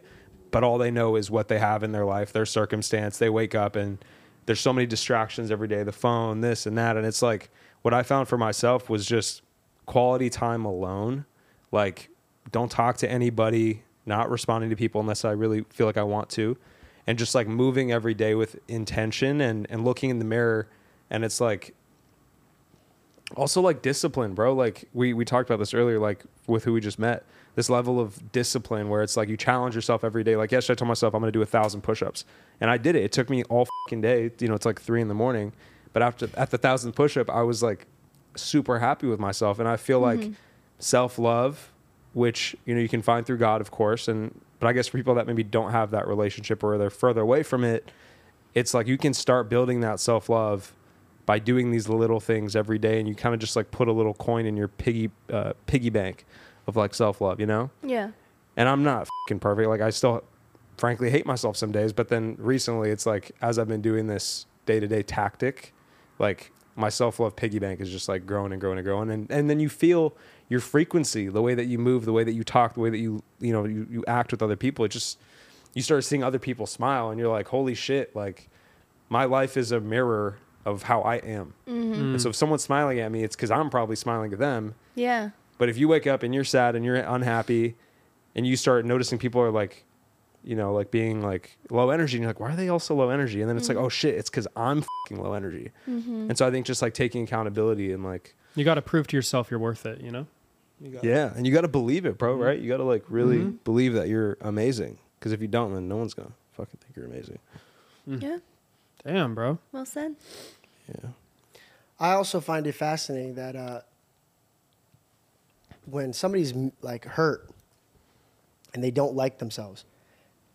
S2: but all they know is what they have in their life their circumstance they wake up and there's so many distractions every day the phone this and that and it's like what i found for myself was just quality time alone like don't talk to anybody not responding to people unless i really feel like i want to and just like moving every day with intention and and looking in the mirror and it's like also like discipline bro like we we talked about this earlier like with who we just met this level of discipline where it's like you challenge yourself every day like yesterday i told myself i'm gonna do a thousand push-ups and i did it it took me all fucking day you know it's like three in the morning but after at the thousandth push-up i was like super happy with myself and i feel like self-love which you know you can find through god of course and but i guess for people that maybe don't have that relationship or they're further away from it it's like you can start building that self love by doing these little things every day, and you kind of just like put a little coin in your piggy uh, piggy bank of like self love, you know.
S1: Yeah.
S2: And I'm not fucking perfect. Like I still, frankly, hate myself some days. But then recently, it's like as I've been doing this day to day tactic, like my self love piggy bank is just like growing and growing and growing, and and then you feel your frequency, the way that you move, the way that you talk, the way that you you know you, you act with other people. It just you start seeing other people smile, and you're like, holy shit, like my life is a mirror of how I am. And so if someone's smiling at me, it's because I'm probably smiling at them.
S1: Yeah.
S2: But if you wake up and you're sad and you're unhappy and you start noticing people are like, you know, like being like low energy and you're like, why are they all so low energy? And then it's like, oh shit, it's because I'm fucking low energy. And so I think just like taking accountability and like,
S4: You got to prove to yourself you're worth it, you know?
S2: yeah, and you got to believe it, bro, right? You got to like really believe that you're amazing. Because if you don't, then no one's going to fucking think you're amazing.
S1: Yeah.
S4: Damn, bro.
S1: Well said.
S3: I also find it fascinating that uh, when somebody's m- like hurt and they don't like themselves,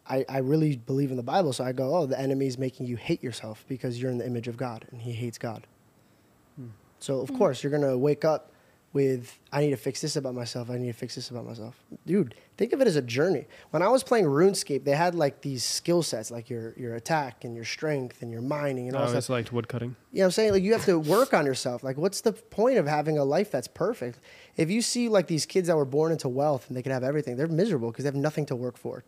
S3: I, I really believe in the Bible. So I go, oh, the enemy is making you hate yourself because you're in the image of God and he hates God. So, of course, you're going to wake up with, I need to fix this about myself. I need to fix this about myself. Dude, think of it as a journey. When I was playing RuneScape, they had like these skill sets, like your, your attack and your strength and your mining and
S4: I
S3: all that
S4: always liked woodcutting.
S3: you know what I'm saying? Like you have to work on yourself. Like what's the point of having a life that's perfect? If you see like these kids that were born into wealth and they could have everything, they're miserable because they have nothing to work for.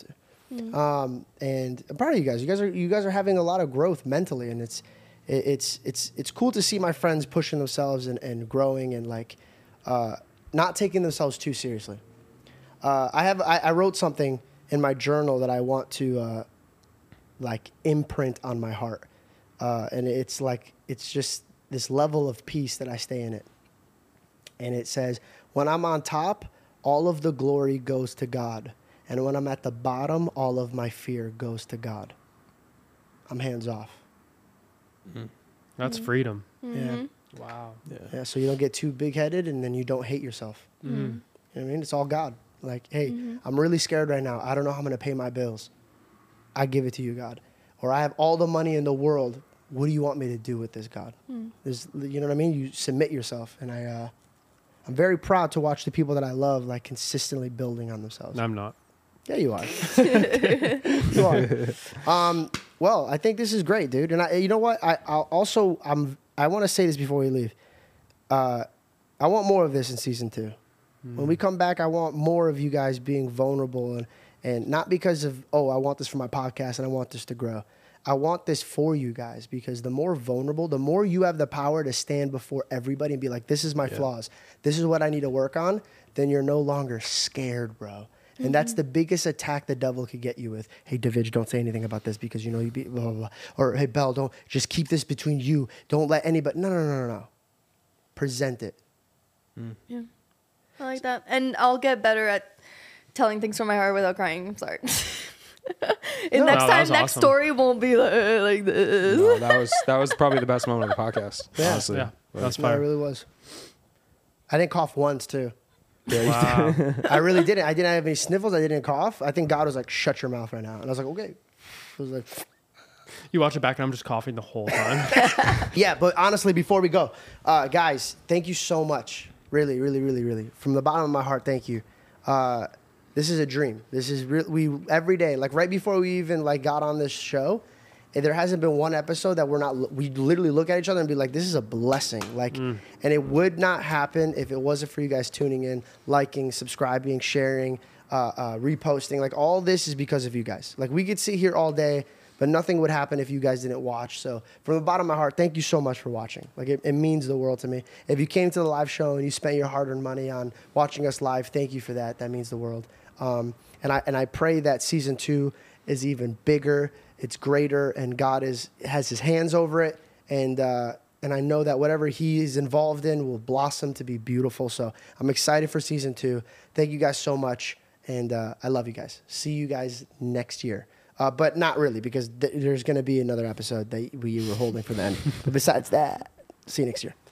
S3: To. Um, and I'm proud of you guys. You guys are you guys are having a lot of growth mentally, and it's it, it's it's it's cool to see my friends pushing themselves and, and growing and like uh, not taking themselves too seriously. Uh, I have I, I wrote something in my journal that I want to uh, like imprint on my heart. Uh, and it's like it's just this level of peace that I stay in it. And it says, when I'm on top, all of the glory goes to God. And when I'm at the bottom, all of my fear goes to God. I'm hands off.
S1: Mm-hmm.
S4: That's freedom.
S3: Yeah.
S4: Wow.
S3: Yeah. So you don't get too big headed and then you don't hate yourself. You know what I mean? It's all God. Like, hey, I'm really scared right now. I don't know how I'm going to pay my bills. I give it to you, God. Or I have all the money in the world. What do you want me to do with this, God? There's, you know what I mean? You submit yourself. And I, uh, I'm very proud to watch the people that I love, like, consistently building on themselves.
S4: I'm not.
S3: Yeah, you are. you are. Um, well, I think this is great, dude. And I, you know what? I I'll also I'm I want to say this before we leave. Uh, I want more of this in season two. When we come back, I want more of you guys being vulnerable and and not because of oh I want this for my podcast and I want this to grow. I want this for you guys because the more vulnerable, the more you have the power to stand before everybody and be like, this is my flaws. This is what I need to work on. Then you're no longer scared, bro. And that's the biggest attack the devil could get you with. Hey, David, don't say anything about this because you know you be blah, blah, blah. Or hey, Bell, don't just keep this between you. Don't let anybody. No, no, no, no, no. Present it.
S1: I like that. And I'll get better at telling things from my heart without crying. I'm sorry. and next
S4: No, that
S1: time,
S4: was
S1: next
S4: awesome.
S1: story won't be like, like this.
S2: No, oh, that was that was probably the best moment of the podcast.
S3: Yeah.
S2: Honestly.
S4: Yeah. That's
S3: No, it
S4: fire.
S3: really was. I didn't cough once too.
S4: wow.
S3: I really didn't. I didn't have any sniffles. I didn't cough. I think God was like, "Shut your mouth right now," and I was like, "Okay." I was like,
S4: you watch it back and I'm just coughing the whole time.
S3: Yeah, but honestly, before we go, uh, guys, thank you so much. Really, really, really, really, from the bottom of my heart, thank you. Uh, this is a dream. This is real. We every day, like right before we even like got on this show, eh, there hasn't been one episode that we're not. We literally look at each other and be like, "This is a blessing." Like, and it would not happen if it wasn't for you guys tuning in, liking, subscribing, sharing, uh, uh, reposting. Like all this is because of you guys. Like we could sit here all day but nothing would happen if you guys didn't watch. So, from the bottom of my heart, thank you so much for watching. Like, it, it means the world to me. If you came to the live show and you spent your hard earned money on watching us live, thank you for that. That means the world. Um, and, I, and I pray that season two is even bigger, it's greater, and God is, has his hands over it. And uh, and I know that whatever he is involved in will blossom to be beautiful. So I'm excited for season two. Thank you guys so much, and uh, I love you guys. See you guys next year. Uh, but not really, because th- there's going to be another episode that we were holding for the end. but besides that, see you next year.